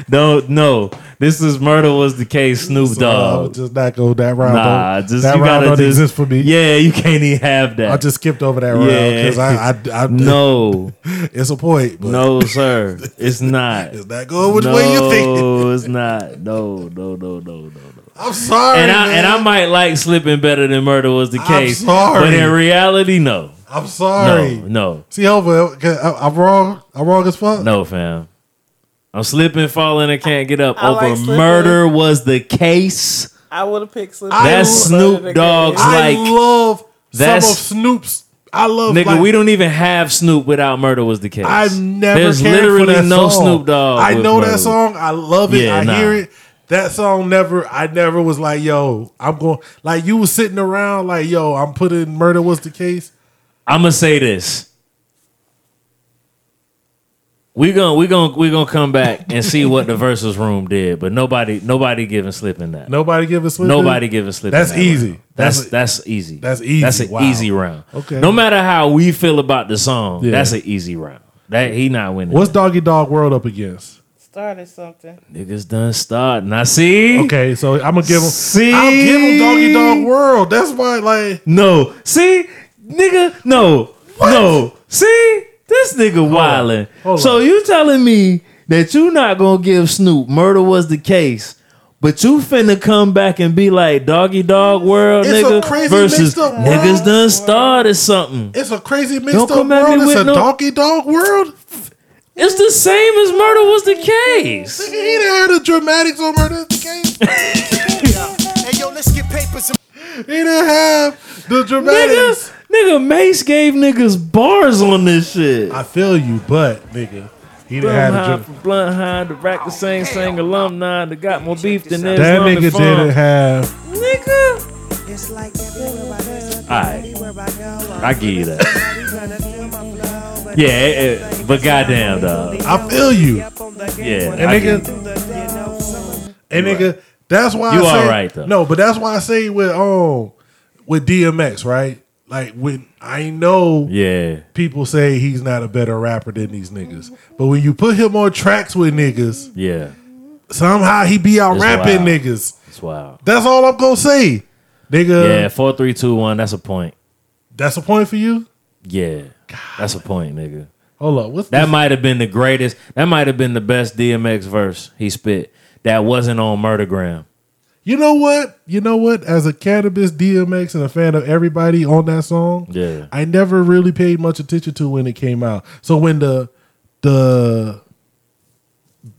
[SPEAKER 3] No, no. This is murder was the case. Snoop
[SPEAKER 2] I would
[SPEAKER 3] Dogg.
[SPEAKER 2] just not go that round.
[SPEAKER 3] Nah,
[SPEAKER 2] don't-
[SPEAKER 3] just
[SPEAKER 2] that
[SPEAKER 3] you
[SPEAKER 2] round don't
[SPEAKER 3] gotta just,
[SPEAKER 2] exist for me.
[SPEAKER 3] Yeah, you can't even have that.
[SPEAKER 2] I just skipped over that round because I, I, I
[SPEAKER 3] no,
[SPEAKER 2] it's a point. But
[SPEAKER 3] no, sir, it's not.
[SPEAKER 2] It's not going which way you think.
[SPEAKER 3] No, it's not. No, no, no, no, no.
[SPEAKER 2] I'm sorry,
[SPEAKER 3] and I
[SPEAKER 2] man.
[SPEAKER 3] and I might like slipping better than murder was the case.
[SPEAKER 2] sorry.
[SPEAKER 3] But in reality, no.
[SPEAKER 2] I'm sorry.
[SPEAKER 3] No, no,
[SPEAKER 2] See, over. I, am wrong. I'm wrong as fuck.
[SPEAKER 3] no, fam. I'm slipping, falling, and can't get up
[SPEAKER 1] I like
[SPEAKER 3] over
[SPEAKER 1] slipping.
[SPEAKER 3] murder was the case.
[SPEAKER 1] I would have picked Slippy.
[SPEAKER 3] That's Snoop Dogg's
[SPEAKER 2] I
[SPEAKER 3] like
[SPEAKER 2] love
[SPEAKER 3] that's-
[SPEAKER 2] some of Snoop's. I love
[SPEAKER 3] nigga.
[SPEAKER 2] like,
[SPEAKER 3] we don't even have Snoop without murder was the case.
[SPEAKER 2] I've never
[SPEAKER 3] There's
[SPEAKER 2] cared
[SPEAKER 3] literally
[SPEAKER 2] for that
[SPEAKER 3] no
[SPEAKER 2] song.
[SPEAKER 3] Snoop Dogg.
[SPEAKER 2] I
[SPEAKER 3] with
[SPEAKER 2] know
[SPEAKER 3] Murder
[SPEAKER 2] that
[SPEAKER 3] Was-
[SPEAKER 2] song. I love it.
[SPEAKER 3] Yeah,
[SPEAKER 2] I
[SPEAKER 3] nah.
[SPEAKER 2] hear it. That song never. I never was like, yo, I'm going. Like you was sitting around, like, yo, I'm putting murder was the case.
[SPEAKER 3] I'm gonna say this. We gonna we gonna we gonna come back and see what the versus room did, but nobody nobody giving slipping that.
[SPEAKER 2] Nobody give a slip.
[SPEAKER 3] Nobody giving slip. in
[SPEAKER 2] That's
[SPEAKER 3] that
[SPEAKER 2] easy.
[SPEAKER 3] round. That's that's, easy.
[SPEAKER 2] that's easy.
[SPEAKER 3] That's an
[SPEAKER 2] Wow.
[SPEAKER 3] easy round.
[SPEAKER 2] Okay.
[SPEAKER 3] No matter how we feel about the song,
[SPEAKER 2] Yeah.
[SPEAKER 3] that's an easy round. That he not winning.
[SPEAKER 2] What's Doggy Dog World up against?
[SPEAKER 1] started something.
[SPEAKER 3] Niggas done starting. I see.
[SPEAKER 2] Okay, so I'm gonna give him.
[SPEAKER 3] See?
[SPEAKER 2] I'll give him Doggy Dog World. That's why, like,
[SPEAKER 3] No. See, nigga. No. No. See, this nigga wildin'.
[SPEAKER 2] hold
[SPEAKER 3] So
[SPEAKER 2] on.
[SPEAKER 3] you telling me
[SPEAKER 13] that you not gonna give Snoop murder was the case. But you finna come back and be like doggy dog world,
[SPEAKER 2] It's a
[SPEAKER 13] nigga,
[SPEAKER 2] crazy
[SPEAKER 13] versus
[SPEAKER 2] mixed up world.
[SPEAKER 13] niggas done started something.
[SPEAKER 2] It's a crazy mixed
[SPEAKER 13] Don't come
[SPEAKER 2] up
[SPEAKER 13] at me
[SPEAKER 2] world. It's
[SPEAKER 13] with
[SPEAKER 2] a
[SPEAKER 13] no-
[SPEAKER 2] donkey dog world.
[SPEAKER 13] It's the same as murder was the case.
[SPEAKER 2] Nigga, he done had the dramatics on murder was the case.
[SPEAKER 12] Hey, yo, let's get papers.
[SPEAKER 2] He done have the dramatics.
[SPEAKER 13] Nigga, nigga, Mace gave niggas bars on this shit.
[SPEAKER 2] I feel you, but nigga, he done had
[SPEAKER 13] Blunt
[SPEAKER 2] the
[SPEAKER 13] high,
[SPEAKER 2] dram-
[SPEAKER 13] from Blunt high, the rack the same same alumni that got more beef than this.
[SPEAKER 2] That nigga didn't have.
[SPEAKER 13] Nigga.
[SPEAKER 3] Alright. I give you that. yeah, it- it- but goddamn, dog.
[SPEAKER 2] I feel you.
[SPEAKER 3] Yeah.
[SPEAKER 2] And
[SPEAKER 3] I
[SPEAKER 2] nigga,
[SPEAKER 3] get it.
[SPEAKER 2] and nigga, that's why
[SPEAKER 3] You
[SPEAKER 2] I say,
[SPEAKER 3] alright, though.
[SPEAKER 2] No, but that's why I say with um with DMX, right? Like when I know
[SPEAKER 3] yeah.
[SPEAKER 2] people say he's not a better rapper than these niggas, but when you put him on tracks with niggas,
[SPEAKER 3] Yeah.
[SPEAKER 2] somehow he be out
[SPEAKER 3] It's
[SPEAKER 2] rapping
[SPEAKER 3] wild.
[SPEAKER 2] niggas.
[SPEAKER 3] It's wild.
[SPEAKER 2] That's all I'm gonna say, nigga.
[SPEAKER 3] Yeah, four, three, two, one. That's a point.
[SPEAKER 2] That's a point for you.
[SPEAKER 3] Yeah, that's a point, nigga.
[SPEAKER 2] Hold up, what's
[SPEAKER 3] That
[SPEAKER 2] this?
[SPEAKER 3] might have been the greatest. That might have been the best DMX verse he spit. That wasn't on Murdergram.
[SPEAKER 2] You know what? You know what? As a cannabis DMX and a fan of everybody on that song,
[SPEAKER 3] Yeah.
[SPEAKER 2] I never really paid much attention to when it came out. So when the the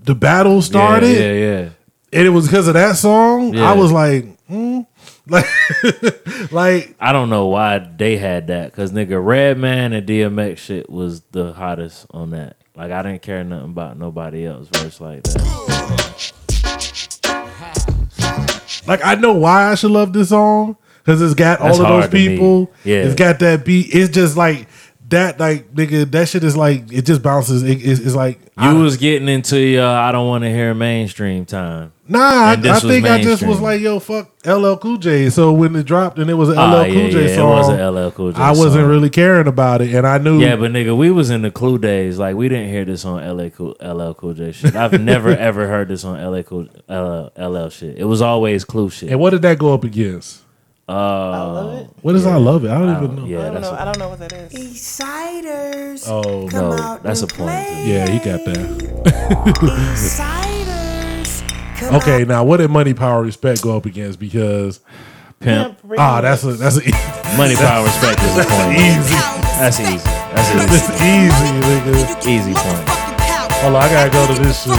[SPEAKER 2] the battle started,
[SPEAKER 3] Yeah, yeah. yeah.
[SPEAKER 2] and it was because of that song,
[SPEAKER 3] Yeah.
[SPEAKER 2] I was like, hmm. like, like
[SPEAKER 3] I don't know why they had that because nigga Redman and DMX shit was the hottest on that. Like I didn't care nothing about nobody else verse like that.
[SPEAKER 2] like I know why I should love this song because it's got
[SPEAKER 3] That's
[SPEAKER 2] all of
[SPEAKER 3] hard
[SPEAKER 2] those
[SPEAKER 3] to me.
[SPEAKER 2] people.
[SPEAKER 3] Yeah.
[SPEAKER 2] it's got that beat. It's just like that. Like nigga, that shit is like it just bounces. It, it's, it's like I-
[SPEAKER 3] You was getting into your I don't want to hear mainstream time.
[SPEAKER 2] Nah, I,
[SPEAKER 3] And this
[SPEAKER 2] I
[SPEAKER 3] was
[SPEAKER 2] think I just was
[SPEAKER 3] mainstream.
[SPEAKER 2] like, yo, fuck LL Cool J. So when it dropped and it was an LL
[SPEAKER 3] Ah,
[SPEAKER 2] Cool
[SPEAKER 3] yeah,
[SPEAKER 2] J
[SPEAKER 3] yeah, it
[SPEAKER 2] song,
[SPEAKER 3] was a LL Cool J
[SPEAKER 2] I wasn't
[SPEAKER 3] song.
[SPEAKER 2] really caring about it, and I knew.
[SPEAKER 3] Yeah, but nigga, we was in the Clue days. Like we didn't hear this on LA cool, LL Cool J shit. I've never ever heard this on LA Cool LL, LL shit. It was always Clue shit.
[SPEAKER 2] and what did that go up against?
[SPEAKER 3] Uh,
[SPEAKER 2] What is I love it? I don't even know.
[SPEAKER 3] Yeah, that's a-
[SPEAKER 14] I don't know what that is. Exciters.
[SPEAKER 2] Oh
[SPEAKER 3] Come no, out that's and a point, play. dude.
[SPEAKER 2] Yeah, he got that. okay, now what did Money Power Respect go up against? Because
[SPEAKER 3] Pimp.
[SPEAKER 2] Ah, that's a that's a
[SPEAKER 3] Money, power, respect is a
[SPEAKER 2] that's
[SPEAKER 3] point.
[SPEAKER 2] Easy,
[SPEAKER 3] That's easy. That's
[SPEAKER 2] that's easy,
[SPEAKER 3] easy.
[SPEAKER 2] nigga.
[SPEAKER 3] Easy point.
[SPEAKER 2] Hold on, I gotta go to this shit.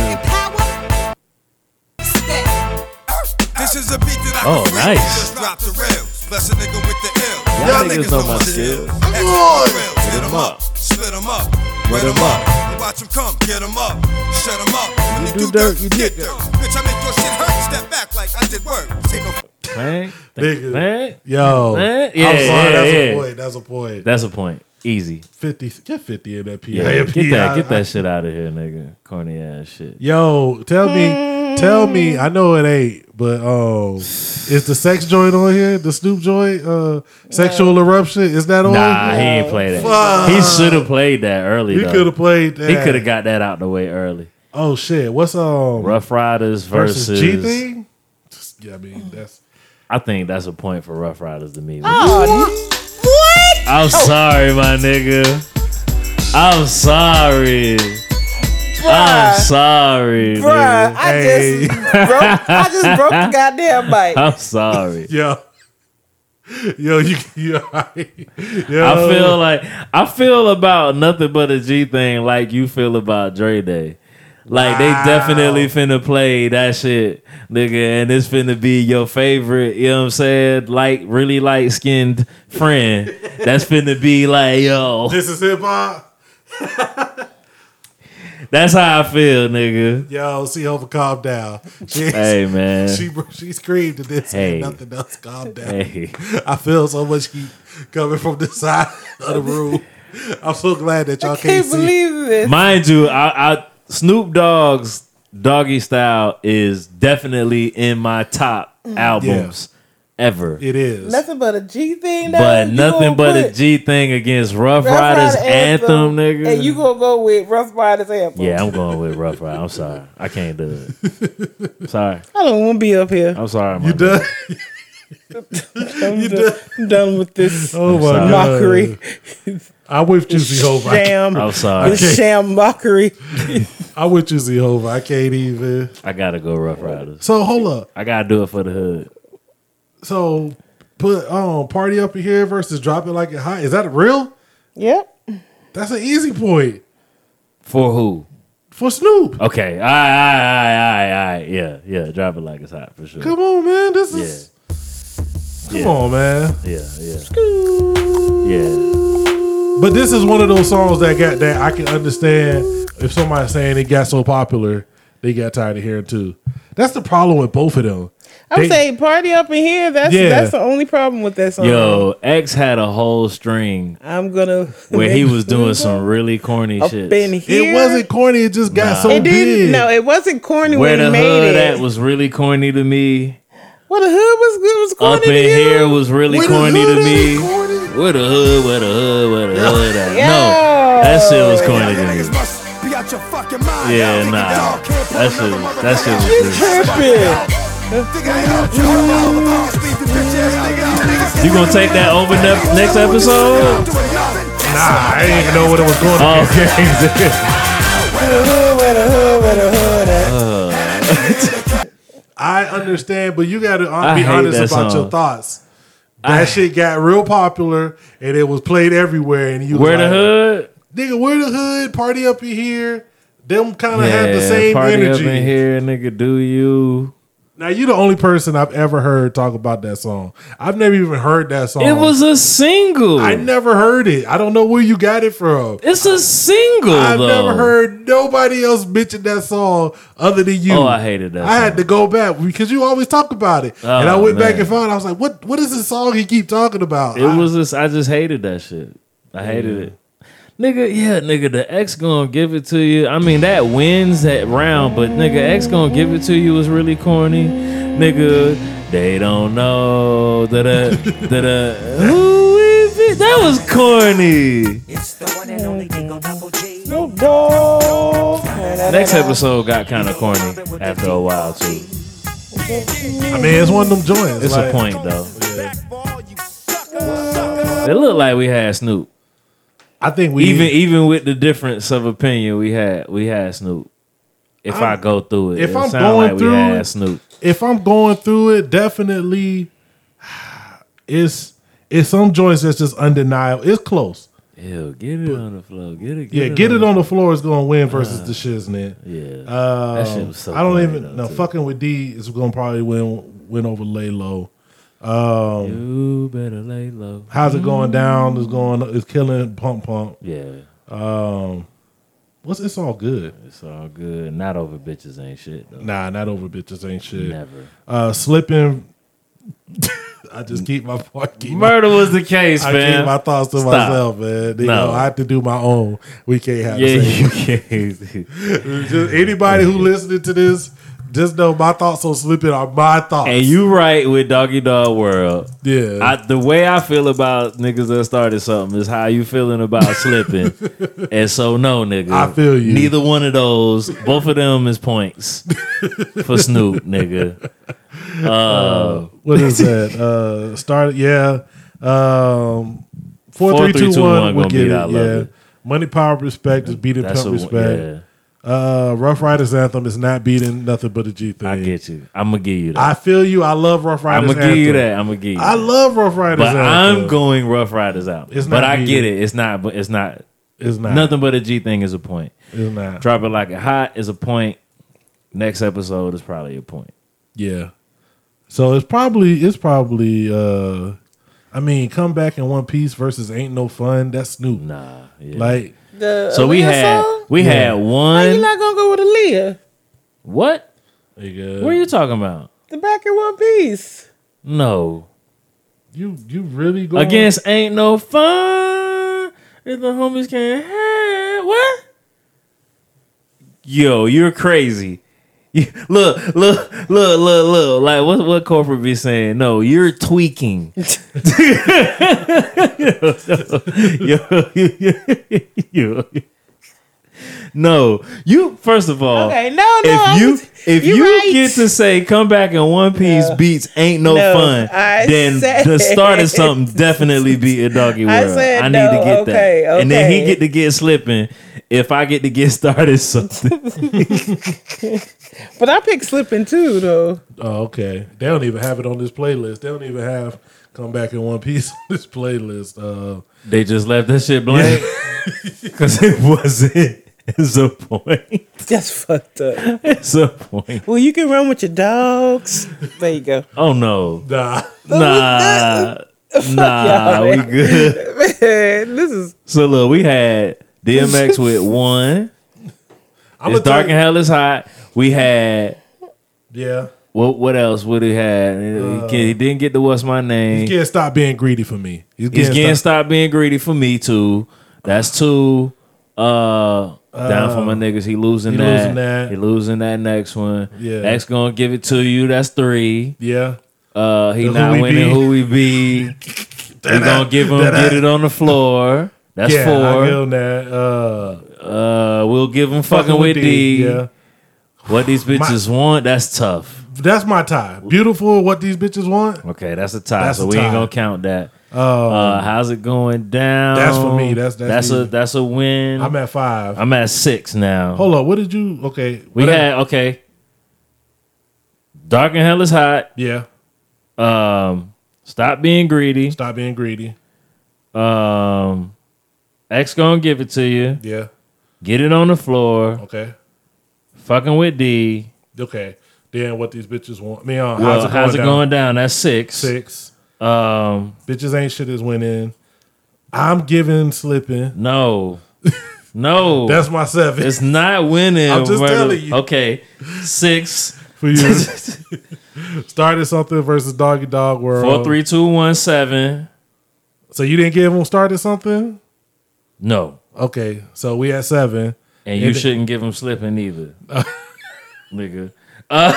[SPEAKER 15] This is a beat that I
[SPEAKER 3] Oh,
[SPEAKER 15] can freak.
[SPEAKER 3] nice.
[SPEAKER 15] Just drop the rails. Bless a nigga with the ill.
[SPEAKER 3] Y'all niggas know my skills.
[SPEAKER 15] Come on. Hit 'em up. Split 'em up. Wet 'em up. Watch 'em come. Get 'em up. Shut 'em up. When you do dirt, you get dirt. Bitch, I make your shit hurt. Step back like I did work. Take a
[SPEAKER 3] Man,
[SPEAKER 2] Nigga.
[SPEAKER 3] man,
[SPEAKER 2] Yo. I'm
[SPEAKER 3] man. Eh? yeah,
[SPEAKER 2] sorry,
[SPEAKER 3] yeah,
[SPEAKER 2] that's a
[SPEAKER 3] yeah.
[SPEAKER 2] point, that's a point.
[SPEAKER 3] That's a point. Easy.
[SPEAKER 2] Fifty, get fifty in that PI.
[SPEAKER 3] Yeah, get that, get
[SPEAKER 2] I-
[SPEAKER 3] that shit out of here, nigga. Corny ass shit.
[SPEAKER 2] Yo, tell me, tell me. I know it ain't, but um, is the sex joint on here? The Snoop joint, uh, sexual eruption. Is that on?
[SPEAKER 3] Nah, he ain't played that.
[SPEAKER 2] Oh, Fuck.
[SPEAKER 3] He should have played that early.
[SPEAKER 2] He
[SPEAKER 3] though.
[SPEAKER 2] coulda played
[SPEAKER 3] He
[SPEAKER 2] that.
[SPEAKER 3] could have got that out the way early.
[SPEAKER 2] Oh shit! What's um
[SPEAKER 3] Rough Riders versus,
[SPEAKER 2] G thing? Yeah, I mean that's
[SPEAKER 3] I think that's a point for Rough Riders to me.
[SPEAKER 14] Oh, what? Oh.
[SPEAKER 3] I'm sorry, my nigga. I'm sorry. I'm sorry,
[SPEAKER 14] Bruh,
[SPEAKER 3] nigga.
[SPEAKER 14] I just broke. I just broke the goddamn mic.
[SPEAKER 3] I'm sorry.
[SPEAKER 2] yo, yo, you, you yo.
[SPEAKER 3] I feel like I feel about nothing but a G thing like you feel about Dre Day. Like they definitely finna play that shit, nigga, and it's finna be your favorite, you know what I'm saying? Like really light skinned friend. That's finna be like, yo.
[SPEAKER 2] this is hip hop.
[SPEAKER 3] That's how I feel, nigga.
[SPEAKER 2] Yo, see, Hova, calm down. She,
[SPEAKER 3] Hey, man.
[SPEAKER 2] she she screamed at this.
[SPEAKER 3] Hey.
[SPEAKER 2] nothing else. Calm down.
[SPEAKER 3] Hey.
[SPEAKER 2] I feel so much heat coming from the side of the room. I'm so glad that y'all
[SPEAKER 14] I can't
[SPEAKER 2] see.
[SPEAKER 14] believe this.
[SPEAKER 3] Mind you, I, I Snoop Dogg's Doggy Style is definitely in my top
[SPEAKER 14] Mm.
[SPEAKER 3] albums ever.
[SPEAKER 2] It is.
[SPEAKER 14] nothing but a G thing. though,
[SPEAKER 3] But
[SPEAKER 14] you gonna
[SPEAKER 3] nothing but a
[SPEAKER 14] put
[SPEAKER 3] G thing against Rough,
[SPEAKER 14] Rough
[SPEAKER 3] Riders
[SPEAKER 14] Rider
[SPEAKER 3] anthem, nigga.
[SPEAKER 14] And you gonna go with Rough Riders anthem?
[SPEAKER 3] yeah, I'm going with Rough Rider. I'm sorry, I can't do it. Sorry,
[SPEAKER 1] I don't want to be up here.
[SPEAKER 3] I'm sorry. You done?
[SPEAKER 1] I'm, done, I'm done with this
[SPEAKER 2] Oh my God.
[SPEAKER 1] mockery.
[SPEAKER 2] I whipped you, see, Hova.
[SPEAKER 1] Sham.
[SPEAKER 3] I'm sorry.
[SPEAKER 1] This sham mockery.
[SPEAKER 2] I'm with you, Jehovah. I can't even.
[SPEAKER 3] I gotta go Rough Riders.
[SPEAKER 2] So hold up.
[SPEAKER 3] I gotta do it for the hood.
[SPEAKER 2] So put um party up in here versus drop it like it hot. Is that real?
[SPEAKER 14] Yep.
[SPEAKER 2] That's an easy point
[SPEAKER 3] For who?
[SPEAKER 2] for Snoop.
[SPEAKER 3] Okay. I I I I yeah yeah. Drop it like it's hot for sure.
[SPEAKER 2] Come on, man. This is come on, man.
[SPEAKER 3] Yeah yeah. Yeah.
[SPEAKER 2] But this is one of those songs that got that I can understand if somebody's saying it got so popular they got tired of hearing too. That's the problem with both of them.
[SPEAKER 14] I'm
[SPEAKER 2] They-
[SPEAKER 14] saying party up in here. That's
[SPEAKER 3] Yeah.
[SPEAKER 14] that's the only problem with that song.
[SPEAKER 3] Yo, X had a whole string
[SPEAKER 14] I'm gonna
[SPEAKER 3] where he was doing some really corny
[SPEAKER 14] up
[SPEAKER 3] shit.
[SPEAKER 14] in here.
[SPEAKER 2] It wasn't corny. It just got
[SPEAKER 3] Nah.
[SPEAKER 2] so
[SPEAKER 14] It
[SPEAKER 2] big.
[SPEAKER 14] didn't. No, it wasn't corny
[SPEAKER 3] Where
[SPEAKER 14] when
[SPEAKER 3] the
[SPEAKER 14] he made
[SPEAKER 3] hood
[SPEAKER 14] it.
[SPEAKER 3] at was really corny to me.
[SPEAKER 14] Well, the hood was good. Was corny
[SPEAKER 3] Up in
[SPEAKER 14] to you.
[SPEAKER 3] here was really
[SPEAKER 14] Where the
[SPEAKER 3] corny to
[SPEAKER 14] hood
[SPEAKER 3] me. Where the hood, where the hood, where the hood at? No, that shit was corny to me. Yeah, nah, that shit, was- that shit was
[SPEAKER 14] You
[SPEAKER 3] just-
[SPEAKER 14] tripping?
[SPEAKER 3] You gonna take that over ne- next episode?
[SPEAKER 2] Nah, I didn't even know what it was going
[SPEAKER 3] on. Okay.
[SPEAKER 2] I understand, but you got to
[SPEAKER 3] Uh. I
[SPEAKER 2] be
[SPEAKER 3] hate
[SPEAKER 2] honest
[SPEAKER 3] that
[SPEAKER 2] about
[SPEAKER 3] song.
[SPEAKER 2] your thoughts. That
[SPEAKER 3] I-
[SPEAKER 2] shit got real popular, and it was played everywhere. And you was
[SPEAKER 3] Where the
[SPEAKER 2] like,
[SPEAKER 3] hood?
[SPEAKER 2] nigga, where the hood? Party up in here. Them kind of had the
[SPEAKER 3] Yeah,
[SPEAKER 2] same
[SPEAKER 3] party up in
[SPEAKER 2] energy.
[SPEAKER 3] here, nigga. Do you?
[SPEAKER 2] Now you the only person I've ever heard talk about that song. I've never even heard that song.
[SPEAKER 3] It was a single.
[SPEAKER 2] Oh. I never heard it. I don't know where you got it from.
[SPEAKER 3] It's a single.
[SPEAKER 2] I've
[SPEAKER 3] though.
[SPEAKER 2] never heard nobody else mention that song other than you.
[SPEAKER 3] Oh, I hated that
[SPEAKER 2] I had to go back because you always talk about it,
[SPEAKER 3] Oh,
[SPEAKER 2] and I went back
[SPEAKER 3] man.
[SPEAKER 2] and found. I was like, "What? What is this song he keep talking about?"
[SPEAKER 3] It was just I just hated that shit. I hated it. Nigga, yeah, nigga, the X gonna give it to you. I mean, that wins that round, but nigga, X gonna give it to you was really corny. Nigga, they don't know. Da da da da. uh, Who is it? That was corny.
[SPEAKER 14] No dog.
[SPEAKER 3] Next episode got kind of corny after a while, too.
[SPEAKER 2] I mean, it's one of them joints.
[SPEAKER 3] It's
[SPEAKER 2] like-
[SPEAKER 3] a point, though. It looked like we had Snoop.
[SPEAKER 2] I think we-
[SPEAKER 3] even even with the difference of opinion we had we had Snoop. If i
[SPEAKER 2] I'm-
[SPEAKER 3] go through it,
[SPEAKER 2] if
[SPEAKER 3] it
[SPEAKER 2] I'm
[SPEAKER 3] sound
[SPEAKER 2] going
[SPEAKER 3] like
[SPEAKER 2] through
[SPEAKER 3] we had
[SPEAKER 2] it-
[SPEAKER 3] Snoop.
[SPEAKER 2] If I'm going through it, definitely, it's it's some joints that's just undeniable. It's close.
[SPEAKER 3] Ew, get it on the floor. Get it. Get
[SPEAKER 2] Yeah,
[SPEAKER 3] it
[SPEAKER 2] get
[SPEAKER 3] on
[SPEAKER 2] it on the floor is gonna win versus the shiznit.
[SPEAKER 3] Yeah,
[SPEAKER 2] um,
[SPEAKER 3] That shit was so
[SPEAKER 2] I don't
[SPEAKER 3] corny,
[SPEAKER 2] even no fucking with D is gonna probably win win over lay low. Um,
[SPEAKER 3] You better lay low.
[SPEAKER 2] how's it going down?
[SPEAKER 3] Mm.
[SPEAKER 2] Is going is killing pump pump.
[SPEAKER 3] Yeah.
[SPEAKER 2] Um, what's it's all good.
[SPEAKER 3] It's all good. Not over bitches ain't shit though.
[SPEAKER 2] Nah, not over bitches ain't shit.
[SPEAKER 3] Never.
[SPEAKER 2] Uh, slipping. I just keep my part. keep my-
[SPEAKER 3] Murder was the case,
[SPEAKER 2] I
[SPEAKER 3] man.
[SPEAKER 2] keep my thoughts to
[SPEAKER 3] Stop.
[SPEAKER 2] myself, man. You
[SPEAKER 3] No.
[SPEAKER 2] know, I have to do my own. We can't have.
[SPEAKER 3] Yeah,
[SPEAKER 2] the same.
[SPEAKER 3] you can't.
[SPEAKER 2] just anybody who listening to this, just know my thoughts on slipping are my thoughts.
[SPEAKER 3] And you right with doggy dog world.
[SPEAKER 2] Yeah.
[SPEAKER 3] I, the way I feel about niggas that started something is how you feeling about slipping. and so no nigga.
[SPEAKER 2] I feel you.
[SPEAKER 3] Neither one of those. Both of them is points for Snoop, nigga. Uh,
[SPEAKER 2] Uh, what is that? Uh, started. Yeah. Um, four, three, two, one.
[SPEAKER 3] gonna
[SPEAKER 2] We'll get
[SPEAKER 3] beat
[SPEAKER 2] it.
[SPEAKER 3] I Love
[SPEAKER 2] yeah.
[SPEAKER 3] It.
[SPEAKER 2] Money, power, respect is beating
[SPEAKER 3] That's
[SPEAKER 2] pump
[SPEAKER 3] a-
[SPEAKER 2] respect. Uh, Rough Riders anthem is not beating nothing but a G thing. I
[SPEAKER 3] get you. I'm gonna give you that.
[SPEAKER 2] I feel you. I love Rough
[SPEAKER 3] I'm
[SPEAKER 2] Riders.
[SPEAKER 3] gonna give you
[SPEAKER 2] anthem.
[SPEAKER 3] that. I'm gonna give you.
[SPEAKER 2] I
[SPEAKER 3] that.
[SPEAKER 2] love Rough Riders.
[SPEAKER 3] But
[SPEAKER 2] anthem.
[SPEAKER 3] I'm going Rough Riders out.
[SPEAKER 2] It's
[SPEAKER 3] but
[SPEAKER 2] not
[SPEAKER 3] I
[SPEAKER 2] me.
[SPEAKER 3] get it. It's not. But it's not.
[SPEAKER 2] It's not.
[SPEAKER 3] Nothing but a G thing is a point.
[SPEAKER 2] It's not.
[SPEAKER 3] Drop it like a hot is a point. Next episode is probably a point.
[SPEAKER 2] Yeah. So it's probably it's probably uh I mean, come back in one piece versus ain't no fun. That's Snoop.
[SPEAKER 3] Nah.
[SPEAKER 2] Like
[SPEAKER 14] The
[SPEAKER 3] So we
[SPEAKER 14] Aaliyah
[SPEAKER 3] had
[SPEAKER 14] song?
[SPEAKER 3] we
[SPEAKER 2] Yeah.
[SPEAKER 3] had
[SPEAKER 14] How you
[SPEAKER 3] one.
[SPEAKER 14] not gonna go with Aaliyah?
[SPEAKER 3] What? What are you talking about?
[SPEAKER 14] The back in one piece.
[SPEAKER 3] No.
[SPEAKER 2] You you really go
[SPEAKER 3] Against ain't no fun if the homies can't have what? Yo, you're crazy. You- Look, look, look, look, look. Like what what corporate be saying? No, you're tweaking. yo, yo, yo, yo. No, you first of all.
[SPEAKER 14] Okay, no, no, I
[SPEAKER 3] Oh. If you
[SPEAKER 14] was-
[SPEAKER 3] if
[SPEAKER 14] you're
[SPEAKER 3] you
[SPEAKER 14] right.
[SPEAKER 3] get to say come back in one piece beats ain't no,
[SPEAKER 14] No,
[SPEAKER 3] fun,
[SPEAKER 14] I
[SPEAKER 3] then the
[SPEAKER 14] said-
[SPEAKER 3] start of something definitely be a doggy
[SPEAKER 14] I
[SPEAKER 3] world. I,
[SPEAKER 14] said
[SPEAKER 3] need
[SPEAKER 14] no,
[SPEAKER 3] to get that,
[SPEAKER 14] okay,
[SPEAKER 3] and then he
[SPEAKER 14] okay.
[SPEAKER 3] get to get slipping, if I get to get started something.
[SPEAKER 1] But I picked slipping too, though.
[SPEAKER 2] Oh, okay. They don't even have it on this playlist. They don't even have "Come Back in One Piece" on this playlist. Uh,
[SPEAKER 3] they just left that shit blank because it wasn't. It's a point.
[SPEAKER 1] That's fucked up.
[SPEAKER 3] It's a point.
[SPEAKER 1] Well, you can run with your dogs. There you go.
[SPEAKER 3] Oh no.
[SPEAKER 2] Nah.
[SPEAKER 3] Nah. nah.
[SPEAKER 1] y'all,
[SPEAKER 3] We
[SPEAKER 1] man.
[SPEAKER 3] good.
[SPEAKER 1] Man, this is
[SPEAKER 3] So look, we had DMX with one.
[SPEAKER 2] I'ma
[SPEAKER 3] it's dark
[SPEAKER 2] tell you-
[SPEAKER 3] and hell is hot. We had
[SPEAKER 2] yeah.
[SPEAKER 3] what? What else would he had? He-
[SPEAKER 2] Uh,
[SPEAKER 3] he, didn't get to what's my
[SPEAKER 2] You
[SPEAKER 3] name.
[SPEAKER 2] can't stop being greedy for me. You
[SPEAKER 3] He's
[SPEAKER 2] can't
[SPEAKER 3] getting
[SPEAKER 2] stop-
[SPEAKER 3] stop being greedy for me too. That's two. Uh, down for my niggas. He losing
[SPEAKER 2] he
[SPEAKER 3] that.
[SPEAKER 2] losing that.
[SPEAKER 3] He losing that next one.
[SPEAKER 2] Yeah.
[SPEAKER 3] X gonna give it to you. That's three.
[SPEAKER 2] Yeah.
[SPEAKER 3] Uh, he
[SPEAKER 2] The
[SPEAKER 3] not
[SPEAKER 2] Who We
[SPEAKER 3] winning.
[SPEAKER 2] Be.
[SPEAKER 3] Who we be? we gonna give him
[SPEAKER 2] Da-da.
[SPEAKER 3] get it on the floor. That's
[SPEAKER 2] yeah,
[SPEAKER 3] four.
[SPEAKER 2] I give him that. Uh,
[SPEAKER 3] Uh, we'll give them fucking, with D.
[SPEAKER 2] Yeah.
[SPEAKER 3] What these bitches want, that's tough.
[SPEAKER 2] That's my tie. Beautiful. What these bitches want.
[SPEAKER 3] Okay, that's a tie.
[SPEAKER 2] That's
[SPEAKER 3] so
[SPEAKER 2] a
[SPEAKER 3] we
[SPEAKER 2] tie.
[SPEAKER 3] ain't gonna count that.
[SPEAKER 2] Oh.
[SPEAKER 3] uh, how's it going down?
[SPEAKER 2] That's for me. That's- that's
[SPEAKER 3] a
[SPEAKER 2] easy.
[SPEAKER 3] that's a win.
[SPEAKER 2] I'm at five.
[SPEAKER 3] I'm at six now.
[SPEAKER 2] Hold on. What did you? Okay.
[SPEAKER 3] we
[SPEAKER 2] whatever.
[SPEAKER 3] had okay. Dark and hell is hot.
[SPEAKER 2] Yeah.
[SPEAKER 3] Um, stop being greedy.
[SPEAKER 2] Stop being greedy.
[SPEAKER 3] Um, X gonna give it to you.
[SPEAKER 2] Yeah.
[SPEAKER 3] Get it on the floor.
[SPEAKER 2] Okay.
[SPEAKER 3] Fucking with D.
[SPEAKER 2] Okay. Then what these bitches want? I mean, uh,
[SPEAKER 3] Well, how's it, going, down? That's six.
[SPEAKER 2] Six.
[SPEAKER 3] Um,
[SPEAKER 2] Bitches ain't shit is winning. I'm giving slipping.
[SPEAKER 3] No. No.
[SPEAKER 2] That's my seven.
[SPEAKER 3] It's not winning.
[SPEAKER 2] I'm just
[SPEAKER 3] brother.
[SPEAKER 2] telling you.
[SPEAKER 3] Okay. Six.
[SPEAKER 2] for you. Started something versus doggy dog world.
[SPEAKER 3] Four, three, two, one, seven.
[SPEAKER 2] So you didn't give them started something.
[SPEAKER 3] No.
[SPEAKER 2] Okay, so we at seven.
[SPEAKER 3] And you
[SPEAKER 2] And-
[SPEAKER 3] shouldn't give him slipping either. Nigga. Uh,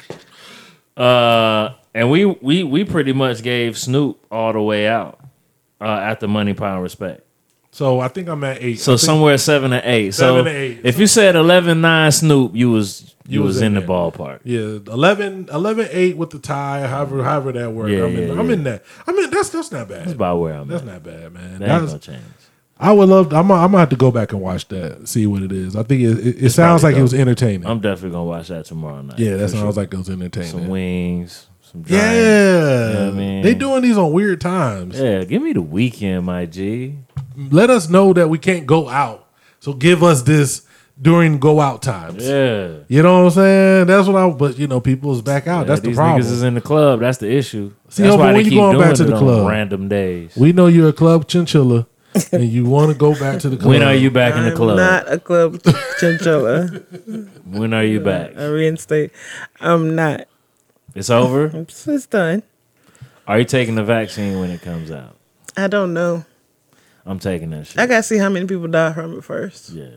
[SPEAKER 3] uh, and we, we we pretty much gave Snoop all the way out uh, after money, power, and respect.
[SPEAKER 2] So I think I'm at eight.
[SPEAKER 3] So
[SPEAKER 2] I think
[SPEAKER 3] somewhere seven or eight. so
[SPEAKER 2] Seven to eight.
[SPEAKER 3] if you said 11, 9 Snoop, you was you, was, in, the
[SPEAKER 2] there.
[SPEAKER 3] ballpark.
[SPEAKER 2] Yeah, 11, 11 8 with the tie. However, however that worked.
[SPEAKER 3] Yeah,
[SPEAKER 2] I'm, in,
[SPEAKER 3] yeah,
[SPEAKER 2] I'm
[SPEAKER 3] yeah.
[SPEAKER 2] in that. I mean, that's that's not bad.
[SPEAKER 3] That's about where I'm
[SPEAKER 2] That's
[SPEAKER 3] at.
[SPEAKER 2] not bad, man.
[SPEAKER 3] That
[SPEAKER 2] That's-
[SPEAKER 3] ain't gonna change.
[SPEAKER 2] I would love. To, I'm. gonna- I'm gonna have to go back and watch that. See what it is. I think it. It, it sounds like
[SPEAKER 3] probably
[SPEAKER 2] it was
[SPEAKER 3] dope.
[SPEAKER 2] entertaining.
[SPEAKER 3] I'm definitely gonna watch that tomorrow night.
[SPEAKER 2] yeah, that
[SPEAKER 3] for
[SPEAKER 2] sounds
[SPEAKER 3] sure.
[SPEAKER 2] like it was entertaining.
[SPEAKER 3] some wings, some drinks.
[SPEAKER 2] yeah,
[SPEAKER 3] You know what I mean?
[SPEAKER 2] they doing these on weird times.
[SPEAKER 3] Yeah, give me the weekend, my G.
[SPEAKER 2] Let us know that we can't go out. So give us this during go out times.
[SPEAKER 3] Yeah,
[SPEAKER 2] You know what I'm saying? That's what I. But you know, people's back out. That's
[SPEAKER 3] Yeah,
[SPEAKER 2] the
[SPEAKER 3] these
[SPEAKER 2] problem.
[SPEAKER 3] Niggas is in the club. That's the issue.
[SPEAKER 2] See,
[SPEAKER 3] That's
[SPEAKER 2] Hope,
[SPEAKER 3] why
[SPEAKER 2] when
[SPEAKER 3] they
[SPEAKER 2] you
[SPEAKER 3] keep
[SPEAKER 2] going
[SPEAKER 3] doing
[SPEAKER 2] back to
[SPEAKER 3] it
[SPEAKER 2] the
[SPEAKER 3] on
[SPEAKER 2] club?
[SPEAKER 3] random days.
[SPEAKER 2] We know you're a club chinchilla, and you want to go back to the club.
[SPEAKER 3] When are you back in the
[SPEAKER 1] I'm
[SPEAKER 3] club?
[SPEAKER 1] not a club chinchilla.
[SPEAKER 3] when are you back?
[SPEAKER 1] I reinstate. I'm not.
[SPEAKER 3] It's over.
[SPEAKER 1] It's, it's done.
[SPEAKER 3] Are you taking the vaccine when it comes out?
[SPEAKER 1] I don't know.
[SPEAKER 3] I'm taking that shit.
[SPEAKER 1] I gotta see how many people die from it first.
[SPEAKER 3] Yeah.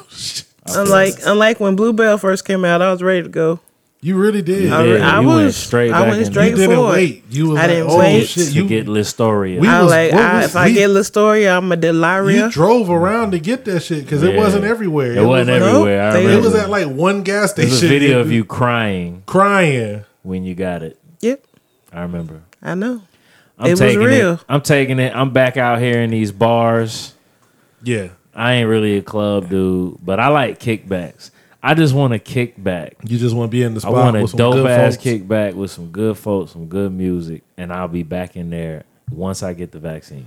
[SPEAKER 3] I feel
[SPEAKER 1] Unlike unlike when Bluebell first came out, I was ready to go.
[SPEAKER 2] You really did.
[SPEAKER 1] I, re-
[SPEAKER 3] Yeah,
[SPEAKER 1] I
[SPEAKER 3] you
[SPEAKER 1] was
[SPEAKER 3] went straight
[SPEAKER 1] I
[SPEAKER 3] back
[SPEAKER 1] went
[SPEAKER 3] in.
[SPEAKER 1] straight
[SPEAKER 2] You didn't
[SPEAKER 1] for
[SPEAKER 2] wait.
[SPEAKER 1] it.
[SPEAKER 2] You was
[SPEAKER 1] I
[SPEAKER 2] like,
[SPEAKER 1] didn't
[SPEAKER 2] oh,
[SPEAKER 1] wait.
[SPEAKER 2] shit.
[SPEAKER 3] to
[SPEAKER 2] You-
[SPEAKER 3] get Listoria.
[SPEAKER 2] We
[SPEAKER 1] I
[SPEAKER 2] was-
[SPEAKER 1] like
[SPEAKER 2] what
[SPEAKER 1] I,
[SPEAKER 2] was-
[SPEAKER 1] if I
[SPEAKER 2] we-
[SPEAKER 1] get Listoria, I'm a Delaria.
[SPEAKER 2] You drove around to get that shit because it
[SPEAKER 3] Yeah.
[SPEAKER 2] wasn't everywhere.
[SPEAKER 3] It wasn't
[SPEAKER 2] was like-
[SPEAKER 3] everywhere, I
[SPEAKER 2] It
[SPEAKER 3] remember.
[SPEAKER 2] was at like one gas station.
[SPEAKER 3] There's a video of you crying
[SPEAKER 2] crying.
[SPEAKER 3] when you got it.
[SPEAKER 1] Yep,
[SPEAKER 3] I remember.
[SPEAKER 1] I know.
[SPEAKER 3] I'm
[SPEAKER 1] it was
[SPEAKER 3] taking
[SPEAKER 1] real.
[SPEAKER 3] it. I'm taking it. I'm back out here in these bars.
[SPEAKER 2] Yeah,
[SPEAKER 3] I ain't really a club dude, but I like kickbacks. I just want to kick back.
[SPEAKER 2] you just want to be in the
[SPEAKER 3] I
[SPEAKER 2] spot.
[SPEAKER 3] want a
[SPEAKER 2] with some
[SPEAKER 3] dope
[SPEAKER 2] good
[SPEAKER 3] ass
[SPEAKER 2] folks.
[SPEAKER 3] kickback with some good folks, some good music, and I'll be back in there once I get the vaccine.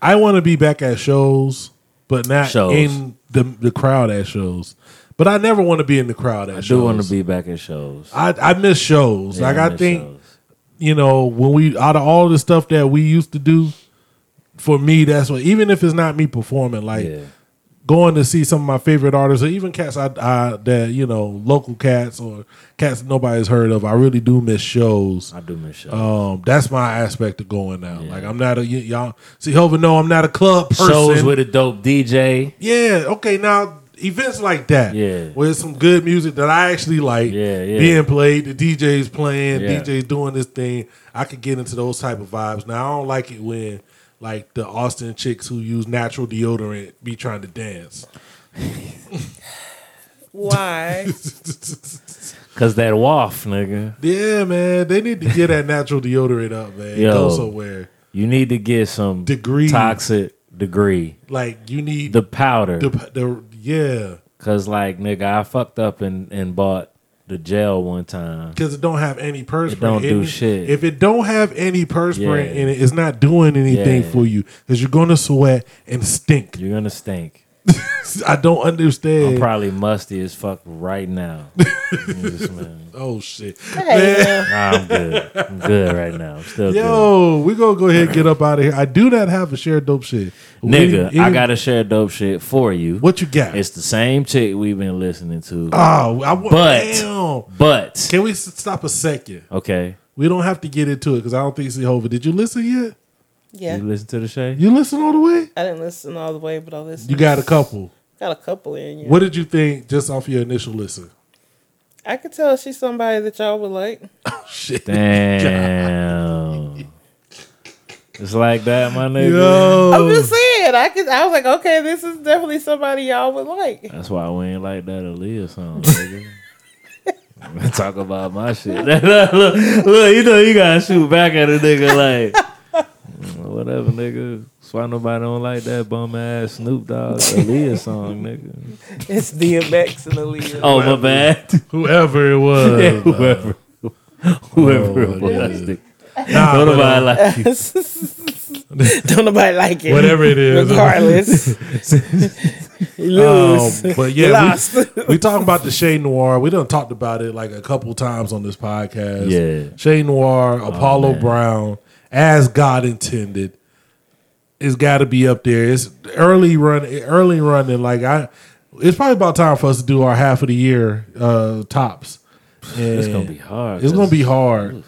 [SPEAKER 2] I want to be back at shows, but not
[SPEAKER 3] Shows.
[SPEAKER 2] in the the crowd at shows. But I never want to be in the crowd at
[SPEAKER 3] I
[SPEAKER 2] shows.
[SPEAKER 3] do want to be back at shows.
[SPEAKER 2] I, I miss shows.
[SPEAKER 3] Yeah,
[SPEAKER 2] like
[SPEAKER 3] I
[SPEAKER 2] I,
[SPEAKER 3] miss
[SPEAKER 2] think,
[SPEAKER 3] shows.
[SPEAKER 2] you know, when we out of all the stuff that we used to do, for me that's what. Even if it's not me performing, like
[SPEAKER 3] Yeah.
[SPEAKER 2] going to see some of my favorite artists, or even cats I, I that you know local cats or cats nobody's heard of. I really do miss shows.
[SPEAKER 3] I do miss shows.
[SPEAKER 2] Um, that's my aspect of going now. Like I'm not a y- y'all see over. No, I'm not a club person.
[SPEAKER 3] Shows with a dope DJ.
[SPEAKER 2] Yeah. Okay. Now events like that.
[SPEAKER 3] Yeah.
[SPEAKER 2] Where there's some good music that I actually like.
[SPEAKER 3] Yeah, yeah.
[SPEAKER 2] Being played, the DJ's playing,
[SPEAKER 3] Yeah.
[SPEAKER 2] DJ's doing this thing. I could get into those type of vibes. Now I don't like it when like the Austin chicks who use natural deodorant be trying to dance.
[SPEAKER 1] Why?
[SPEAKER 3] Cause that waff, nigga.
[SPEAKER 2] Yeah, man. They need to get that natural deodorant up, man.
[SPEAKER 3] Yo.
[SPEAKER 2] Go somewhere.
[SPEAKER 3] You need to get some
[SPEAKER 2] Degree.
[SPEAKER 3] toxic degree.
[SPEAKER 2] Like you need
[SPEAKER 3] the powder.
[SPEAKER 2] The, the yeah,
[SPEAKER 3] Cause like nigga, I fucked up and, and bought the gel one time.
[SPEAKER 2] because it don't have any perspirant.
[SPEAKER 3] don't do
[SPEAKER 2] It-
[SPEAKER 3] shit.
[SPEAKER 2] If it don't have any perspirant
[SPEAKER 3] Yeah.
[SPEAKER 2] in it, it's not doing anything
[SPEAKER 3] Yeah.
[SPEAKER 2] for you because you're gonna sweat and stink.
[SPEAKER 3] You're gonna stink.
[SPEAKER 2] I don't understand.
[SPEAKER 3] I'm probably musty as fuck right now. Yes, man.
[SPEAKER 2] Oh shit!
[SPEAKER 3] Hey,
[SPEAKER 2] Man.
[SPEAKER 3] Nah, I'm good. I'm good right now. I'm still
[SPEAKER 2] Yo, we gonna go ahead and get up out of here. I do not have a shared dope shit,
[SPEAKER 3] good. Nigga, I gotta share dope shit for you.
[SPEAKER 2] What you got?
[SPEAKER 3] It's the same chick we've been listening to.
[SPEAKER 2] Oh, I want.
[SPEAKER 3] but
[SPEAKER 2] damn.
[SPEAKER 3] but
[SPEAKER 2] can we s- stop a second?
[SPEAKER 3] okay.
[SPEAKER 2] We don't have to get into it because I don't think Sehova. Did you listen yet?
[SPEAKER 14] Yeah.
[SPEAKER 3] You listen to the shade?
[SPEAKER 2] You listen all the way.
[SPEAKER 14] I didn't listen all the way, but I listened.
[SPEAKER 2] You got a couple.
[SPEAKER 14] Got a couple in you.
[SPEAKER 2] What did you think just off your initial listen?
[SPEAKER 14] I could tell she's somebody that y'all would like.
[SPEAKER 2] Shit.
[SPEAKER 3] Damn. it's like that, my nigga.
[SPEAKER 14] I'm
[SPEAKER 2] Oh.
[SPEAKER 14] just saying. I could. I was like, okay, this is definitely somebody y'all would like.
[SPEAKER 3] That's why we ain't like that Aaliyah song, nigga. Talk about my shit. look, look, you know you gotta shoot back at a nigga like "Mm, whatever, nigga. That's why nobody don't like that bum ass Snoop Dogg Aaliyah song, nigga.
[SPEAKER 14] It's DMX and Aaliyah.
[SPEAKER 3] Oh my bad.
[SPEAKER 2] Whoever it was,
[SPEAKER 3] Yeah, whoever, whoever
[SPEAKER 2] Oh,
[SPEAKER 3] it was.
[SPEAKER 2] yeah.
[SPEAKER 3] nigga.
[SPEAKER 2] Nah,
[SPEAKER 3] don't
[SPEAKER 2] but,
[SPEAKER 3] nobody
[SPEAKER 2] uh,
[SPEAKER 3] like you.
[SPEAKER 14] Don't nobody like it.
[SPEAKER 2] Whatever it is.
[SPEAKER 14] Regardless. You lose.
[SPEAKER 2] Um, but
[SPEAKER 14] You
[SPEAKER 2] yeah,
[SPEAKER 14] lost.
[SPEAKER 2] we, we talking about the Shea Noir. We done talked about it like a couple times on this podcast.
[SPEAKER 3] Yeah. Oh,
[SPEAKER 2] Shea Noir, Apollo
[SPEAKER 3] man.
[SPEAKER 2] Brown, as God intended, it's got to be up there. It's early run, early running. Like I, it's probably about time for us to do our half of the year uh tops.
[SPEAKER 3] It's
[SPEAKER 2] And
[SPEAKER 3] gonna be hard.
[SPEAKER 2] It's gonna be hard,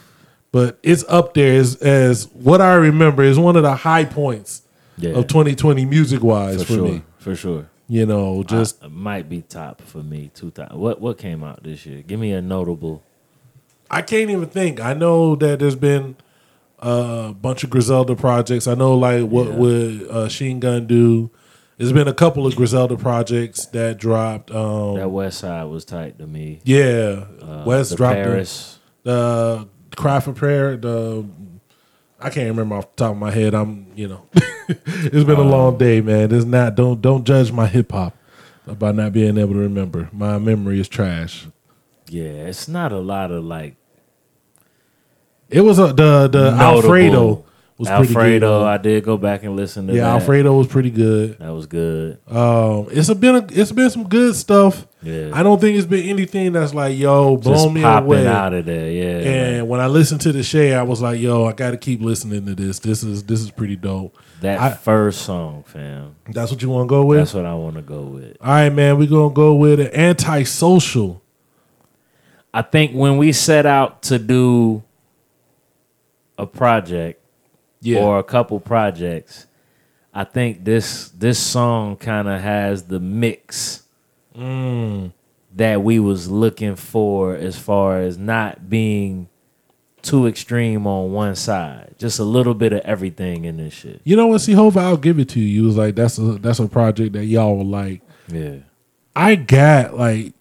[SPEAKER 2] but it's up there as, as what I remember is one of the high points
[SPEAKER 3] Yeah.
[SPEAKER 2] of 2020 music wise Oh, for,
[SPEAKER 3] for sure.
[SPEAKER 2] me.
[SPEAKER 3] For sure.
[SPEAKER 2] You know, just
[SPEAKER 3] I- it might be top for me. Two thousand. What what came out this year? Give me a notable.
[SPEAKER 2] I can't even think. I know that there's been a bunch of Griselda projects. I know like what would uh, Sheen Gun do. There's been a couple of Griselda projects that dropped. Um,
[SPEAKER 3] That West Side was tight to me.
[SPEAKER 2] yeah,
[SPEAKER 3] Uh,
[SPEAKER 2] West
[SPEAKER 3] the
[SPEAKER 2] dropped the-
[SPEAKER 3] Paris.
[SPEAKER 2] the Cry for Prayer. The I can't remember off the top of my head. I'm you know, it's
[SPEAKER 3] Uh,
[SPEAKER 2] been a long day, man. It's not. Don't don't judge my hip hop by not being able to remember. My memory is trash.
[SPEAKER 3] yeah, it's not a lot of like
[SPEAKER 2] It was uh, the the
[SPEAKER 3] notable-
[SPEAKER 2] Alfredo was pretty good.
[SPEAKER 3] Alfredo.
[SPEAKER 2] though.
[SPEAKER 3] I did go back and listen to
[SPEAKER 2] yeah,
[SPEAKER 3] that.
[SPEAKER 2] Alfredo was pretty good.
[SPEAKER 3] That was good.
[SPEAKER 2] Um, it's a been a, it's been some good stuff.
[SPEAKER 3] Yeah.
[SPEAKER 2] I don't think it's been anything that's like yo blown
[SPEAKER 3] Just
[SPEAKER 2] me
[SPEAKER 3] popping
[SPEAKER 2] away.
[SPEAKER 3] out of there, yeah.
[SPEAKER 2] And when I listened to the Shay, I was like, yo, I got to keep listening to this. This is this is pretty dope.
[SPEAKER 3] That
[SPEAKER 2] I-
[SPEAKER 3] first song, fam.
[SPEAKER 2] That's what you want to go with.
[SPEAKER 3] That's what I want to go with.
[SPEAKER 2] All right, man. We're gonna go with an antisocial.
[SPEAKER 3] I think when we set out to do a project
[SPEAKER 2] Yeah.
[SPEAKER 3] or a couple projects, I think this this song kind of has the mix Mm. that we was looking for as far as not being too extreme on one side. Just a little bit of everything in this shit.
[SPEAKER 2] You know what? See, Hova, I'll give it to you. You was like, that's a that's a project that y'all will like.
[SPEAKER 3] Yeah.
[SPEAKER 2] I got like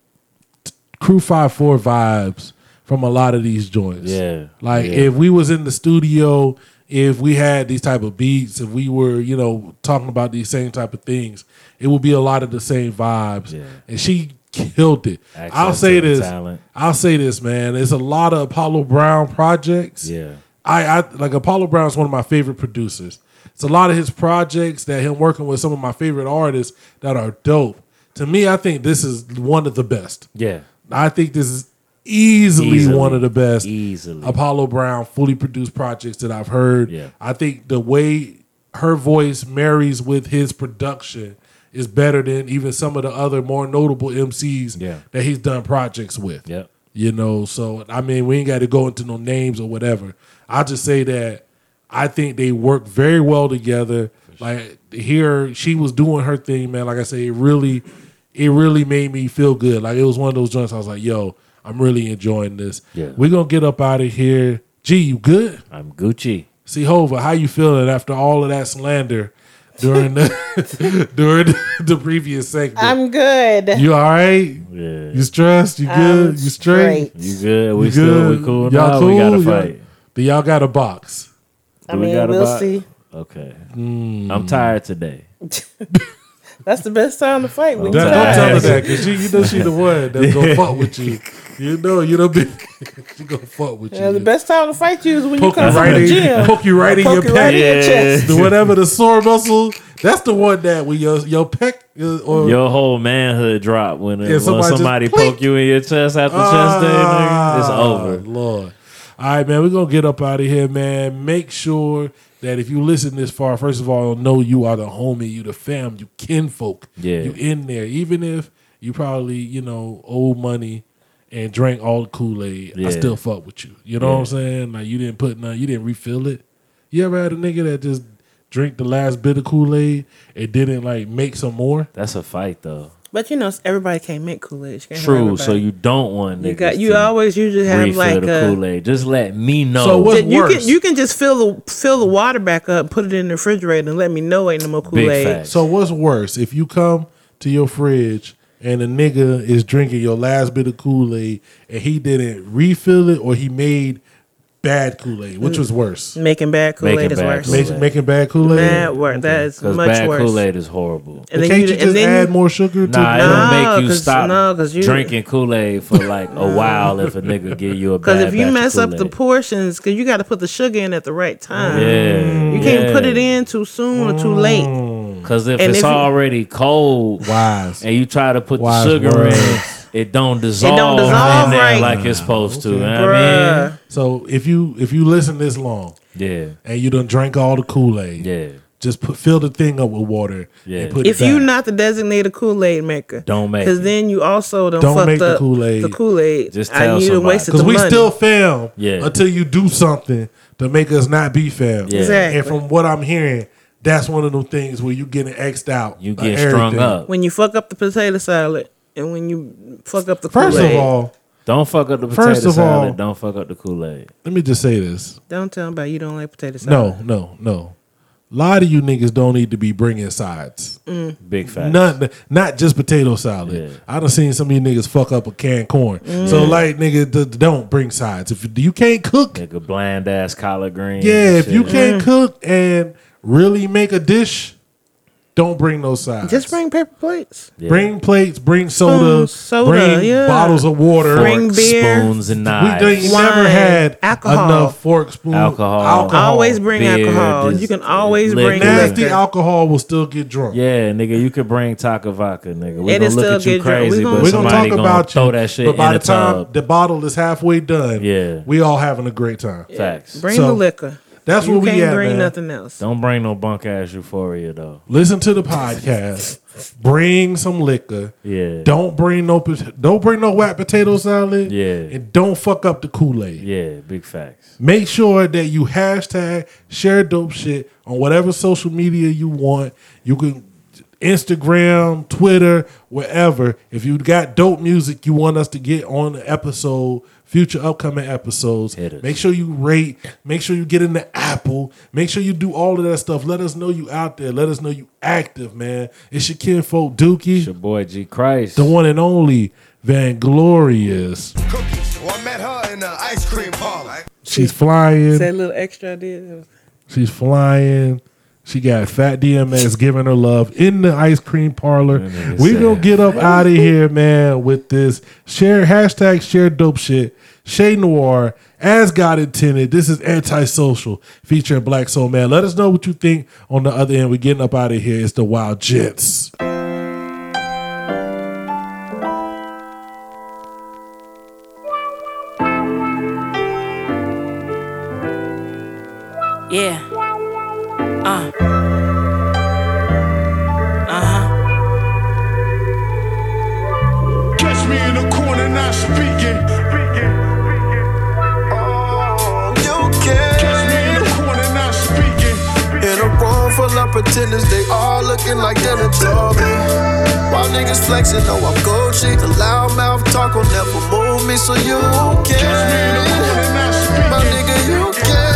[SPEAKER 2] t- Crew Five Four vibes from a lot of these joints.
[SPEAKER 3] Yeah.
[SPEAKER 2] Like
[SPEAKER 3] Yeah.
[SPEAKER 2] if we was in the studio, if we had these type of beats, if we were, you know, talking about these same type of things, it would be a lot of the same vibes. And she killed it.
[SPEAKER 3] Access
[SPEAKER 2] I'll say
[SPEAKER 3] to the
[SPEAKER 2] this.
[SPEAKER 3] talent.
[SPEAKER 2] I'll say this, man. It's a lot of Apollo Brown projects.
[SPEAKER 3] Yeah.
[SPEAKER 2] I, I like Apollo Brown's one of my favorite producers. It's a lot of his projects that him working with some of my favorite artists that are dope. To me, I think this is one of the best.
[SPEAKER 3] Yeah.
[SPEAKER 2] I think this is easily,
[SPEAKER 3] Easily.
[SPEAKER 2] one of the best
[SPEAKER 3] Easily.
[SPEAKER 2] Apollo Brown fully produced projects that I've heard.
[SPEAKER 3] Yeah.
[SPEAKER 2] I think the way her voice marries with his production is better than even some of the other more notable MCs
[SPEAKER 3] Yeah.
[SPEAKER 2] that he's done projects with.
[SPEAKER 3] Yep.
[SPEAKER 2] You know, so I mean, we ain't got to go into no names or whatever. I just say that I think they work very well together. Like here, she was doing her thing, man. Like I say, it really, it really made me feel good. Like it was one of those joints. I was like, yo, I'm really enjoying this.
[SPEAKER 3] Yeah.
[SPEAKER 2] We're gonna get up out of here. Gee, you good?
[SPEAKER 3] I'm Gucci.
[SPEAKER 2] See, Hova, how you feeling after all of that slander during the during the previous segment?
[SPEAKER 14] I'm good.
[SPEAKER 2] You all right?
[SPEAKER 3] Yeah.
[SPEAKER 2] You stressed? You
[SPEAKER 14] I'm
[SPEAKER 2] good? you straight?
[SPEAKER 3] You good? We still we cool now? We gotta
[SPEAKER 2] Y'all-
[SPEAKER 3] fight.
[SPEAKER 2] Do y'all got a box?
[SPEAKER 14] I mean, we'll see.
[SPEAKER 3] Okay. I'm tired today.
[SPEAKER 14] That's the best time to fight when
[SPEAKER 2] That-
[SPEAKER 14] you're
[SPEAKER 2] don't tell her
[SPEAKER 14] tired.
[SPEAKER 2] that because you know she the one that's gonna fuck with you. You know you don't be she gonna fuck with
[SPEAKER 14] Yeah,
[SPEAKER 2] you.
[SPEAKER 14] the best time to fight you is when you
[SPEAKER 2] Poke you
[SPEAKER 14] come
[SPEAKER 2] right
[SPEAKER 14] from the
[SPEAKER 2] in-
[SPEAKER 14] gym.
[SPEAKER 2] poke you right in
[SPEAKER 14] Poke
[SPEAKER 2] your
[SPEAKER 14] you right in your
[SPEAKER 2] pec.
[SPEAKER 14] chest.
[SPEAKER 2] The whatever the sore muscle. That's the one that when your your pec uh, or
[SPEAKER 3] Your whole manhood drop when, it,
[SPEAKER 2] Yeah,
[SPEAKER 3] when
[SPEAKER 2] somebody
[SPEAKER 3] somebody,
[SPEAKER 2] just Ah.
[SPEAKER 3] poke you in your chest after chest day, nigga. It's over.
[SPEAKER 2] Lord. All right, man, we're gonna get up out of here, man. Make sure that if you listen this far, first of all, know you are the homie, you the fam, you kinfolk.
[SPEAKER 3] Yeah.
[SPEAKER 2] You in there. Even if you probably, you know, owe money and drank all the Kool-Aid,
[SPEAKER 3] Yeah.
[SPEAKER 2] I still fuck with you. You know what
[SPEAKER 3] Yeah.
[SPEAKER 2] I'm saying? Like you didn't put none, you didn't refill it. You ever had a nigga that just drink the last bit of Kool-Aid and didn't like make some more?
[SPEAKER 3] That's a fight though.
[SPEAKER 1] But you know, everybody can't make Kool-Aid. You can't have
[SPEAKER 3] True. So
[SPEAKER 1] everybody.
[SPEAKER 3] you don't want niggas
[SPEAKER 1] You got. You
[SPEAKER 3] to
[SPEAKER 1] always usually have
[SPEAKER 3] refill
[SPEAKER 1] like
[SPEAKER 3] the
[SPEAKER 1] a.
[SPEAKER 3] Kool Aid. Just let me know.
[SPEAKER 1] you can you can just fill the fill the water back up, put it in the refrigerator, and let me know ain't no more Kool Aid.
[SPEAKER 2] So what's worse, if you come to your fridge and a nigga is drinking your last bit of Kool Aid and he didn't refill it or he made bad Kool Aid, which was worse?
[SPEAKER 1] Making bad Kool Aid
[SPEAKER 2] Making
[SPEAKER 1] is
[SPEAKER 2] bad
[SPEAKER 1] worse.
[SPEAKER 2] Kool-Aid. Making- making bad Kool-Aid?
[SPEAKER 1] Mad worse. That is
[SPEAKER 3] Because
[SPEAKER 1] much
[SPEAKER 3] bad
[SPEAKER 1] worse.
[SPEAKER 3] Kool Aid is horrible.
[SPEAKER 1] And
[SPEAKER 2] But
[SPEAKER 1] then
[SPEAKER 2] can't
[SPEAKER 1] you-
[SPEAKER 2] you
[SPEAKER 1] and
[SPEAKER 2] just
[SPEAKER 1] then
[SPEAKER 2] add
[SPEAKER 1] you-
[SPEAKER 2] more sugar to
[SPEAKER 3] Nah,
[SPEAKER 2] it?
[SPEAKER 3] it'll make you
[SPEAKER 1] 'cause-
[SPEAKER 3] stop
[SPEAKER 1] no, 'cause you-
[SPEAKER 3] drinking Kool Aid for like a while if a nigga give you a bad
[SPEAKER 1] Because if you
[SPEAKER 3] batch of
[SPEAKER 1] mess up the
[SPEAKER 3] Kool-Aid.
[SPEAKER 1] portions, because you got to put the sugar in at the right time.
[SPEAKER 3] Yeah,
[SPEAKER 1] You can't
[SPEAKER 3] yeah.
[SPEAKER 1] put it in too soon or too late.
[SPEAKER 3] Because if
[SPEAKER 1] And
[SPEAKER 3] it's
[SPEAKER 1] if you-
[SPEAKER 3] already cold
[SPEAKER 2] Wise.
[SPEAKER 3] and you try to put
[SPEAKER 2] Wise
[SPEAKER 3] the sugar
[SPEAKER 2] words.
[SPEAKER 3] in, it don't dissolve,
[SPEAKER 1] dissolve
[SPEAKER 3] in there
[SPEAKER 1] right.
[SPEAKER 3] like it's supposed to. You know what I mean?
[SPEAKER 1] Bruh.
[SPEAKER 2] So if you if you listen this long,
[SPEAKER 3] Yeah.
[SPEAKER 2] and you done drank all the Kool Aid,
[SPEAKER 3] yeah,
[SPEAKER 2] just put fill the thing up with water, yeah. and put
[SPEAKER 1] If
[SPEAKER 2] it
[SPEAKER 1] you're
[SPEAKER 2] back.
[SPEAKER 1] not the designated Kool Aid maker,
[SPEAKER 3] Don't make
[SPEAKER 1] Because
[SPEAKER 3] it.
[SPEAKER 1] then you also done
[SPEAKER 2] Don't
[SPEAKER 1] fucked
[SPEAKER 2] make the
[SPEAKER 1] up
[SPEAKER 2] Kool-Aid.
[SPEAKER 1] The Kool Aid.
[SPEAKER 3] Just
[SPEAKER 1] I
[SPEAKER 3] tell
[SPEAKER 1] knew
[SPEAKER 3] somebody.
[SPEAKER 1] wasted
[SPEAKER 2] because
[SPEAKER 1] the
[SPEAKER 2] we
[SPEAKER 1] money.
[SPEAKER 2] still fam
[SPEAKER 3] Yeah.
[SPEAKER 2] until you do something to make us not be fam.
[SPEAKER 3] Yeah.
[SPEAKER 1] Exactly.
[SPEAKER 2] And from what I'm hearing, that's one of them things where you getting xed out.
[SPEAKER 3] You
[SPEAKER 2] of
[SPEAKER 3] get strung
[SPEAKER 2] everything.
[SPEAKER 3] up.
[SPEAKER 1] when you fuck up the potato salad and when you fuck up the Kool Aid.
[SPEAKER 2] First of all,
[SPEAKER 3] Don't fuck up the potato
[SPEAKER 2] First of
[SPEAKER 3] salad.
[SPEAKER 2] all-
[SPEAKER 3] don't fuck up the Kool Aid.
[SPEAKER 2] let me just say this:
[SPEAKER 1] don't tell about you don't like potato salad.
[SPEAKER 2] no, no, no. A lot of you niggas don't need to be bringing sides.
[SPEAKER 1] Mm.
[SPEAKER 3] Big facts.
[SPEAKER 2] None, not just potato salad. I done seen some of you niggas fuck up a canned corn. So
[SPEAKER 1] Mm.
[SPEAKER 3] Yeah.
[SPEAKER 2] like, nigga, d- don't bring sides. If you can't cook,
[SPEAKER 3] Nigga, bland ass collard greens.
[SPEAKER 2] yeah,
[SPEAKER 3] and
[SPEAKER 2] if you
[SPEAKER 3] shit.
[SPEAKER 2] can't cook and really make a dish, don't bring no sides.
[SPEAKER 1] Just bring paper plates.
[SPEAKER 3] Yeah.
[SPEAKER 2] Bring plates, bring soda,
[SPEAKER 1] Spoons, soda,
[SPEAKER 2] bring
[SPEAKER 1] yeah.
[SPEAKER 2] bottles of water,
[SPEAKER 1] Bring Forks, beer.
[SPEAKER 3] spoons and knives.
[SPEAKER 2] We ain't never
[SPEAKER 1] Wine,
[SPEAKER 2] had
[SPEAKER 1] alcohol.
[SPEAKER 2] enough fork, spoon,
[SPEAKER 3] Alcohol.
[SPEAKER 1] always bring
[SPEAKER 3] Beer,
[SPEAKER 1] alcohol.
[SPEAKER 3] just
[SPEAKER 1] You can always
[SPEAKER 3] liquor.
[SPEAKER 1] bring
[SPEAKER 2] Nasty
[SPEAKER 1] liquor.
[SPEAKER 2] alcohol will still get drunk.
[SPEAKER 3] Yeah, nigga, you could bring Taka Vodka, nigga. We
[SPEAKER 1] It'll
[SPEAKER 3] gonna look
[SPEAKER 1] still
[SPEAKER 3] at you
[SPEAKER 1] get drunk. We
[SPEAKER 3] crazy,
[SPEAKER 1] gonna-
[SPEAKER 3] but
[SPEAKER 2] We're gonna
[SPEAKER 3] somebody
[SPEAKER 2] talk
[SPEAKER 3] gonna,
[SPEAKER 2] about
[SPEAKER 3] throw
[SPEAKER 2] you,
[SPEAKER 3] that shit
[SPEAKER 2] but by
[SPEAKER 3] in the,
[SPEAKER 2] the time
[SPEAKER 3] tub.
[SPEAKER 2] the bottle is halfway done,
[SPEAKER 3] Yeah.
[SPEAKER 2] we all having a great time.
[SPEAKER 3] Facts.
[SPEAKER 1] Bring
[SPEAKER 2] So,
[SPEAKER 1] the liquor.
[SPEAKER 2] That's
[SPEAKER 1] you
[SPEAKER 2] where we
[SPEAKER 1] can't
[SPEAKER 2] at,
[SPEAKER 1] bring
[SPEAKER 2] man.
[SPEAKER 1] nothing else.
[SPEAKER 3] Don't bring no bunk ass euphoria though.
[SPEAKER 2] Listen to the podcast. bring some liquor.
[SPEAKER 3] Yeah.
[SPEAKER 2] Don't bring no pot- don't bring no wet potato salad.
[SPEAKER 3] Yeah.
[SPEAKER 2] And don't fuck up the Kool Aid.
[SPEAKER 3] Yeah. Big facts.
[SPEAKER 2] Make sure that you hashtag share dope shit on whatever social media you want. You can Instagram, Twitter, wherever. If you got dope music you want us to get on the episode, future upcoming episodes, make sure you rate, make sure you get in the Apple, make sure you do all of that stuff. Let us know you out there. Let us know you active, man. It's your kinfolk Dookie. It's your
[SPEAKER 3] boy G Christ.
[SPEAKER 2] The one and only Vanglorious.
[SPEAKER 15] Well, I met her in the ice cream parlor.
[SPEAKER 2] She's flying.
[SPEAKER 1] That little extra I did.
[SPEAKER 2] She's flying. She got Fat DMX giving her love in the ice cream parlor. We gonna get up out of here, man, with this share hashtag share dope shit. Shay Noir, as God intended. This is antisocial featuring Black Soul Man. Let us know what you think on the other end. We're getting up out of here. It's the Wild Jets.
[SPEAKER 16] Yeah. Uh. Uh
[SPEAKER 17] Catch me in the corner not speaking. Speaking.
[SPEAKER 15] Oh, you can.
[SPEAKER 17] Catch me in the corner not speaking.
[SPEAKER 15] In a room full of pretenders, they all looking like dinner Toby. While niggas flexing, know I'm Gucci. The loud mouth talk will never move me, so you can. My nigga, you can.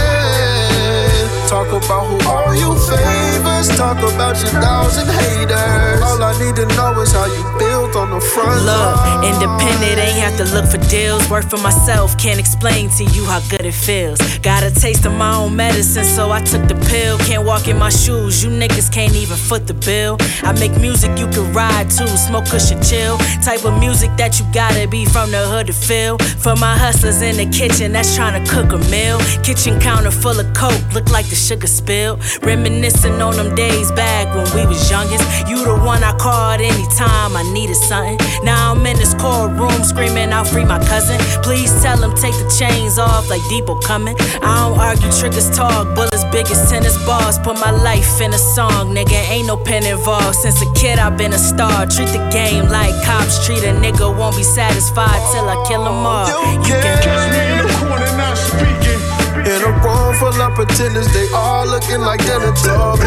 [SPEAKER 7] Talk about who owe you favors. Talk about your thousand haters. All I need to know is how you build on the front
[SPEAKER 18] Look,
[SPEAKER 7] line.
[SPEAKER 18] independent, ain't have to look for deals. Work for myself, can't explain to you how good it feels. Got a taste of my own medicine, so I took the pill. Can't walk in my shoes, you niggas can't even foot the bill. I make music you can ride to, smoke or should chill. Type of music that you gotta be from the hood to feel. For my hustlers in the kitchen, that's trying to cook a meal. Kitchen counter full of coke, look like the sugar spill. Reminiscing on them days back when we was youngest. You the one I called anytime I needed something. Now I'm in this courtroom screaming, I'll free my cousin. Please tell him take the chains off like Depot coming. I don't argue, triggers talk, bullets big as tennis balls. Put my life in a song, nigga, ain't no pen involved. Since a kid, I've been a star. Treat the game like cops treat a nigga, won't be satisfied till I kill him all. You can catch me in the corner, not speaking.
[SPEAKER 7] In a room full of pretenders, they all looking like dinner trouble.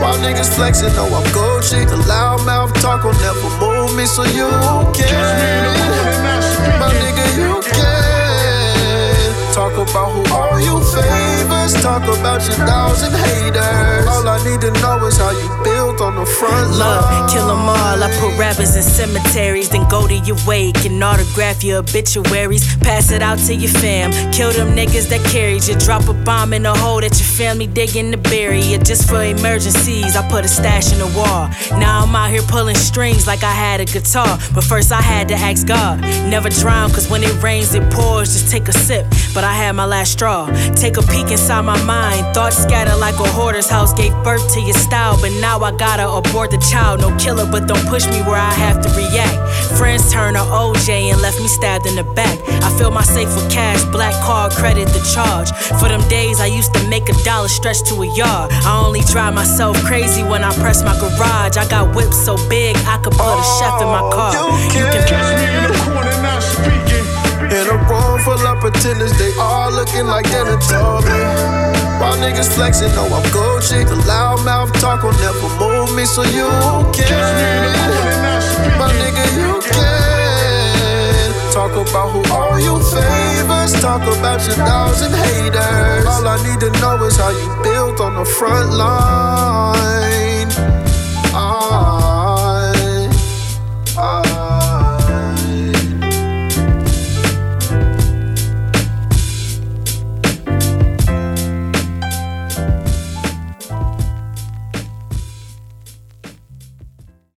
[SPEAKER 7] While niggas flexing, know I'm Gucci. The loudmouth talk will never move me, so you can. My nigga, you can. Talk about who owe you favors. Talk about your thousand haters. All I need to know is how you build on the front line.
[SPEAKER 18] Love, kill 'em all. I put rappers in cemeteries, then go to your wake and autograph your obituaries. Pass it out to your fam. Kill them niggas that carried you. Drop a bomb in a hole that your family digging to bury you. Just for emergencies, I put a stash in the wall. Now I'm out here pulling strings like I had a guitar. But first I had to ask God. Never drown, cause when it rains, it pours. Just take a sip. But I had my last straw. Take a peek inside my mind. Thoughts scatter like a hoarder's house. Gave birth to your style, but now I gotta abort the child. No killer, but don't push me where I have to react. Friends turn to OJ and left me stabbed in the back. I fill my safe with cash, black card, credit the charge. For them days I used to make a dollar stretch to a yard. I only drive myself crazy when I press my garage. I got whips so big I could put a chef in my car. You can catch me in the corner, not speaking.
[SPEAKER 7] In a room full of pretenders, they all looking like dinner trouble. While niggas flexing, know I'm Gucci. The loudmouth talk will never move me, so you can. My nigga, you can. Talk about who owe you favors. Talk about your thousand haters. All I need to know is how you build on the front line.